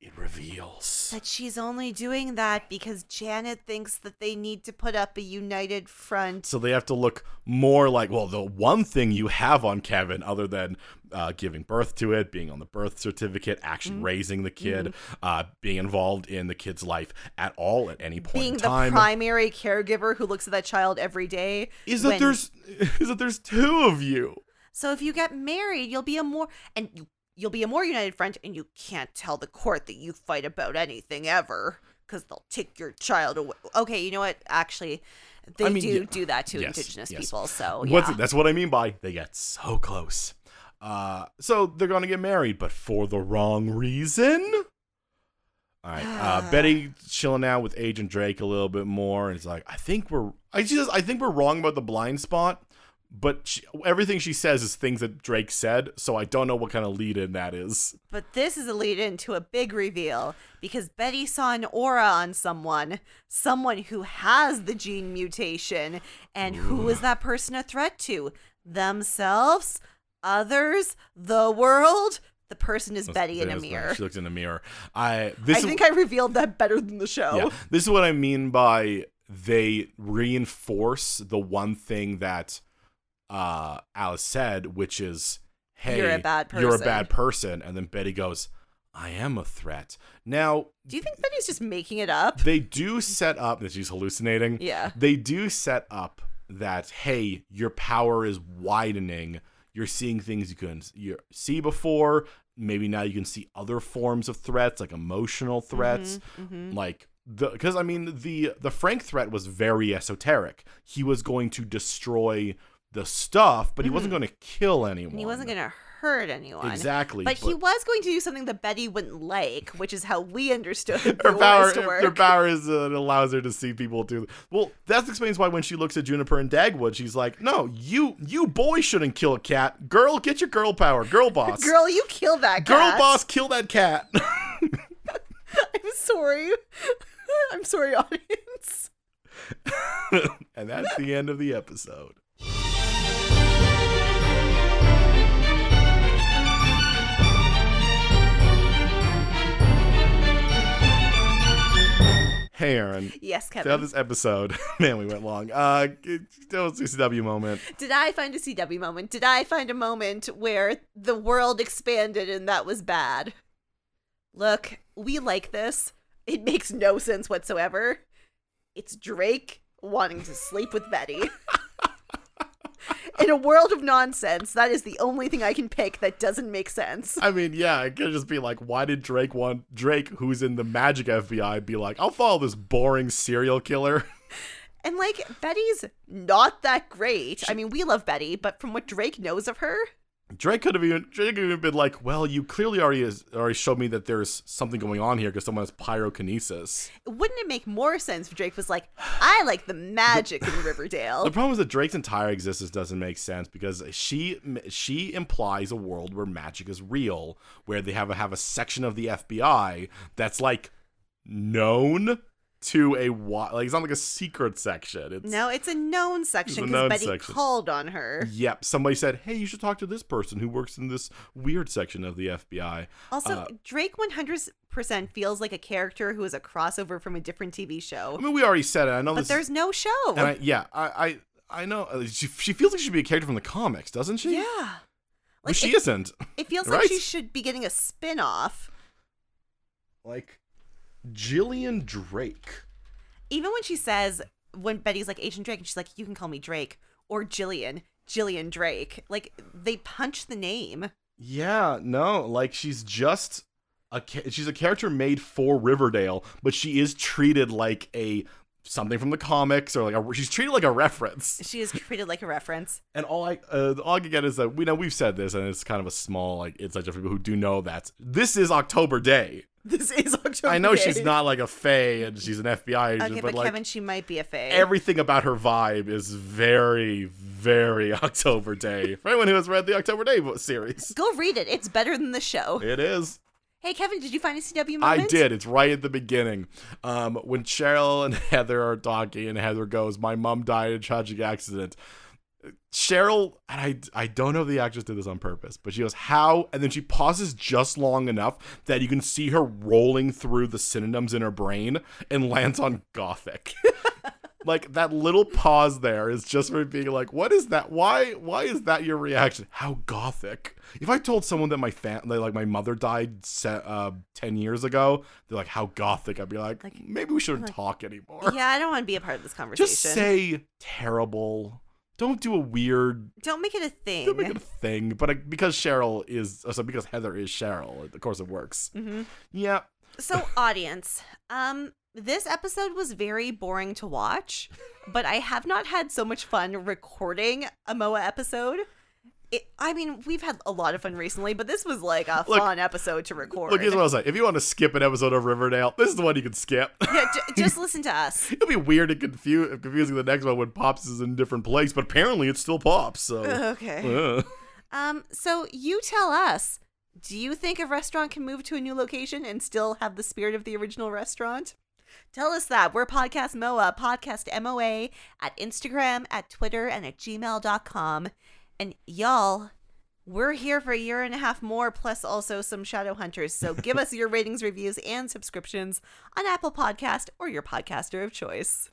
[SPEAKER 1] It reveals.
[SPEAKER 2] That she's only doing that because Janet thinks that they need to put up a united front.
[SPEAKER 1] So they have to look more like, well, the one thing you have on Kevin, other than uh, giving birth to it, being on the birth certificate, actually
[SPEAKER 2] Mm-hmm.
[SPEAKER 1] raising the kid, uh, being involved in the kid's life at all at any point
[SPEAKER 2] Being
[SPEAKER 1] in
[SPEAKER 2] the
[SPEAKER 1] time,
[SPEAKER 2] primary caregiver who looks at that child every day.
[SPEAKER 1] is that
[SPEAKER 2] when-
[SPEAKER 1] there's [laughs] is that there's two of you.
[SPEAKER 2] So if you get married, you'll be a more and you, you'll be a more united front, and you can't tell the court that you fight about anything ever because they'll take your child away. Okay, you know what? Actually, they
[SPEAKER 1] mean,
[SPEAKER 2] do
[SPEAKER 1] yeah.
[SPEAKER 2] do that to
[SPEAKER 1] Yes,
[SPEAKER 2] Indigenous
[SPEAKER 1] yes.
[SPEAKER 2] people. So Oh, yeah.
[SPEAKER 1] What's that's what I mean by they get so close. Uh, so they're gonna get married, but for the wrong reason. All right,
[SPEAKER 2] [sighs]
[SPEAKER 1] uh, Betty chilling out with Agent Drake a little bit more, and it's like, I think we're, I just, I think we're wrong about the blind spot, but she, everything she says is things that Drake said, so I don't know what kind of lead in that is.
[SPEAKER 2] But this is a lead in to a big reveal because Betty saw an aura on someone, someone who has the gene mutation. And who is that person a threat to? Themselves? Others? The world? The person is Betty in a
[SPEAKER 1] There's that.
[SPEAKER 2] mirror.
[SPEAKER 1] She looks in a mirror. I this
[SPEAKER 2] I
[SPEAKER 1] is,
[SPEAKER 2] think I revealed that better than the show.
[SPEAKER 1] Yeah. This is what I mean by they reinforce the one thing that uh, Alice said, which is, hey,
[SPEAKER 2] You're a bad
[SPEAKER 1] You're a
[SPEAKER 2] person."
[SPEAKER 1] bad person. And then Betty goes, I am a threat. Now,
[SPEAKER 2] Do you think Betty's just making it up?
[SPEAKER 1] they do set up that she's hallucinating.
[SPEAKER 2] Yeah.
[SPEAKER 1] They do set up that, hey, your power is widening. You're seeing things you couldn't you see before. Maybe now you can see other forms of threats, like emotional
[SPEAKER 2] Mm-hmm,
[SPEAKER 1] threats, like the because I mean the the Frank threat was very esoteric. He was going to destroy the stuff, but he wasn't going to kill anyone.
[SPEAKER 2] And Mm-hmm. he wasn't going to hurt anyone.
[SPEAKER 1] exactly,
[SPEAKER 2] But, he was going to do something that Betty wouldn't like, which is how we understood
[SPEAKER 1] her
[SPEAKER 2] the
[SPEAKER 1] power,
[SPEAKER 2] ways to work.
[SPEAKER 1] her power is uh, it allows her to see people do. Well, that explains why when she looks at Juniper and Dagwood, she's like, "No, you, you boy shouldn't kill a cat. Girl, get your girl power. Girl boss.
[SPEAKER 2] [laughs] Girl, you kill that
[SPEAKER 1] Girl
[SPEAKER 2] cat.
[SPEAKER 1] boss, kill that cat."
[SPEAKER 2] [laughs]
[SPEAKER 1] [laughs]
[SPEAKER 2] I'm sorry. [laughs] I'm sorry, [laughs] audience.
[SPEAKER 1] and that's the end of the episode. Hey, Aaron.
[SPEAKER 2] Yes,
[SPEAKER 1] Throughout
[SPEAKER 2] Kevin.
[SPEAKER 1] this episode, [laughs] man, we went long. Uh, it- that was CCW moment.
[SPEAKER 2] Did I find a CW moment? Did I find a moment where the world expanded and that was bad? Look, we like this. It makes no sense whatsoever. It's Drake wanting to sleep with Betty. In a world of nonsense, that is the only thing I can pick that doesn't make sense.
[SPEAKER 1] [laughs] I mean, yeah, it could just be like, why did Drake want Drake, who's in the Magic FBI, be like, I'll follow this boring serial killer? [laughs]
[SPEAKER 2] And like Betty's not that great. I mean, we love Betty, but from what Drake knows of her,
[SPEAKER 1] Drake could have even Drake could have even been like, well, you clearly already is, already showed me that there's something going on here because someone has pyrokinesis.
[SPEAKER 2] wouldn't it make more sense if Drake was like, "I like the magic in
[SPEAKER 1] The
[SPEAKER 2] Riverdale."
[SPEAKER 1] problem is that Drake's entire existence doesn't make sense because she she implies a world where magic is real, where they have a, have a section of the FBI that's like known to a wi- like it's not like a secret section. It's
[SPEAKER 2] No, it's a known section
[SPEAKER 1] It's a known
[SPEAKER 2] because Betty
[SPEAKER 1] section.
[SPEAKER 2] called on her.
[SPEAKER 1] Yep. Somebody said, "Hey, you should talk to this person who works in this weird section of the FBI."
[SPEAKER 2] Also,
[SPEAKER 1] Uh,
[SPEAKER 2] Drake one hundred percent feels like a character who is a crossover from a different TV
[SPEAKER 1] I
[SPEAKER 2] show,
[SPEAKER 1] mean, we already said it. I know
[SPEAKER 2] but
[SPEAKER 1] this. is-
[SPEAKER 2] there's no show.
[SPEAKER 1] and I, yeah, I, I, I know. uh, She, she feels like she should be a character from the comics, doesn't she?
[SPEAKER 2] yeah,
[SPEAKER 1] Well,
[SPEAKER 2] like
[SPEAKER 1] she
[SPEAKER 2] it,
[SPEAKER 1] isn't.
[SPEAKER 2] it feels
[SPEAKER 1] right?
[SPEAKER 2] like she should be getting a spin off.
[SPEAKER 1] Like Jillian Drake.
[SPEAKER 2] even when she says when Betty's like Agent Drake and she's like, you can call me Drake or Jillian, Jillian Drake. Like they punch the name.
[SPEAKER 1] Yeah. No. Like she's just a. ca- She's a character made for Riverdale, but she is treated like a something from the comics or like a, she's treated like a reference.
[SPEAKER 2] She is treated like a reference. [laughs]
[SPEAKER 1] And all I uh, all I can get is that we know we've said this, and it's kind of a small like inside joke for people who do know that this is October Day.
[SPEAKER 2] This is October.
[SPEAKER 1] I know she's
[SPEAKER 2] Day.
[SPEAKER 1] not like a fae and she's an FBI agent,
[SPEAKER 2] Okay,
[SPEAKER 1] but,
[SPEAKER 2] but,
[SPEAKER 1] like
[SPEAKER 2] Kevin, she might be a fake.
[SPEAKER 1] everything about her vibe is very, very [laughs] October Day. for anyone who has read the October Day bo- series,
[SPEAKER 2] Go read it. It's better than the show.
[SPEAKER 1] it is.
[SPEAKER 2] Hey, Kevin, did you find a CW moment?
[SPEAKER 1] I did. It's right at the beginning. Um, [laughs] when Cheryl and Heather are talking, and Heather goes, "My mom died in a tragic accident." Cheryl, and I, I don't know if the actress did this on purpose, but she goes, How? And then she pauses just long enough that you can see her rolling through the synonyms in her brain and lands on gothic. like that little pause there is just for being like, What is that? Why why is that your reaction? How gothic? If I told someone that my family, like my mother died se- uh, 10 years ago, they're like, How gothic? I'd be like,
[SPEAKER 2] Like-
[SPEAKER 1] Maybe we shouldn't
[SPEAKER 2] like-
[SPEAKER 1] talk anymore.
[SPEAKER 2] Yeah, I don't want to be a part of this
[SPEAKER 1] [laughs]
[SPEAKER 2] conversation.
[SPEAKER 1] Just say terrible. Don't do a weird
[SPEAKER 2] don't make it a thing.
[SPEAKER 1] Don't make it a thing, but like, because Cheryl is, uh, so because Heather is Cheryl, of course it works.
[SPEAKER 2] hmm
[SPEAKER 1] Yeah,
[SPEAKER 2] So,
[SPEAKER 1] [laughs]
[SPEAKER 2] audience, um, this episode was very boring to watch, but I have not had so much fun recording a MOA episode. It, I mean, we've had a lot of fun recently, but this was like a
[SPEAKER 1] Look-
[SPEAKER 2] fun episode to record.
[SPEAKER 1] look, here's what I'll say: if you want to skip an episode of Riverdale, this is the one you can skip. [laughs]
[SPEAKER 2] yeah, j- just listen to us.
[SPEAKER 1] It'll be weird and confu- confusing the next one when Pops is in a different place, but apparently it's still Pops.
[SPEAKER 2] [laughs]
[SPEAKER 1] So,
[SPEAKER 2] Okay.
[SPEAKER 1] uh.
[SPEAKER 2] Um, so you tell us, do you think a restaurant can move to a new location and still have the spirit of the original restaurant? Tell us that. We're Podcast MOA, Podcast MOA at Instagram, at Twitter, and at gmail.com. And y'all, we're here for a year and a half more, plus also some shadow hunters.
[SPEAKER 1] [laughs]
[SPEAKER 2] So give us your ratings, reviews, and subscriptions on Apple Podcast or your podcaster of choice.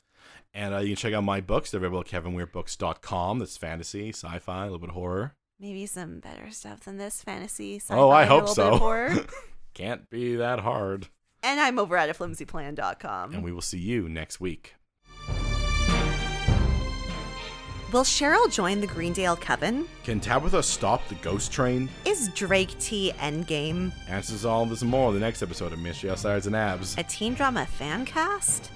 [SPEAKER 1] and uh, you can check out my books. They're available at kevinweirdbooks.com. That's fantasy, sci-fi, a little bit of horror.
[SPEAKER 2] Maybe some better stuff than this fantasy.
[SPEAKER 1] Oh, I
[SPEAKER 2] sci-fi, a
[SPEAKER 1] hope
[SPEAKER 2] little bit
[SPEAKER 1] so. [laughs]
[SPEAKER 2] of horror.
[SPEAKER 1] Can't be that hard.
[SPEAKER 2] And I'm over at a flimsyplan.com.
[SPEAKER 1] And we will see you next week.
[SPEAKER 2] Will Cheryl join the Greendale Coven?
[SPEAKER 1] Can Tabitha stop the ghost train?
[SPEAKER 2] Is Drake T Endgame
[SPEAKER 1] Answers all this and more in the next episode of Mystery Outsiders and Abs.
[SPEAKER 2] a teen drama fan cast?